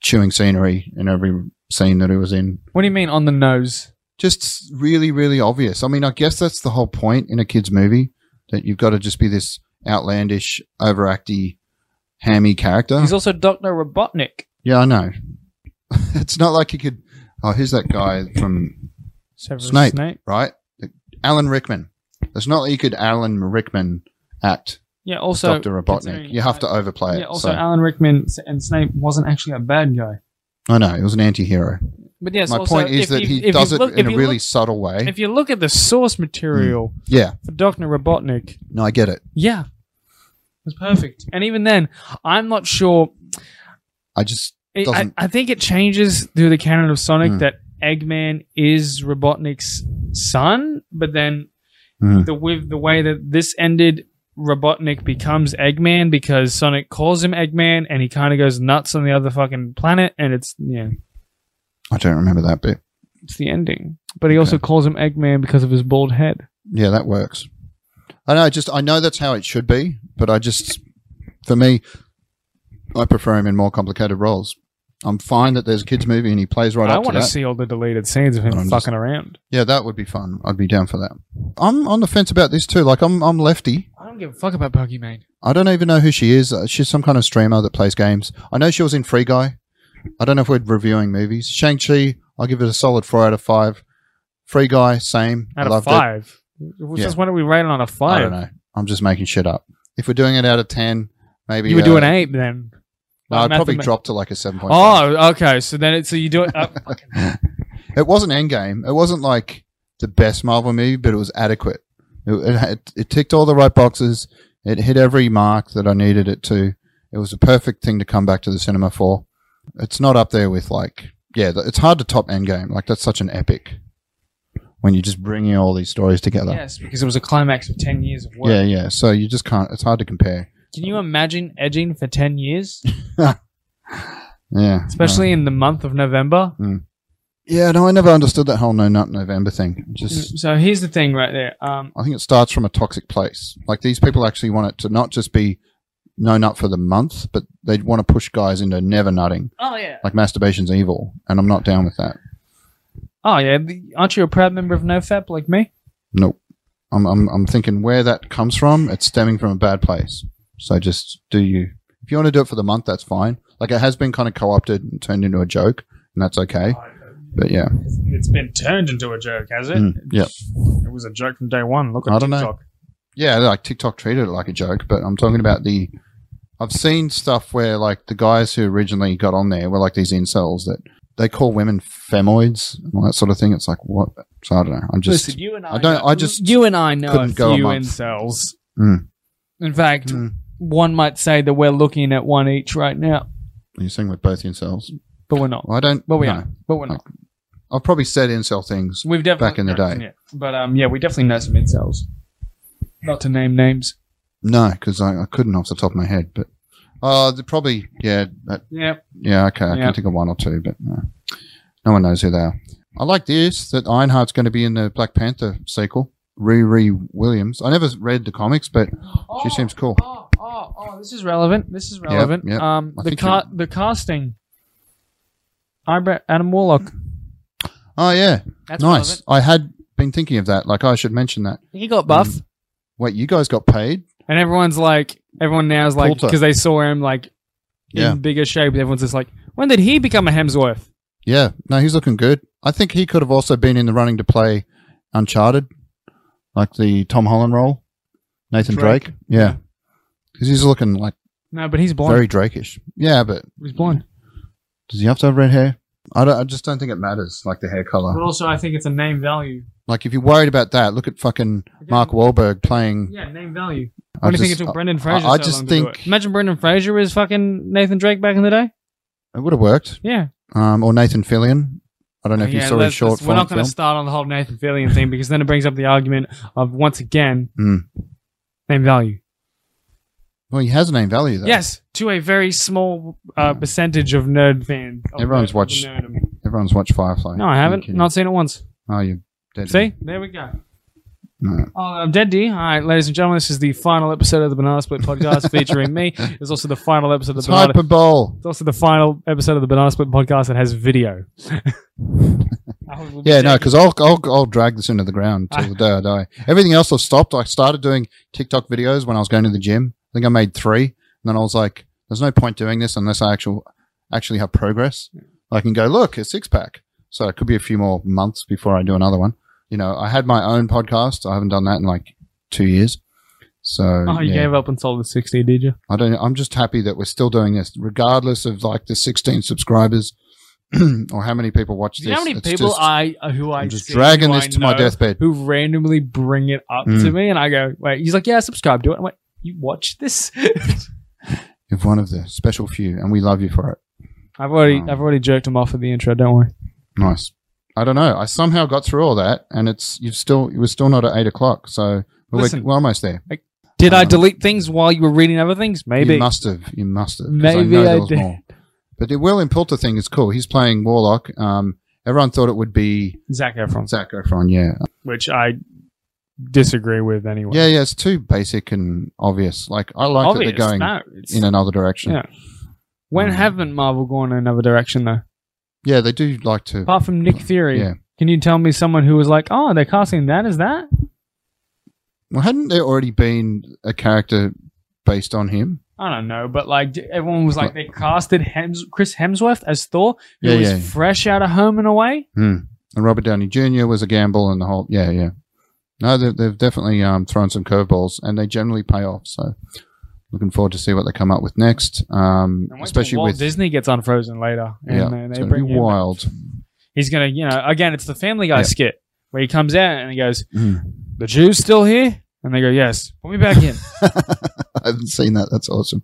[SPEAKER 3] chewing scenery in every scene that he was in.
[SPEAKER 1] What do you mean on the nose?
[SPEAKER 3] just really, really obvious. I mean, I guess that's the whole point in a kid's movie that you've got to just be this outlandish, overacty, hammy character.
[SPEAKER 1] He's also Doctor Robotnik.
[SPEAKER 3] yeah, I know. *laughs* it's not like you could. Oh, who's that guy from
[SPEAKER 1] Severus
[SPEAKER 3] Snape.
[SPEAKER 1] Snape.
[SPEAKER 3] right? Alan Rickman. It's not like you could Alan Rickman act
[SPEAKER 1] Yeah. Also,
[SPEAKER 3] Doctor Robotnik.
[SPEAKER 1] considering-
[SPEAKER 3] You have to overplay it.
[SPEAKER 1] Yeah. Also,
[SPEAKER 3] so-
[SPEAKER 1] Alan Rickman and Snape wasn't actually a bad guy.
[SPEAKER 3] I know it was an anti-hero.
[SPEAKER 1] But yes,
[SPEAKER 3] My
[SPEAKER 1] also,
[SPEAKER 3] point is
[SPEAKER 1] if
[SPEAKER 3] that
[SPEAKER 1] you- if
[SPEAKER 3] he
[SPEAKER 1] you
[SPEAKER 3] does it
[SPEAKER 1] look-
[SPEAKER 3] in
[SPEAKER 1] if
[SPEAKER 3] a
[SPEAKER 1] you
[SPEAKER 3] really Hmm.
[SPEAKER 1] look-
[SPEAKER 3] subtle way.
[SPEAKER 1] If you look at the source material
[SPEAKER 3] yeah,
[SPEAKER 1] for Doctor Robotnik,
[SPEAKER 3] no, I get it.
[SPEAKER 1] yeah, it was perfect. And even then, I'm not sure.
[SPEAKER 3] I just
[SPEAKER 1] It- I,
[SPEAKER 3] Doesn't-
[SPEAKER 1] I think it changes through the canon of Sonic
[SPEAKER 3] Hmm.
[SPEAKER 1] that Eggman is Robotnik's son, but then
[SPEAKER 3] Hmm.
[SPEAKER 1] the with the way that this ended, Robotnik becomes Eggman because Sonic calls him Eggman, and he kind of goes nuts on the other fucking planet, and it's yeah,
[SPEAKER 3] I don't remember that bit.
[SPEAKER 1] it's the ending. But he also calls him Eggman because of his bald head.
[SPEAKER 3] Yeah, that works. I know. Just I know that's how it should be, but I just, for me, I prefer him in more complicated roles. I'm fine that there's a kids movie and he plays right
[SPEAKER 1] I
[SPEAKER 3] up to
[SPEAKER 1] want to
[SPEAKER 3] that.
[SPEAKER 1] see all the deleted scenes of him
[SPEAKER 3] But I'm
[SPEAKER 1] fucking
[SPEAKER 3] just-
[SPEAKER 1] around.
[SPEAKER 3] yeah, that would be fun. I'd be down for that. I'm on the fence about this too. Like I'm, I'm lefty.
[SPEAKER 1] I don't give a fuck about Pokemon.
[SPEAKER 3] I don't even know who she is. Uh, She's some kind of streamer that plays games. I know she was in Free Guy. I don't know if we're reviewing movies. Shang Chi, I'll give it a solid four out of five. Free Guy, same. I
[SPEAKER 1] Out of
[SPEAKER 3] loved it.
[SPEAKER 1] five, Well,
[SPEAKER 3] Yeah.
[SPEAKER 1] just why don't we rate it on a
[SPEAKER 3] I
[SPEAKER 1] five?
[SPEAKER 3] don't know. I'm just making shit up. If we're doing it out of ten, maybe
[SPEAKER 1] You would do
[SPEAKER 3] uh,
[SPEAKER 1] an eight then.
[SPEAKER 3] No, I'd
[SPEAKER 1] Like
[SPEAKER 3] probably
[SPEAKER 1] mathema-
[SPEAKER 3] drop to like a seven point five.
[SPEAKER 1] Oh, okay. So then, it's, so you do it.
[SPEAKER 3] *laughs*
[SPEAKER 1] Uh, fucking-
[SPEAKER 3] It wasn't Endgame. It wasn't like the best Marvel movie, but it was adequate. It, it, had- it ticked all the right boxes. It hit every mark that I needed it to. It was the perfect thing to come back to the cinema for. It's not up there with like, yeah, th- it's hard to top Endgame. Like that's such an epic when you're just bringing all these stories together.
[SPEAKER 1] Yes, because it was a climax of 10 years of work.
[SPEAKER 3] Yeah, yeah. So you just can't. It's hard to compare.
[SPEAKER 1] Can you imagine edging for 10 years?
[SPEAKER 3] Yeah,
[SPEAKER 1] Especially in the month of November?
[SPEAKER 3] No. Yeah, no, I never understood that whole no nut November thing. It Just,
[SPEAKER 1] So here's the thing right there. Um,
[SPEAKER 3] I think it starts from a toxic place. Like these people actually want it to not just be no nut for the month, but they want to push guys into never nutting.
[SPEAKER 1] oh, yeah.
[SPEAKER 3] Like masturbation's evil, and I'm not down with that.
[SPEAKER 1] Oh, yeah. the- Aren't you a proud member of NoFap like me?
[SPEAKER 3] Nope. I'm, I'm, I'm thinking where that comes from. It's stemming from a bad place. So just do you. If you want to do it for the month, that's fine. Like it has been kind of co opted and turned into a joke, and that's okay. But yeah,
[SPEAKER 1] It's been turned into a joke, has it?
[SPEAKER 3] Mm, yeah.
[SPEAKER 1] It was a joke from day one. Look at
[SPEAKER 3] I don't know.
[SPEAKER 1] TikTok.
[SPEAKER 3] yeah, like TikTok treated it like a joke. But I'm talking about the. I've seen stuff where like the guys who originally got on there were like these incels that they call women femoids and all that sort of thing. It's like what? So I don't know. I'm just
[SPEAKER 1] Listen, you and I,
[SPEAKER 3] I don't-
[SPEAKER 1] know-
[SPEAKER 3] I just
[SPEAKER 1] you and I know a
[SPEAKER 3] couldn't go a
[SPEAKER 1] few
[SPEAKER 3] month.
[SPEAKER 1] incels.
[SPEAKER 3] Mm.
[SPEAKER 1] In fact,
[SPEAKER 3] Mm.
[SPEAKER 1] one might say that we're looking at one each right now,
[SPEAKER 3] you're saying with both incels.
[SPEAKER 1] but we're not.
[SPEAKER 3] Well, I don't.
[SPEAKER 1] Well, we
[SPEAKER 3] no.
[SPEAKER 1] are, but we're not.
[SPEAKER 3] I've probably said incel things.
[SPEAKER 1] We've definitely
[SPEAKER 3] Back in the day.
[SPEAKER 1] yeah. But um, yeah, we definitely know some incels. Not to name names.
[SPEAKER 3] No, because I, I couldn't off the top of my head, but uh, the- probably yeah, that,
[SPEAKER 1] Yeah,
[SPEAKER 3] yeah, okay, I
[SPEAKER 1] Yeah.
[SPEAKER 3] can think of one or two, but no, no one knows who they are. I like this that Ironheart's going to be in the Black Panther sequel. Riri Williams. I never read the comics, but she seems cool.
[SPEAKER 1] Oh, oh, oh, this is relevant. This is relevant.
[SPEAKER 3] yep.
[SPEAKER 1] Um,
[SPEAKER 3] I
[SPEAKER 1] the
[SPEAKER 3] think
[SPEAKER 1] ca- the casting. Eyebrow Adam Warlock.
[SPEAKER 3] Oh yeah,
[SPEAKER 1] That's
[SPEAKER 3] nice.
[SPEAKER 1] relevant.
[SPEAKER 3] I had been thinking of that. Like I should mention that.
[SPEAKER 1] He got buff,
[SPEAKER 3] Wait, you guys got paid?
[SPEAKER 1] and everyone's like, everyone now is like,
[SPEAKER 3] Coulter.
[SPEAKER 1] because they saw him like in
[SPEAKER 3] Yeah.
[SPEAKER 1] bigger shape. Everyone's just like, when did he become a Hemsworth?
[SPEAKER 3] Yeah. No, he's looking good. I think he could have also been in the running to play Uncharted, like the Tom Holland role. Nathan
[SPEAKER 1] Drake.
[SPEAKER 3] Drake. Yeah. Because he's looking like
[SPEAKER 1] No, but he's blonde.
[SPEAKER 3] very Drakeish. Yeah, but
[SPEAKER 1] he's blonde.
[SPEAKER 3] does he have to have red hair? I, don't, I just don't think it matters, like the hair
[SPEAKER 1] But
[SPEAKER 3] color.
[SPEAKER 1] also, I think it's a name value.
[SPEAKER 3] Like, if you're worried about that, look at fucking Mark Wahlberg playing.
[SPEAKER 1] Yeah, name value.
[SPEAKER 3] I
[SPEAKER 1] Why do you think
[SPEAKER 3] just-
[SPEAKER 1] it took Brendan Fraser?
[SPEAKER 3] I
[SPEAKER 1] so
[SPEAKER 3] just
[SPEAKER 1] long to do
[SPEAKER 3] think-
[SPEAKER 1] it? Imagine Brendan Fraser is fucking Nathan Drake back in the day.
[SPEAKER 3] It would have worked.
[SPEAKER 1] Yeah.
[SPEAKER 3] Um, or Nathan Fillion. I don't know if you
[SPEAKER 1] Yeah,
[SPEAKER 3] saw his
[SPEAKER 1] let's-
[SPEAKER 3] short
[SPEAKER 1] let's- We're
[SPEAKER 3] form
[SPEAKER 1] not going
[SPEAKER 3] film.
[SPEAKER 1] to start on the whole Nathan Fillion thing because then it brings up the argument of once again
[SPEAKER 3] Hmm.
[SPEAKER 1] name value.
[SPEAKER 3] Well, he has name value though.
[SPEAKER 1] Yes, to a very small uh, percentage of nerd fans. of
[SPEAKER 3] Everyone's
[SPEAKER 1] nerd-
[SPEAKER 3] watched-
[SPEAKER 1] nerdom.
[SPEAKER 3] Everyone's watched Firefly.
[SPEAKER 1] No, I
[SPEAKER 3] Are you
[SPEAKER 1] haven't.
[SPEAKER 3] kidding?
[SPEAKER 1] Not seen it once.
[SPEAKER 3] Oh, you're dead.
[SPEAKER 1] See, there we go.
[SPEAKER 3] No.
[SPEAKER 1] Oh, I'm Dead D. All right, ladies and gentlemen, this is the final episode of the Banana Split
[SPEAKER 3] *laughs*
[SPEAKER 1] podcast featuring me. It's also the final episode of
[SPEAKER 3] It's
[SPEAKER 1] the Banana.
[SPEAKER 3] hyperbole.
[SPEAKER 1] It's also the final episode of the Banana Split podcast that has
[SPEAKER 3] *laughs*
[SPEAKER 1] video.
[SPEAKER 3] Yeah, no, because I'll, I'll I'll drag this into the ground till the day
[SPEAKER 1] *laughs*
[SPEAKER 3] I die. Everything else I've stopped. I started doing TikTok videos when I was going to the gym. I think I made three, and then I was like, "There's no point doing this unless I actual actually have progress. I can go look a six pack." So it could be a few more months before I do another one. You know, I had my own podcast. I haven't done that in like two years. So
[SPEAKER 1] Oh, you
[SPEAKER 3] yeah.
[SPEAKER 1] gave up and sold the 60, did you?
[SPEAKER 3] I don't. I'm just happy that we're still doing this, regardless of like the 16 subscribers *clears throat* or how many people watch
[SPEAKER 1] Do
[SPEAKER 3] this.
[SPEAKER 1] you know how many
[SPEAKER 3] It's
[SPEAKER 1] people
[SPEAKER 3] just-
[SPEAKER 1] I who I
[SPEAKER 3] I'm just
[SPEAKER 1] see,
[SPEAKER 3] dragging
[SPEAKER 1] who
[SPEAKER 3] this
[SPEAKER 1] I
[SPEAKER 3] to my
[SPEAKER 1] know,
[SPEAKER 3] deathbed.
[SPEAKER 1] who randomly bring it up to
[SPEAKER 3] Mm.
[SPEAKER 1] me, and I go, "Wait," he's like, "Yeah, subscribe to it." I'm like, "You watch this?" *laughs*
[SPEAKER 3] You're one of the special few, and we love you for it.
[SPEAKER 1] I've already
[SPEAKER 3] Um.
[SPEAKER 1] I've already jerked him off at the intro. Don't worry.
[SPEAKER 3] Nice. I don't know. I somehow got through all that, and it's you've still we're still not at eight o'clock, so we're,
[SPEAKER 1] Listen.
[SPEAKER 3] we're almost there.
[SPEAKER 1] Did I
[SPEAKER 3] Um.
[SPEAKER 1] delete things while you were reading other things? Maybe.
[SPEAKER 3] you must have. You must have. 'cause I
[SPEAKER 1] Maybe
[SPEAKER 3] know
[SPEAKER 1] I
[SPEAKER 3] there was
[SPEAKER 1] did.
[SPEAKER 3] more. But the Will Impulter thing is cool. He's playing Warlock. Um, everyone thought it would be
[SPEAKER 1] Zach Efron,
[SPEAKER 3] Zac Efron. Yeah,
[SPEAKER 1] which I disagree with anyway.
[SPEAKER 3] yeah, yeah. It's too basic and obvious. Like I like
[SPEAKER 1] Obvious.
[SPEAKER 3] that they're going
[SPEAKER 1] No, it's-
[SPEAKER 3] in another direction.
[SPEAKER 1] Yeah. When
[SPEAKER 3] Um,
[SPEAKER 1] haven't Marvel gone in another direction though?
[SPEAKER 3] Yeah, they do like to.
[SPEAKER 1] Apart from Nick Fury,
[SPEAKER 3] Yeah.
[SPEAKER 1] can you tell me someone who was like, "Oh, they're casting that as that"?
[SPEAKER 3] Well, hadn't there already been a character based on him?
[SPEAKER 1] I don't know, but like d- everyone was like they casted Hems- Chris Hemsworth as Thor, who
[SPEAKER 3] Yeah,
[SPEAKER 1] was
[SPEAKER 3] yeah.
[SPEAKER 1] fresh out of Home and Away.
[SPEAKER 3] and Robert Downey Jr. was a gamble, and the whole yeah, yeah. No, they've, they've definitely um, thrown some curveballs, and they generally pay off. So, looking forward to see what they come up with next, um,
[SPEAKER 1] And wait till
[SPEAKER 3] especially
[SPEAKER 1] Walt
[SPEAKER 3] with
[SPEAKER 1] Disney gets unfrozen later, and
[SPEAKER 3] yeah,
[SPEAKER 1] then
[SPEAKER 3] it's
[SPEAKER 1] they
[SPEAKER 3] going to
[SPEAKER 1] bring
[SPEAKER 3] be
[SPEAKER 1] him back.
[SPEAKER 3] wild.
[SPEAKER 1] He's gonna, you know, again, it's the Family Guy
[SPEAKER 3] Yeah.
[SPEAKER 1] skit where he comes out and he goes,
[SPEAKER 3] Mm.
[SPEAKER 1] "The Jew's still here," and they go, "Yes, put me back in."
[SPEAKER 3] *laughs* I haven't seen that. That's awesome.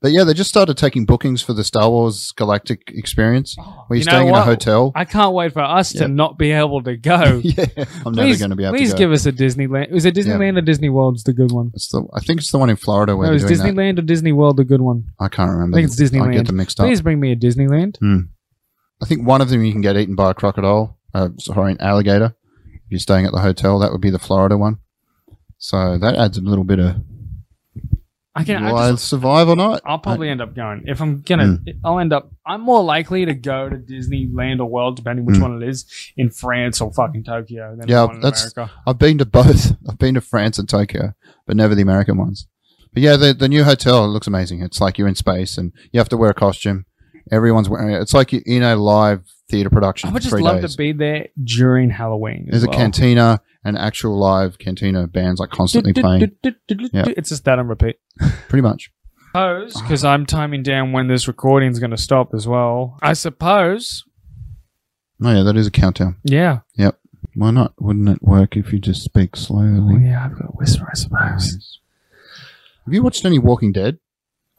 [SPEAKER 3] But yeah, they just started taking bookings for the Star Wars Galactic experience
[SPEAKER 1] *gasps*
[SPEAKER 3] where
[SPEAKER 1] You
[SPEAKER 3] you're
[SPEAKER 1] know
[SPEAKER 3] staying in a
[SPEAKER 1] what?
[SPEAKER 3] hotel.
[SPEAKER 1] I can't wait for us
[SPEAKER 3] Yeah.
[SPEAKER 1] to not be able to
[SPEAKER 3] *laughs*
[SPEAKER 1] go.
[SPEAKER 3] yeah, I'm never
[SPEAKER 1] Please-
[SPEAKER 3] going to be
[SPEAKER 1] *laughs*
[SPEAKER 3] able
[SPEAKER 1] Please
[SPEAKER 3] to go.
[SPEAKER 1] give us a Disneyland. Is it Disneyland or Disney World's the good one?
[SPEAKER 3] it's the, I think it's the one in Florida where
[SPEAKER 1] No, is
[SPEAKER 3] they're doing
[SPEAKER 1] Disneyland or Disney World the good one?
[SPEAKER 3] that. I can't remember.
[SPEAKER 1] I think it's
[SPEAKER 3] I
[SPEAKER 1] Disneyland.
[SPEAKER 3] get them mixed up.
[SPEAKER 1] Please bring me a Disneyland.
[SPEAKER 3] I think one of them you can get eaten by a crocodile. Uh, sorry, an alligator. If you're staying at the hotel, that would be the Florida one. So that adds a little bit of
[SPEAKER 1] I can. I
[SPEAKER 3] will
[SPEAKER 1] just,
[SPEAKER 3] I survive or not.
[SPEAKER 1] I'll probably end up going if I'm gonna.
[SPEAKER 3] Hmm.
[SPEAKER 1] I'll end up. I'm more likely to go to Disneyland or World, depending which
[SPEAKER 3] Mm.
[SPEAKER 1] one it is, in France or fucking Tokyo than
[SPEAKER 3] Yeah,
[SPEAKER 1] the one in
[SPEAKER 3] that's-
[SPEAKER 1] America.
[SPEAKER 3] I've been to both. *laughs* I've been to France and Tokyo, but never the American ones. But yeah, the, the new hotel looks amazing. It's like you're in space and you have to wear a costume. Everyone's wearing it. It's like you're in a live theater production.
[SPEAKER 1] I
[SPEAKER 3] for
[SPEAKER 1] would just
[SPEAKER 3] three
[SPEAKER 1] love
[SPEAKER 3] days.
[SPEAKER 1] to be there during Halloween.
[SPEAKER 3] There's a cantina and actual live cantina bands like constantly playing, Yeah.
[SPEAKER 1] It's just that on repeat.
[SPEAKER 3] pretty much.
[SPEAKER 1] suppose because I'm timing down when this recording's going to stop as well. I suppose.
[SPEAKER 3] Oh yeah, that is a countdown.
[SPEAKER 1] Yeah.
[SPEAKER 2] Why not? Wouldn't it work if you just speak slowly?
[SPEAKER 1] Oh, yeah, I've got to whisper. I suppose.
[SPEAKER 3] Have you watched any Walking Dead?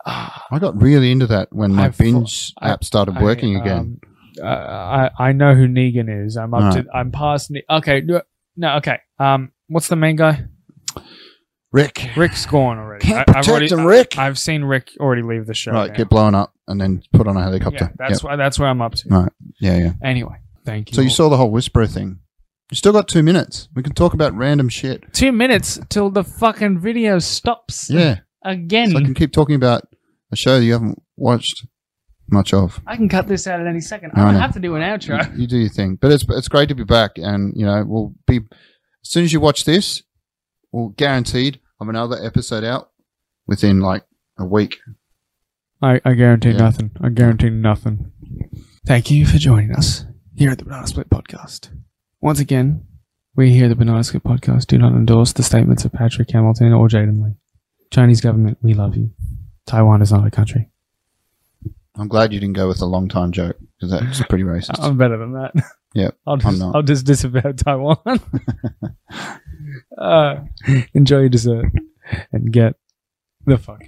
[SPEAKER 1] Ah,
[SPEAKER 3] I got really into that when my
[SPEAKER 1] I've fo-
[SPEAKER 3] binge
[SPEAKER 1] I-
[SPEAKER 3] app started
[SPEAKER 1] I,
[SPEAKER 3] working
[SPEAKER 1] um,
[SPEAKER 3] again.
[SPEAKER 1] uh, I I know who Negan is. I'm up
[SPEAKER 3] Alright.
[SPEAKER 1] to. I'm past. Ne- okay. no- No. Okay. Um. What's the main guy?
[SPEAKER 3] Rick,
[SPEAKER 1] Rick's gone already.
[SPEAKER 2] Can't
[SPEAKER 1] I, I've
[SPEAKER 2] protect
[SPEAKER 1] already.
[SPEAKER 2] him, Rick.
[SPEAKER 1] I've seen Rick already leave the show.
[SPEAKER 3] right,
[SPEAKER 1] now.
[SPEAKER 3] get blown up and then put on a
[SPEAKER 1] yeah,
[SPEAKER 3] helicopter. Yeah,
[SPEAKER 1] that's why. That's where I'm up to.
[SPEAKER 3] Right. yeah, yeah.
[SPEAKER 1] Anyway, thank you.
[SPEAKER 3] So you
[SPEAKER 1] all.
[SPEAKER 3] saw the whole whisperer thing. You still got two minutes. We can talk about random shit.
[SPEAKER 1] two minutes till the fucking video stops
[SPEAKER 3] Yeah,
[SPEAKER 1] again.
[SPEAKER 3] so I can keep talking about a show you haven't watched much of.
[SPEAKER 1] I can cut this out at any second.
[SPEAKER 3] No,
[SPEAKER 1] I don't
[SPEAKER 3] no.
[SPEAKER 1] have to do an outro.
[SPEAKER 3] You, you do your thing, but it's it's great to be back, and you know we'll be as soon as you watch this, we'll guaranteed have another episode out within like a week.
[SPEAKER 1] I, I guarantee
[SPEAKER 3] Yeah.
[SPEAKER 1] nothing. I guarantee nothing.
[SPEAKER 6] Thank you for joining us here at the Banana Split Podcast. Once again, we here at the Banana Split Podcast do not endorse the statements of Patrick Hamilton or Jaden Lee. Chinese government, we love you. Taiwan is not a country.
[SPEAKER 3] I'm glad you didn't go with a long time joke because that's pretty racist.
[SPEAKER 1] I'm better than that.
[SPEAKER 3] Yep,
[SPEAKER 1] *laughs* I'll
[SPEAKER 3] I'm
[SPEAKER 1] just,
[SPEAKER 3] not.
[SPEAKER 1] I'll just disavow
[SPEAKER 3] *laughs*
[SPEAKER 1] Taiwan. *laughs* uh, enjoy your dessert and get the fuck